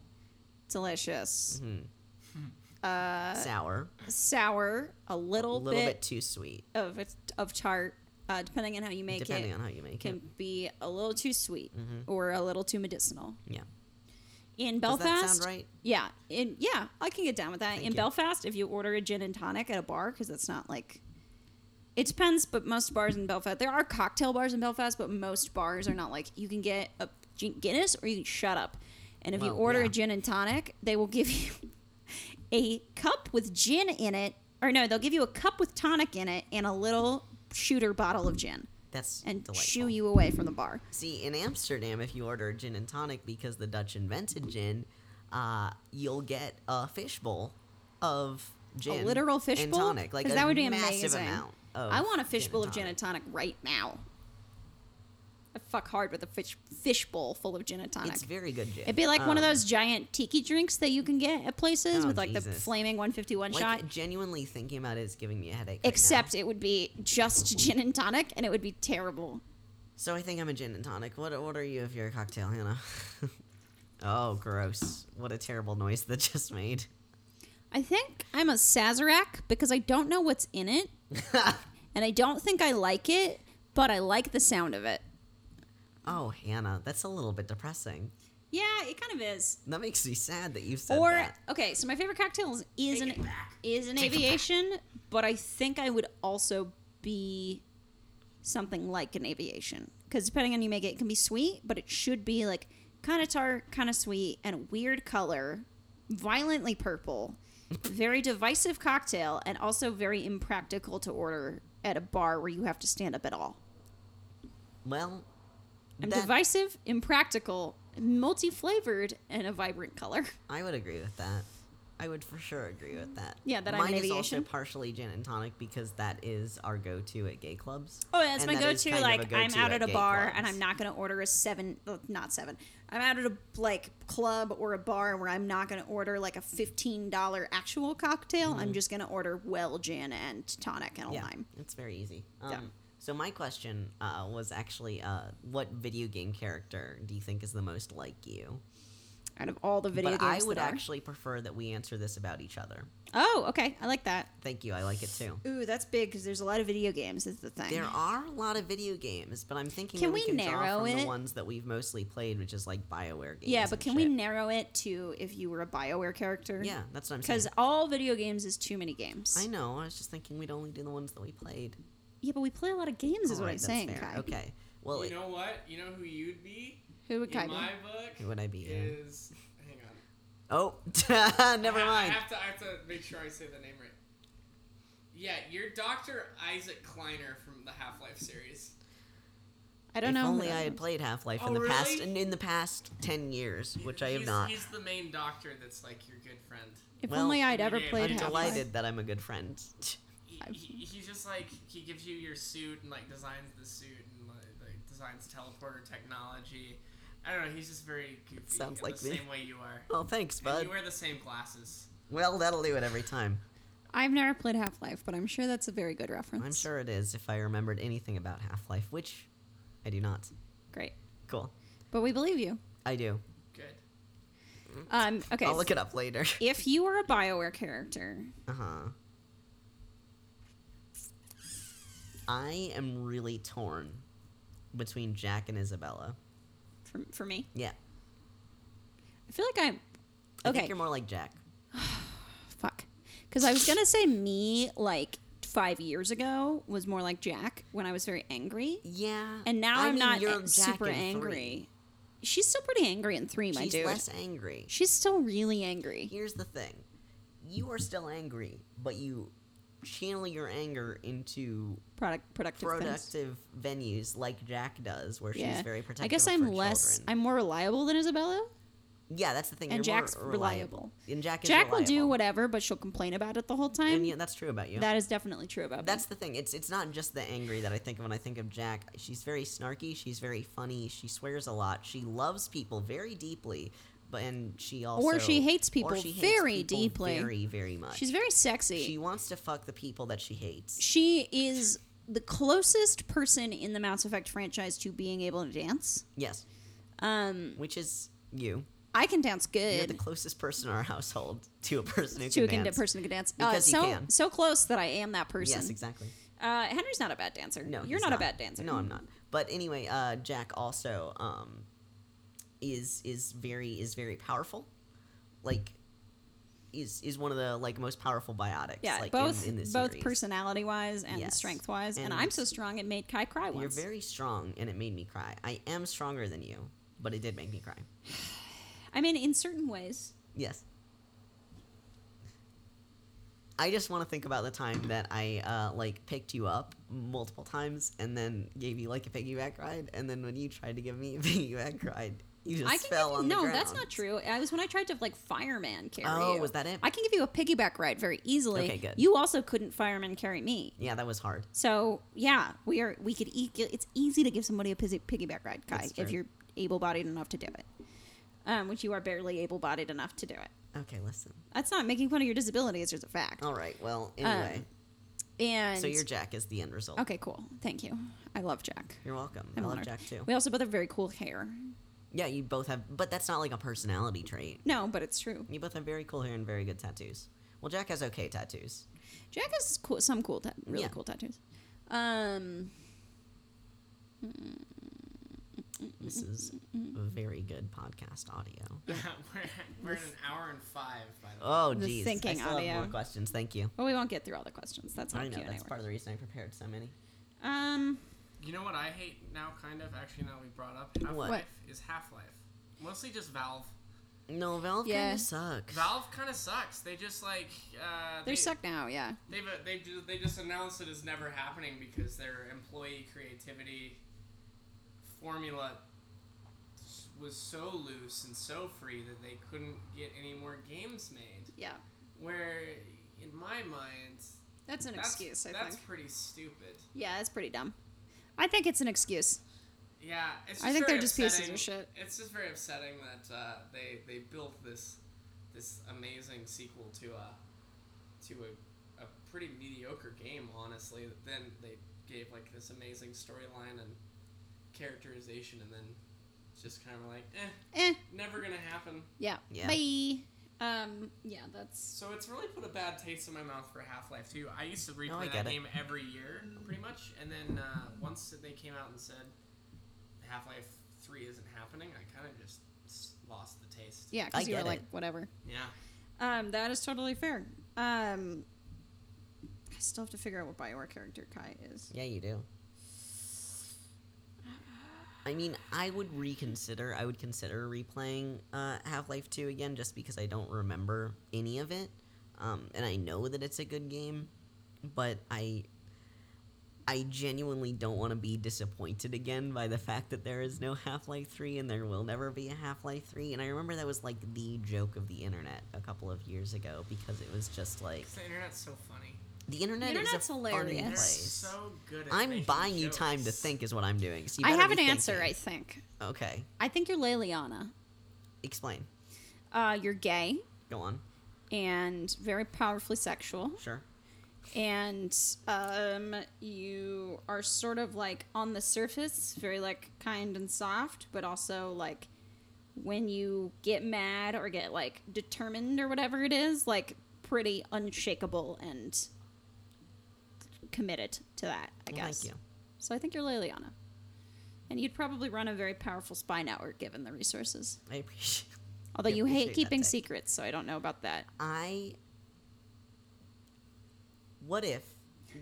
[SPEAKER 2] delicious,
[SPEAKER 1] Sour,
[SPEAKER 2] sour,
[SPEAKER 1] Mm-hmm.
[SPEAKER 2] a
[SPEAKER 1] a
[SPEAKER 2] little,
[SPEAKER 1] little bit,
[SPEAKER 2] Uh, bit,
[SPEAKER 1] too sweet,
[SPEAKER 2] of of of tart, uh, depending on how you make
[SPEAKER 1] depending
[SPEAKER 2] it.
[SPEAKER 1] on how you make
[SPEAKER 2] can
[SPEAKER 1] it.
[SPEAKER 2] be a little too sweet or a little too medicinal.
[SPEAKER 1] Yeah,
[SPEAKER 2] In
[SPEAKER 1] Does
[SPEAKER 2] Belfast,
[SPEAKER 1] that sound right?
[SPEAKER 2] Yeah, in yeah, I can get down with that.
[SPEAKER 1] Thank
[SPEAKER 2] in
[SPEAKER 1] you.
[SPEAKER 2] Belfast, if you order a gin and tonic at a bar, because it's not like it depends, but most bars in Belfast, there are cocktail bars in Belfast, but most bars are not like you can get a gin- Guinness or you can shut up. And if you
[SPEAKER 1] Well,
[SPEAKER 2] order a
[SPEAKER 1] yeah.
[SPEAKER 2] gin and tonic, they will give you [LAUGHS] a cup with gin in it, or no, they'll give you a cup with tonic in it and a little shooter bottle of gin
[SPEAKER 1] That's
[SPEAKER 2] and
[SPEAKER 1] delightful.
[SPEAKER 2] shoo you away from the bar.
[SPEAKER 1] See, in Amsterdam, if you order a gin and tonic because the Dutch invented gin, uh, you'll get a fishbowl of gin.
[SPEAKER 2] literal
[SPEAKER 1] and
[SPEAKER 2] fishbowl?
[SPEAKER 1] tonic. Like
[SPEAKER 2] 'Cause
[SPEAKER 1] a
[SPEAKER 2] that would be
[SPEAKER 1] massive
[SPEAKER 2] amazing.
[SPEAKER 1] amount. Of
[SPEAKER 2] I want a
[SPEAKER 1] gin
[SPEAKER 2] fishbowl of
[SPEAKER 1] and
[SPEAKER 2] gin
[SPEAKER 1] tonic.
[SPEAKER 2] and tonic right now. I fuck hard with a fish fishbowl full of gin and tonic.
[SPEAKER 1] It's very good gin.
[SPEAKER 2] It'd be like one of
[SPEAKER 1] Um,
[SPEAKER 2] those giant tiki drinks that you can get at places
[SPEAKER 1] Oh,
[SPEAKER 2] with like the
[SPEAKER 1] Jesus.
[SPEAKER 2] flaming 151
[SPEAKER 1] Um, Like,
[SPEAKER 2] shot.
[SPEAKER 1] genuinely thinking about it is giving me a headache. right now.
[SPEAKER 2] Except it would be just gin and tonic, and it would be terrible.
[SPEAKER 1] so I think I'm a gin and tonic. What what are you if you're a cocktail, Hannah? [LAUGHS] oh, gross! What a terrible noise that [LAUGHS] just made.
[SPEAKER 2] I think I'm a Sazerac because I don't know what's
[SPEAKER 1] [LAUGHS]
[SPEAKER 2] in it, and I don't think I like it, but I like the sound of it.
[SPEAKER 1] oh, Hannah, that's a little bit depressing.
[SPEAKER 2] Yeah, it kind of is.
[SPEAKER 1] That makes me sad that you said
[SPEAKER 2] or
[SPEAKER 1] that.
[SPEAKER 2] okay, so my favorite cocktail is, is
[SPEAKER 3] Take it
[SPEAKER 2] an
[SPEAKER 3] back.
[SPEAKER 2] is an aviation, but I think I would also be something like an aviation because depending on you make it, it can be sweet, but it should be like kind of tart, kind of sweet, and a weird color, violently
[SPEAKER 3] [LAUGHS]
[SPEAKER 2] purple, very divisive cocktail, and also very impractical to order at a bar where you have to stand up at all.
[SPEAKER 1] Well,
[SPEAKER 2] I'm
[SPEAKER 1] that-
[SPEAKER 2] divisive, impractical, multi-flavored, and a vibrant color. [LAUGHS]
[SPEAKER 1] I would agree with that. I would for sure agree with that.
[SPEAKER 2] Yeah, that I'm
[SPEAKER 1] Mine
[SPEAKER 2] an
[SPEAKER 1] is also
[SPEAKER 2] aviation.
[SPEAKER 1] partially gin and tonic because that is our go-to at gay clubs.
[SPEAKER 2] Oh, that's
[SPEAKER 1] And
[SPEAKER 2] my
[SPEAKER 1] that is
[SPEAKER 2] go-to.
[SPEAKER 1] kind of
[SPEAKER 2] like
[SPEAKER 1] a go-to
[SPEAKER 2] I'm out at a
[SPEAKER 1] gay
[SPEAKER 2] bar
[SPEAKER 1] clubs.
[SPEAKER 2] and I'm not gonna order a seven, uh, not seven. I'm out at a like club or a bar where I'm not gonna order like a fifteen dollar actual cocktail. I'm just gonna order well gin and tonic and a
[SPEAKER 1] Mm-hmm. Yeah,
[SPEAKER 2] lime.
[SPEAKER 1] it's very easy. Um,
[SPEAKER 2] Yeah.
[SPEAKER 1] So my question uh, was actually, uh, what video game character do you think is the most like you?
[SPEAKER 2] Out of all the video
[SPEAKER 1] but
[SPEAKER 2] games,
[SPEAKER 1] I would
[SPEAKER 2] that are.
[SPEAKER 1] actually prefer that we answer this about each other.
[SPEAKER 2] Oh, okay, I like that.
[SPEAKER 1] Thank you. I like it too.
[SPEAKER 2] Ooh, that's big because there's a lot of video games. Is the thing.
[SPEAKER 1] There are a lot of video games, but I'm thinking
[SPEAKER 2] Can
[SPEAKER 1] that we,
[SPEAKER 2] we
[SPEAKER 1] can
[SPEAKER 2] narrow
[SPEAKER 1] draw from
[SPEAKER 2] it?
[SPEAKER 1] the ones that we've mostly played, which is like Bioware games.
[SPEAKER 2] yeah, but
[SPEAKER 1] and
[SPEAKER 2] can
[SPEAKER 1] shit.
[SPEAKER 2] we narrow it to if you were a Bioware character?
[SPEAKER 1] yeah, that's what I'm saying.
[SPEAKER 2] Because all video games is too many games.
[SPEAKER 1] I know. I was just thinking we'd only do the ones that we played.
[SPEAKER 2] Yeah, but we play a lot of games, is what
[SPEAKER 1] Alright,
[SPEAKER 2] I'm
[SPEAKER 1] that's
[SPEAKER 2] saying.
[SPEAKER 1] fair.
[SPEAKER 2] Kai.
[SPEAKER 1] Okay. Well,
[SPEAKER 3] you
[SPEAKER 1] it,
[SPEAKER 3] know what? You know who you'd be
[SPEAKER 2] Who would Kai
[SPEAKER 3] in
[SPEAKER 2] be?
[SPEAKER 3] my book
[SPEAKER 1] who would I be? Aaron?
[SPEAKER 3] is. Hang on.
[SPEAKER 1] Oh, [LAUGHS] never
[SPEAKER 3] I-
[SPEAKER 1] mind.
[SPEAKER 3] I have to. I have to make sure I say the name right. Yeah, you're Doctor Isaac Kleiner from the Half Life series.
[SPEAKER 2] I don't
[SPEAKER 1] if
[SPEAKER 2] know. who
[SPEAKER 1] only
[SPEAKER 2] that
[SPEAKER 1] I
[SPEAKER 2] would
[SPEAKER 1] had played Half Life in
[SPEAKER 3] Oh,
[SPEAKER 1] the past
[SPEAKER 3] really?
[SPEAKER 1] in, in the past ten years, which I have
[SPEAKER 3] he's,
[SPEAKER 1] not.
[SPEAKER 3] He's the main doctor that's like your good friend.
[SPEAKER 2] If
[SPEAKER 1] Well,
[SPEAKER 2] only I'd ever
[SPEAKER 3] yeah,
[SPEAKER 2] played
[SPEAKER 1] I'm
[SPEAKER 2] Half-Life.
[SPEAKER 1] delighted that I'm a good friend. [LAUGHS]
[SPEAKER 3] He,
[SPEAKER 2] I've-
[SPEAKER 3] he, he's just like he gives you your suit and like designs the suit and like, like designs teleporter technology. I don't know. He's just very goofy.
[SPEAKER 1] Sounds
[SPEAKER 3] in
[SPEAKER 1] like
[SPEAKER 3] the
[SPEAKER 1] me.
[SPEAKER 3] same way you are.
[SPEAKER 1] Oh, thanks,
[SPEAKER 3] And
[SPEAKER 1] bud.
[SPEAKER 3] you wear the same glasses.
[SPEAKER 1] Well, that'll do it every time.
[SPEAKER 2] I've never played Half Life, but I'm sure that's a very good reference.
[SPEAKER 1] I'm sure it is if I remembered anything about Half Life, which I do not.
[SPEAKER 2] Great.
[SPEAKER 1] Cool.
[SPEAKER 2] But we believe you.
[SPEAKER 1] I do.
[SPEAKER 3] Good. [LAUGHS]
[SPEAKER 2] Um, okay.
[SPEAKER 1] Hmm. I'll look it up later. [LAUGHS]
[SPEAKER 2] if you were a BioWare character,
[SPEAKER 1] Uh huh. I am really torn between Jack and Isabella.
[SPEAKER 2] for, for me,
[SPEAKER 1] Yeah.
[SPEAKER 2] I feel like I'm.
[SPEAKER 1] I
[SPEAKER 2] Okay.
[SPEAKER 1] think you're more like Jack.
[SPEAKER 2] Fuck. Because I was going to say me, like, five years ago was more like Jack when I was very angry.
[SPEAKER 1] Yeah.
[SPEAKER 2] And now
[SPEAKER 1] I
[SPEAKER 2] am
[SPEAKER 1] mean,
[SPEAKER 2] not
[SPEAKER 1] you're
[SPEAKER 2] a-
[SPEAKER 1] Jack
[SPEAKER 2] super
[SPEAKER 1] in three.
[SPEAKER 2] angry. She's still pretty angry in three, my
[SPEAKER 1] She's
[SPEAKER 2] dude.
[SPEAKER 1] less angry.
[SPEAKER 2] She's still really angry.
[SPEAKER 1] Here's the thing. You are still angry, but you channel your anger into
[SPEAKER 2] Product productive. things.
[SPEAKER 1] productive venues like Jack does, where she's very protective.
[SPEAKER 2] I guess
[SPEAKER 1] of
[SPEAKER 2] I'm
[SPEAKER 1] her
[SPEAKER 2] less.
[SPEAKER 1] children.
[SPEAKER 2] I'm more reliable than Isabella.
[SPEAKER 1] yeah, that's the thing.
[SPEAKER 2] and
[SPEAKER 1] you're more
[SPEAKER 2] Jack's reliable.
[SPEAKER 1] And Jack is
[SPEAKER 2] Jack will do
[SPEAKER 1] reliable.
[SPEAKER 2] whatever, but she'll complain about it the whole time.
[SPEAKER 1] And yeah, that's true about you.
[SPEAKER 2] That is definitely true about me.
[SPEAKER 1] That's the thing. It's it's not just the angry that I think of when I think of Jack. She's very snarky. She's very funny. She swears a lot. She loves people very deeply, but and she also
[SPEAKER 2] she hates
[SPEAKER 1] or
[SPEAKER 2] people
[SPEAKER 1] she hates
[SPEAKER 2] very
[SPEAKER 1] people
[SPEAKER 2] deeply.
[SPEAKER 1] very very much.
[SPEAKER 2] She's very sexy.
[SPEAKER 1] she
[SPEAKER 2] She,
[SPEAKER 1] wants to fuck the people that she hates.
[SPEAKER 2] is the closest person in the Mass Effect franchise to being able to dance.
[SPEAKER 1] Yes,
[SPEAKER 2] Um,
[SPEAKER 1] which is you.
[SPEAKER 2] I can dance
[SPEAKER 1] You're the
[SPEAKER 2] good.
[SPEAKER 1] closest person in our household to a person who
[SPEAKER 2] To a
[SPEAKER 1] can
[SPEAKER 2] good
[SPEAKER 1] dance.
[SPEAKER 2] person who can dance.
[SPEAKER 1] Because he
[SPEAKER 2] uh, so
[SPEAKER 1] can.
[SPEAKER 2] so close that I am that person.
[SPEAKER 1] Yes, exactly.
[SPEAKER 2] uh, Henry's not a bad dancer.
[SPEAKER 1] No,
[SPEAKER 2] you're
[SPEAKER 1] he's
[SPEAKER 2] not, a bad dancer.
[SPEAKER 1] No, I'm not. But anyway, uh, Jack also um, is is very is very powerful. Like, is is one of the like most powerful biotics.
[SPEAKER 2] Yeah,
[SPEAKER 1] like,
[SPEAKER 2] both
[SPEAKER 1] in, in this
[SPEAKER 2] both
[SPEAKER 1] series.
[SPEAKER 2] personality wise and
[SPEAKER 1] Yes.
[SPEAKER 2] strength wise, and,
[SPEAKER 1] And
[SPEAKER 2] I'm so strong it made Kai cry
[SPEAKER 1] You're
[SPEAKER 2] once.
[SPEAKER 1] very strong, and it made me cry. I am stronger than you, but it did make me cry.
[SPEAKER 2] I mean, in certain ways,
[SPEAKER 1] Yes. I just want to think about the time that I uh, like picked you up multiple times and then gave you like a piggyback ride, and then when you tried to give me a [LAUGHS] piggyback ride, you just
[SPEAKER 2] I can
[SPEAKER 1] fell on
[SPEAKER 2] give you,
[SPEAKER 1] the
[SPEAKER 2] no,
[SPEAKER 1] ground.
[SPEAKER 2] that's not true. It was when I tried to like fireman carry
[SPEAKER 1] Oh,
[SPEAKER 2] you.
[SPEAKER 1] was that it?
[SPEAKER 2] I can give you a piggyback ride very easily.
[SPEAKER 1] Okay, good.
[SPEAKER 2] You also couldn't fireman carry me.
[SPEAKER 1] Yeah, that was hard.
[SPEAKER 2] So yeah, we are. We could. E- it's easy to give somebody a pizzy- piggyback ride, Kai,
[SPEAKER 1] That's true.
[SPEAKER 2] if you're able-bodied enough to do it. Um, which you are barely able-bodied enough to do it.
[SPEAKER 1] Okay, listen.
[SPEAKER 2] That's not making fun of your disability. It's just a fact.
[SPEAKER 1] All right. Well, anyway,
[SPEAKER 2] Um, And
[SPEAKER 1] Oh, so your Jack is the end result.
[SPEAKER 2] okay, cool. Thank you. I love Jack.
[SPEAKER 1] You're welcome. i
[SPEAKER 2] I'm
[SPEAKER 1] love
[SPEAKER 2] honored.
[SPEAKER 1] Jack too.
[SPEAKER 2] We also both have very cool hair.
[SPEAKER 1] Yeah, you both have, but that's not like a personality trait.
[SPEAKER 2] No, but it's true.
[SPEAKER 1] You both have very cool hair and very good tattoos. Well, Jack has okay tattoos.
[SPEAKER 2] Jack has cool, some cool, ta- really
[SPEAKER 1] Yeah.
[SPEAKER 2] cool tattoos. Um,
[SPEAKER 1] This is very good podcast audio.
[SPEAKER 3] we're, we're at an hour and five. By the way.
[SPEAKER 1] Oh,
[SPEAKER 2] The
[SPEAKER 1] geez.
[SPEAKER 2] thinking
[SPEAKER 1] I still
[SPEAKER 2] audio.
[SPEAKER 1] have more questions. Thank you.
[SPEAKER 2] well, we won't get through all the questions. That's not
[SPEAKER 1] I know.
[SPEAKER 2] Q&A
[SPEAKER 1] That's
[SPEAKER 2] work.
[SPEAKER 1] part of the reason I prepared so many.
[SPEAKER 2] Um,
[SPEAKER 3] You know what I hate now, kind of? Actually, now we brought up Half
[SPEAKER 1] What?
[SPEAKER 3] Life is Half Life. Mostly just Valve.
[SPEAKER 1] No, Valve
[SPEAKER 2] Yeah.
[SPEAKER 1] kind of sucks.
[SPEAKER 3] Valve kind of sucks. They just like uh,
[SPEAKER 2] They're
[SPEAKER 3] they
[SPEAKER 2] suck now, yeah.
[SPEAKER 3] They've uh, they ju- they just announced it as never happening because their employee creativity formula s- was so loose and so free that they couldn't get any more games made.
[SPEAKER 2] Yeah.
[SPEAKER 3] Where, in my mind,
[SPEAKER 2] That's an
[SPEAKER 3] that's,
[SPEAKER 2] excuse, I
[SPEAKER 3] that's
[SPEAKER 2] think.
[SPEAKER 3] pretty stupid.
[SPEAKER 2] Yeah, that's pretty dumb. I think it's an excuse.
[SPEAKER 3] Yeah, it's just
[SPEAKER 2] I think they're
[SPEAKER 3] very
[SPEAKER 2] just pieces of
[SPEAKER 3] upsetting-
[SPEAKER 2] shit.
[SPEAKER 3] It's just very upsetting that uh, they they built this this amazing sequel to a to a, a pretty mediocre game. Honestly, that then they gave like this amazing storyline and characterization, and then it's just kind of like, eh,
[SPEAKER 2] Eh,
[SPEAKER 3] never gonna happen.
[SPEAKER 2] yeah.
[SPEAKER 1] Yeah.
[SPEAKER 2] Bye. Um, yeah, that's
[SPEAKER 3] So it's really put a bad taste in my mouth for Half Life 2. I used to replay
[SPEAKER 1] I
[SPEAKER 3] that
[SPEAKER 1] get it.
[SPEAKER 3] game every year, pretty much. And then uh, once they came out and said Half Life 3 isn't happening, I kind of just s- lost the taste.
[SPEAKER 1] I
[SPEAKER 2] yeah, because you were
[SPEAKER 1] get
[SPEAKER 2] like
[SPEAKER 1] it.
[SPEAKER 2] whatever.
[SPEAKER 3] Yeah.
[SPEAKER 2] Um, that is totally fair. Um, I still have to figure out what Bioware character Kai is.
[SPEAKER 1] Yeah, you do. I mean, I would reconsider. I would consider replaying uh, Half Life Two again, just because I don't remember any of it, um, and I know that it's a good game, but I, I genuinely don't want to be disappointed again by the fact that there is no Half Life Three and there will never be a Half Life Three. And I remember that was like the joke of the internet a couple of years ago because it was just like
[SPEAKER 3] 'Cause the internet's so funny.
[SPEAKER 1] the internet
[SPEAKER 2] internet's
[SPEAKER 1] is a funny
[SPEAKER 2] hilarious.
[SPEAKER 3] They're
[SPEAKER 1] place.
[SPEAKER 3] so good at
[SPEAKER 1] I'm
[SPEAKER 3] making
[SPEAKER 1] buying you
[SPEAKER 3] jokes.
[SPEAKER 1] time to think, is what I'm doing. So you
[SPEAKER 2] I
[SPEAKER 1] better
[SPEAKER 2] have
[SPEAKER 1] be
[SPEAKER 2] an answer, I
[SPEAKER 1] thinking.
[SPEAKER 2] think.
[SPEAKER 1] Okay,
[SPEAKER 2] I think you're Leliana.
[SPEAKER 1] explain.
[SPEAKER 2] Uh, you're gay
[SPEAKER 1] Go on.
[SPEAKER 2] and very powerfully sexual,
[SPEAKER 1] Sure.
[SPEAKER 2] and um, you are sort of like on the surface, very like kind and soft, but also like when you get mad or get like determined or whatever it is, like pretty unshakable and committed to that. I
[SPEAKER 1] Well,
[SPEAKER 2] guess.
[SPEAKER 1] Thank you.
[SPEAKER 2] So I think you're Leliana. And you'd probably run a very powerful spy network given the resources.
[SPEAKER 1] I appreciate.
[SPEAKER 2] Although
[SPEAKER 1] Yeah,
[SPEAKER 2] you
[SPEAKER 1] appreciate
[SPEAKER 2] hate
[SPEAKER 1] that
[SPEAKER 2] keeping
[SPEAKER 1] take.
[SPEAKER 2] secrets, so I don't know about that.
[SPEAKER 1] I. What if,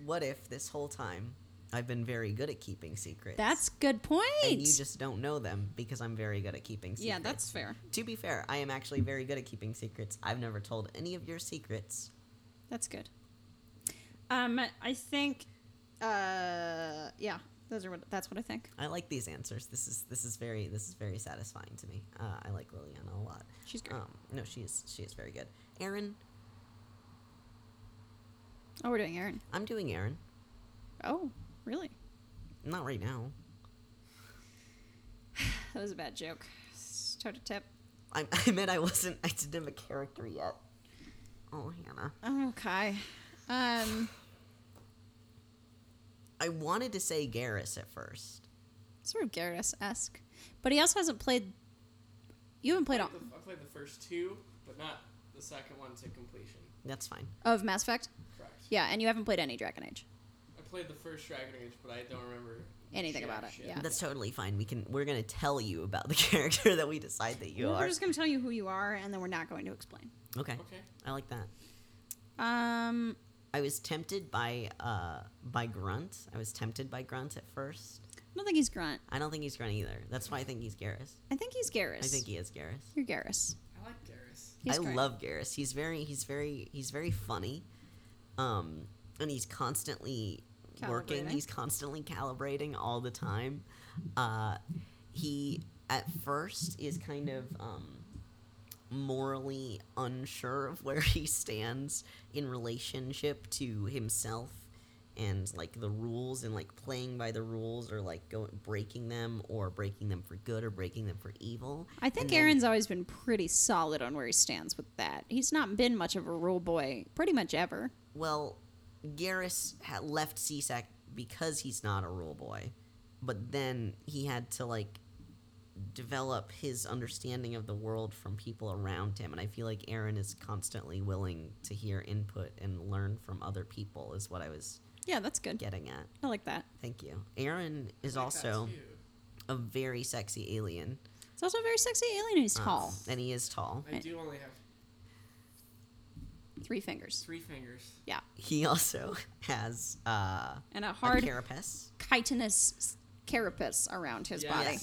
[SPEAKER 1] what if this whole time, I've been very good at keeping secrets.
[SPEAKER 2] That's good point.
[SPEAKER 1] And you just don't know them because I'm very good at keeping secrets.
[SPEAKER 2] yeah, that's fair.
[SPEAKER 1] To be fair, I am actually very good at keeping secrets. I've never told any of your secrets.
[SPEAKER 2] That's good. Um, I think, uh, yeah, those are what, that's what I think.
[SPEAKER 1] I like these answers. This is this is very this is very satisfying to me. Uh, I like Liliana a lot.
[SPEAKER 2] She's great.
[SPEAKER 1] Um, no, she is she is very good. Aaron,
[SPEAKER 2] Oh, we're doing Aaron.
[SPEAKER 1] I'm doing Aaron.
[SPEAKER 2] Oh, really?
[SPEAKER 1] Not right now.
[SPEAKER 2] That was a bad joke. Toe to tip.
[SPEAKER 1] I, [LAUGHS] I meant I wasn't. I didn't have a character yet. Oh, Hannah.
[SPEAKER 2] Okay. Um,
[SPEAKER 1] I wanted to say Garrus at first.
[SPEAKER 2] sort of Garrus esque, but he also hasn't played. You haven't played all,
[SPEAKER 3] The- I played the first two, but not the second one to completion.
[SPEAKER 1] That's fine.
[SPEAKER 2] of Mass Effect.
[SPEAKER 3] Correct.
[SPEAKER 2] Yeah, and you haven't played any Dragon Age.
[SPEAKER 3] I played the first Dragon Age, but I don't remember
[SPEAKER 2] Anything
[SPEAKER 3] jack
[SPEAKER 2] about it,
[SPEAKER 3] shit.
[SPEAKER 2] yeah.
[SPEAKER 1] That's totally fine. We can. We're gonna tell you about [LAUGHS] the character that we decide that you
[SPEAKER 2] We're
[SPEAKER 1] are.
[SPEAKER 2] just going to tell you who you are, and then we're not going to explain.
[SPEAKER 1] Okay.
[SPEAKER 3] Okay.
[SPEAKER 1] I like that.
[SPEAKER 2] Um,
[SPEAKER 1] I was tempted by uh by Grunt. I was tempted by Grunt at first.
[SPEAKER 2] I don't think he's Grunt.
[SPEAKER 1] I don't think he's Grunt either. That's why I think he's Garrus.
[SPEAKER 2] I think he's Garrus.
[SPEAKER 1] I think he is Garrus.
[SPEAKER 2] you're Garrus.
[SPEAKER 3] I like Garrus.
[SPEAKER 2] He's
[SPEAKER 1] I
[SPEAKER 2] Grunt.
[SPEAKER 1] love Garrus. He's very he's very he's very funny. Um and he's constantly working.
[SPEAKER 2] Calibrating.
[SPEAKER 1] He's constantly calibrating all the time. Uh he at first is kind of um morally unsure of where [LAUGHS] he stands in relationship to himself and like the rules and like playing by the rules or like go breaking them or breaking them for good or breaking them for evil.
[SPEAKER 2] I think
[SPEAKER 1] And then-
[SPEAKER 2] Aaron's always been pretty solid on where he stands with that. He's not been much of a rule boy, pretty much ever.
[SPEAKER 1] Well, Garrus ha- left CSAC because he's not a rule boy, but then he had to like develop his understanding of the world from people around him, and I feel like Aaron is constantly willing to hear input and learn from other people. Is what I was
[SPEAKER 2] Yeah, that's good.
[SPEAKER 1] getting at.
[SPEAKER 2] I like that.
[SPEAKER 1] Thank you. Aaron is
[SPEAKER 3] I like that
[SPEAKER 1] also
[SPEAKER 3] too.
[SPEAKER 1] a very sexy alien,
[SPEAKER 2] He's also a very sexy alien. and He's
[SPEAKER 1] um,
[SPEAKER 2] tall.
[SPEAKER 1] and he is tall.
[SPEAKER 3] I do only have
[SPEAKER 2] Three fingers.
[SPEAKER 3] three fingers.
[SPEAKER 2] Yeah.
[SPEAKER 1] He [LAUGHS] also has uh,
[SPEAKER 2] And a
[SPEAKER 1] a
[SPEAKER 2] hard
[SPEAKER 1] carapace.
[SPEAKER 2] chitinous s- carapace around his body.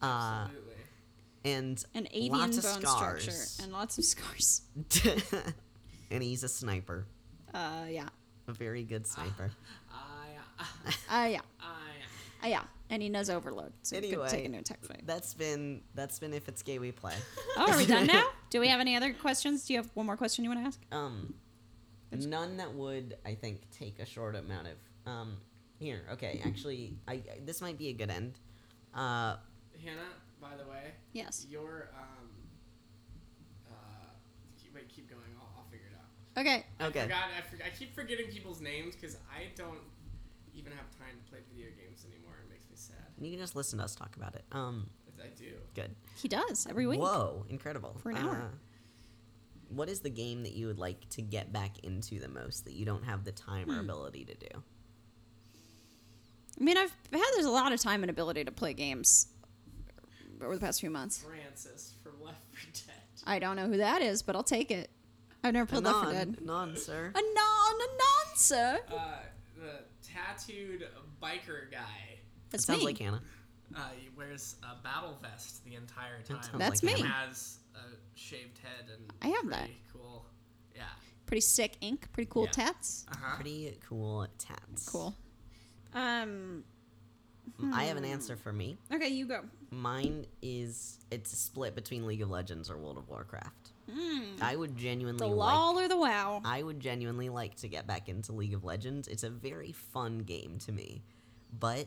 [SPEAKER 1] Uh,
[SPEAKER 3] Absolutely.
[SPEAKER 1] and
[SPEAKER 2] An avian
[SPEAKER 1] lots of
[SPEAKER 2] bone
[SPEAKER 1] scars.
[SPEAKER 2] structure and lots of [LAUGHS] scars.
[SPEAKER 1] [LAUGHS] and he's a sniper,
[SPEAKER 2] Uh, yeah.
[SPEAKER 1] a very good
[SPEAKER 2] [SIGHS]
[SPEAKER 1] sniper. [LAUGHS]
[SPEAKER 3] I,
[SPEAKER 2] Uh, yeah.
[SPEAKER 3] I,
[SPEAKER 2] Uh, yeah. And he knows overload, so he could
[SPEAKER 1] Anyway,
[SPEAKER 2] take into attack fight.
[SPEAKER 1] That's been that's been if it's gay we
[SPEAKER 2] [LAUGHS]
[SPEAKER 1] play.
[SPEAKER 2] Oh, are we done now? Do we have any other questions? Do you have one more question you want to ask?
[SPEAKER 1] Um, none that would I think take a short amount of. Um, here, okay, actually, I, I- this might be a good end. Uh,
[SPEAKER 3] Hannah, by the way,
[SPEAKER 2] Yes.
[SPEAKER 3] your um, uh, keep, wait, keep going. I'll, I'll figure it out.
[SPEAKER 2] Okay.
[SPEAKER 3] I,
[SPEAKER 1] okay,
[SPEAKER 3] forgot, I, for, I keep forgetting people's names because I don't even have time to play video games anymore. It makes me sad.
[SPEAKER 1] you can just listen to us talk about it. Um,
[SPEAKER 3] But I do.
[SPEAKER 1] good.
[SPEAKER 2] He does every week.
[SPEAKER 1] Whoa, incredible. Uh,
[SPEAKER 2] For an hour.
[SPEAKER 1] What is the game that you would like to get back into the most that you don't have the time
[SPEAKER 2] Hmm.
[SPEAKER 1] or ability to do?
[SPEAKER 2] I mean, I've had there's a lot of time and ability to play games over the past few months.
[SPEAKER 3] Francis from Left 4 Dead.
[SPEAKER 2] I don't know who that is, but I'll take it. I've never played Left 4 Dead.
[SPEAKER 1] Anon, sir.
[SPEAKER 2] Anon, anon, sir.
[SPEAKER 3] Uh, the tattooed biker guy.
[SPEAKER 1] That
[SPEAKER 2] That's
[SPEAKER 1] sounds
[SPEAKER 2] me.
[SPEAKER 1] like Hannah.
[SPEAKER 3] Uh, he wears a battle vest the entire
[SPEAKER 1] That
[SPEAKER 3] time.
[SPEAKER 1] sounds
[SPEAKER 2] That's
[SPEAKER 1] like
[SPEAKER 2] me.
[SPEAKER 1] Hannah.
[SPEAKER 3] Has a shaved head and
[SPEAKER 2] I have
[SPEAKER 3] pretty
[SPEAKER 2] that.
[SPEAKER 3] cool. Yeah.
[SPEAKER 2] Pretty sick ink. Pretty cool
[SPEAKER 3] Yeah.
[SPEAKER 2] tats.
[SPEAKER 3] Uh huh.
[SPEAKER 1] Pretty cool tats.
[SPEAKER 2] Cool. Hmm. Um.
[SPEAKER 1] I have an answer for me.
[SPEAKER 2] Okay, you go.
[SPEAKER 1] Mine is it's a split between League of Legends or World of Warcraft.
[SPEAKER 2] Mm.
[SPEAKER 1] I would genuinely
[SPEAKER 2] The
[SPEAKER 1] like
[SPEAKER 2] lol or the wow?
[SPEAKER 1] I would genuinely like to get back into League of Legends. It's a very fun game to me. But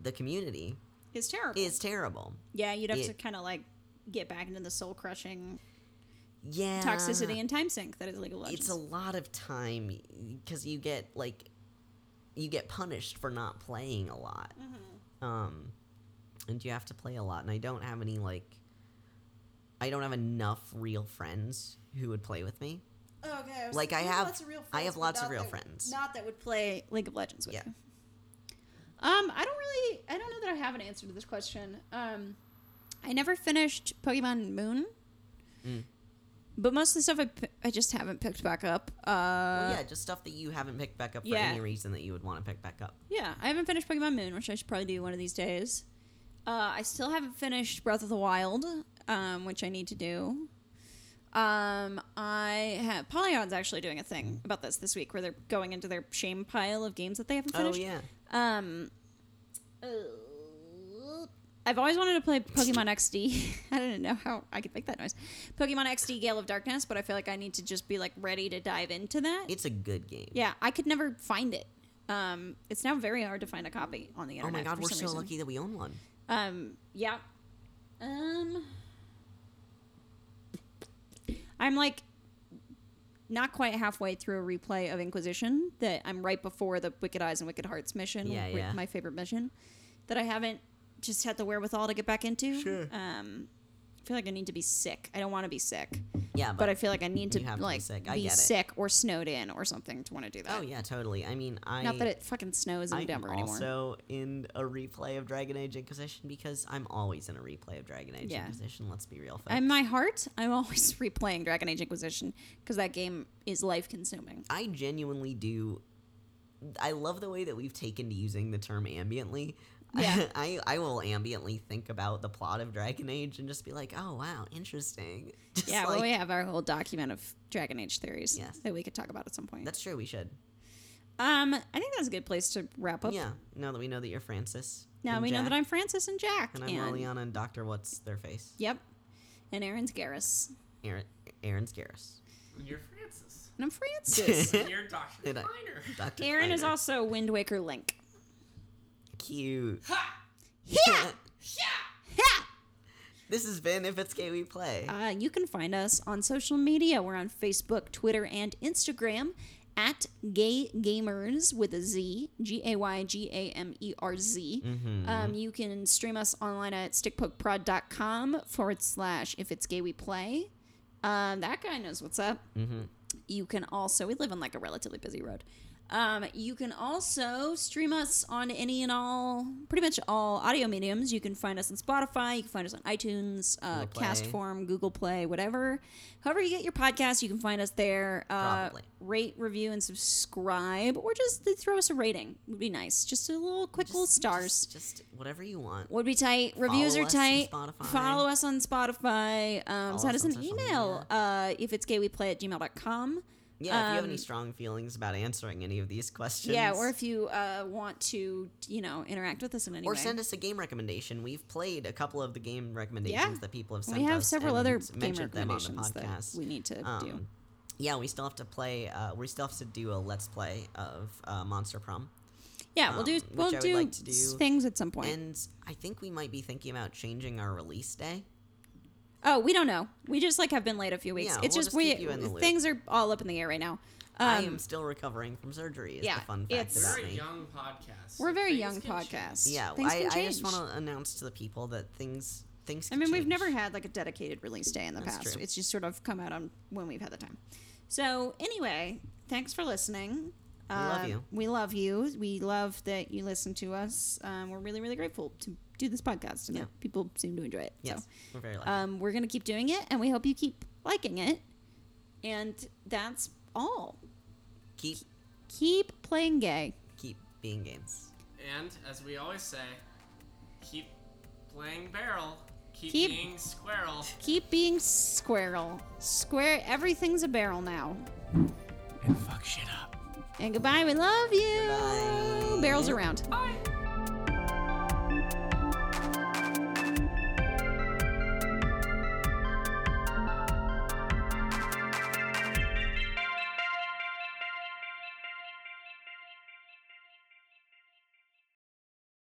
[SPEAKER 1] the community
[SPEAKER 2] Is terrible.
[SPEAKER 1] is terrible.
[SPEAKER 2] yeah, you'd have
[SPEAKER 1] it-
[SPEAKER 2] to kind of like get back into the soul crushing
[SPEAKER 1] Yeah.
[SPEAKER 2] toxicity and time sink that is League of Legends.
[SPEAKER 1] Um, it's a lot of time because you get like you get punished for not playing a lot
[SPEAKER 2] Mm-hmm.
[SPEAKER 1] um and you have to play a lot and i don't have any like i don't have enough real friends who would play with me
[SPEAKER 2] Okay. I was
[SPEAKER 1] Like,
[SPEAKER 2] thinking
[SPEAKER 1] I have-
[SPEAKER 2] lots of real
[SPEAKER 1] I have
[SPEAKER 2] friends, but
[SPEAKER 1] lots of
[SPEAKER 2] not
[SPEAKER 1] real
[SPEAKER 2] that-
[SPEAKER 1] friends.
[SPEAKER 2] Not that would play League of Legends with
[SPEAKER 1] Yeah.
[SPEAKER 2] you. Um, I don't really. I don't know that I have an answer to this question. Um, I never finished Pokemon Moon,
[SPEAKER 1] Mm.
[SPEAKER 2] but most of the stuff I, p- I just haven't picked back up. Uh,
[SPEAKER 1] Well,
[SPEAKER 2] yeah.
[SPEAKER 1] yeah just stuff that you haven't picked back up for
[SPEAKER 2] yeah.
[SPEAKER 1] any reason that you would want to pick back up
[SPEAKER 2] I haven't finished Pokemon Moon, which I should probably do one of these days. Uh, I still haven't finished Breath of the Wild, um, which I need to do. Um, I have Polygon's actually doing a thing about this this week, where they're going into their shame pile of games that they haven't
[SPEAKER 1] oh
[SPEAKER 2] finished.
[SPEAKER 1] yeah
[SPEAKER 2] Um, uh, I've always wanted to
[SPEAKER 1] [LAUGHS]
[SPEAKER 2] play Pokemon XD. [LAUGHS] I didn't know how I could make that noise. Pokemon XD Gale of Darkness, but I feel like I need to just be like ready to dive into that.
[SPEAKER 1] it's a good game
[SPEAKER 2] yeah, I could never find it. Um, it's now very hard to find a copy on the
[SPEAKER 1] oh
[SPEAKER 2] internet.
[SPEAKER 1] my god
[SPEAKER 2] for
[SPEAKER 1] we're
[SPEAKER 2] some
[SPEAKER 1] so
[SPEAKER 2] reason.
[SPEAKER 1] lucky that we own one
[SPEAKER 2] Um, yeah. Um, I'm like not quite halfway through a replay of Inquisition that I'm right before the Wicked Eyes and Wicked Hearts mission,
[SPEAKER 1] Yeah,
[SPEAKER 2] wi-
[SPEAKER 1] yeah.
[SPEAKER 2] my favorite mission, that I haven't just had the wherewithal to get back into.
[SPEAKER 1] Sure.
[SPEAKER 2] Um, I feel like I need to be sick. I don't want to be sick,
[SPEAKER 1] yeah
[SPEAKER 2] but I feel like I need to
[SPEAKER 1] Uh, you have to be
[SPEAKER 2] like
[SPEAKER 1] sick. I get it.
[SPEAKER 2] sick or snowed in or something to want to do that.
[SPEAKER 1] oh yeah totally i mean i
[SPEAKER 2] Not that it fucking snows in
[SPEAKER 1] I'm
[SPEAKER 2] Denver anymore.
[SPEAKER 1] also in a replay of Dragon Age Inquisition because I'm always in a replay of Dragon Age
[SPEAKER 2] Yeah.
[SPEAKER 1] Inquisition. Let's be real, folks.
[SPEAKER 2] In my heart, I'm always [LAUGHS] replaying Dragon Age Inquisition because that game is life consuming.
[SPEAKER 1] I genuinely do. I love the way that we've taken to using the term ambiently.
[SPEAKER 2] Yeah.
[SPEAKER 1] [LAUGHS] I, I will ambiently think about the plot of Dragon Age and just be like, oh, wow, interesting. [LAUGHS] Just
[SPEAKER 2] Yeah,
[SPEAKER 1] like,
[SPEAKER 2] well, we have our whole document of Dragon Age theories
[SPEAKER 1] Yes.
[SPEAKER 2] that we could talk about at some point.
[SPEAKER 1] That's true, we should.
[SPEAKER 2] um, I think that's a good place to wrap up.
[SPEAKER 1] Yeah, now that we know that you're Francis.
[SPEAKER 2] Now
[SPEAKER 1] and
[SPEAKER 2] we know
[SPEAKER 1] Jack,
[SPEAKER 2] that I'm Francis and Jack,
[SPEAKER 1] And I'm Liliana and Dr. What's Their Face?
[SPEAKER 2] yep, and Aaron's Garrus,
[SPEAKER 1] Aaron, Aaron's Garrus.
[SPEAKER 3] And you're Francis.
[SPEAKER 2] and
[SPEAKER 1] [LAUGHS]
[SPEAKER 2] I'm Francis.
[SPEAKER 3] And you're Dr.
[SPEAKER 1] Did I-
[SPEAKER 3] Kleiner.
[SPEAKER 1] Dr.
[SPEAKER 2] Aaron is
[SPEAKER 1] Kleiner.
[SPEAKER 2] also Wind Waker Link.
[SPEAKER 1] cute.
[SPEAKER 3] Ha!
[SPEAKER 2] Yeah, yeah.
[SPEAKER 1] This has been If It's Gay We Play.
[SPEAKER 2] Uh, you can find us on social media. We're on Facebook, Twitter, and Instagram at Gay Gamers with a Z, G A Y G A M E R Z. Um, you can stream us online at stickpokeprod.com forward slash if it's gay we play. Um, that guy knows what's up. You can also, we live on like a relatively busy road. Um, you can also stream us on any and all, pretty much all audio mediums. You can find us on Spotify. You can find us on iTunes, uh,
[SPEAKER 1] Google Play.
[SPEAKER 2] Castform, Google Play, whatever. However you get your podcast, you can find us there. Uh,
[SPEAKER 1] Probably.
[SPEAKER 2] rate, review, and subscribe, or just throw us a rating. Would be nice. Just a little quick little stars
[SPEAKER 1] Just, just whatever you want.
[SPEAKER 2] would be tight. Reviews
[SPEAKER 1] Follow
[SPEAKER 2] are
[SPEAKER 1] us on
[SPEAKER 2] tight.
[SPEAKER 1] Spotify.
[SPEAKER 2] Follow us on Spotify. Um,
[SPEAKER 1] Follow
[SPEAKER 2] send
[SPEAKER 1] us
[SPEAKER 2] us
[SPEAKER 1] on
[SPEAKER 2] an
[SPEAKER 1] social
[SPEAKER 2] email uh, if it's gayweplay at gmail.com.
[SPEAKER 1] Yeah, if you have any
[SPEAKER 2] um,
[SPEAKER 1] strong feelings about answering any of these questions,
[SPEAKER 2] Yeah, or if you uh, want to, you know, interact with us in any
[SPEAKER 1] or
[SPEAKER 2] way.
[SPEAKER 1] send us a game recommendation. We've played a couple of the game recommendations
[SPEAKER 2] Yeah.
[SPEAKER 1] that people have sent
[SPEAKER 2] we have
[SPEAKER 1] us
[SPEAKER 2] several
[SPEAKER 1] and
[SPEAKER 2] other game
[SPEAKER 1] mentioned them on the
[SPEAKER 2] recommendations that
[SPEAKER 1] podcast.
[SPEAKER 2] we need to do.
[SPEAKER 1] Um, yeah, we still have to play. Uh, we still have to do a let's play of uh, Monster Prom,
[SPEAKER 2] Yeah, we'll do
[SPEAKER 1] um, which I
[SPEAKER 2] we'll
[SPEAKER 1] would
[SPEAKER 2] do,
[SPEAKER 1] like to do.
[SPEAKER 2] s- things at some point.
[SPEAKER 1] and I think we might be thinking about changing our release day.
[SPEAKER 2] oh, we don't know. We just like have been late a few weeks.
[SPEAKER 1] Yeah,
[SPEAKER 2] it's
[SPEAKER 1] we'll
[SPEAKER 2] just
[SPEAKER 1] just
[SPEAKER 2] we
[SPEAKER 1] keep you in the loop.
[SPEAKER 2] things are all up in the air right now.
[SPEAKER 1] I
[SPEAKER 2] Um,
[SPEAKER 1] am still recovering from surgery. Is
[SPEAKER 2] yeah,
[SPEAKER 1] the fun fact
[SPEAKER 2] it's-
[SPEAKER 1] about
[SPEAKER 3] We're a
[SPEAKER 1] me.
[SPEAKER 3] young podcast.
[SPEAKER 2] we're a very
[SPEAKER 3] Things
[SPEAKER 2] young
[SPEAKER 3] can change.
[SPEAKER 2] podcast.
[SPEAKER 1] Yeah,
[SPEAKER 2] things
[SPEAKER 1] I,
[SPEAKER 2] can
[SPEAKER 1] I just
[SPEAKER 2] change.
[SPEAKER 1] want to announce to the people that things things.
[SPEAKER 2] I
[SPEAKER 1] could
[SPEAKER 2] mean, we've
[SPEAKER 1] change.
[SPEAKER 2] never had like a dedicated release day in the
[SPEAKER 1] That's
[SPEAKER 2] past.
[SPEAKER 1] true.
[SPEAKER 2] It's just sort of come out on when we've had the time. So anyway, thanks for listening. We
[SPEAKER 1] love you.
[SPEAKER 2] We love you. We love that you listen to us. Um, we're really, really grateful to do this podcast, and
[SPEAKER 1] Yeah.
[SPEAKER 2] that people seem to enjoy it.
[SPEAKER 1] Yes, we're very
[SPEAKER 2] So,
[SPEAKER 1] lucky.
[SPEAKER 2] um, we're gonna keep doing it, and we hope you keep liking it. And that's all.
[SPEAKER 1] keep
[SPEAKER 2] Keep playing gay.
[SPEAKER 1] keep being games.
[SPEAKER 3] And as we always say, keep playing barrel, keep,
[SPEAKER 2] Keep-
[SPEAKER 3] being squirrel,
[SPEAKER 2] Keep being squirrel. Square. Everything's a barrel now.
[SPEAKER 3] and fuck shit up.
[SPEAKER 2] And goodbye. We love you.
[SPEAKER 1] Goodbye.
[SPEAKER 2] Barrels around.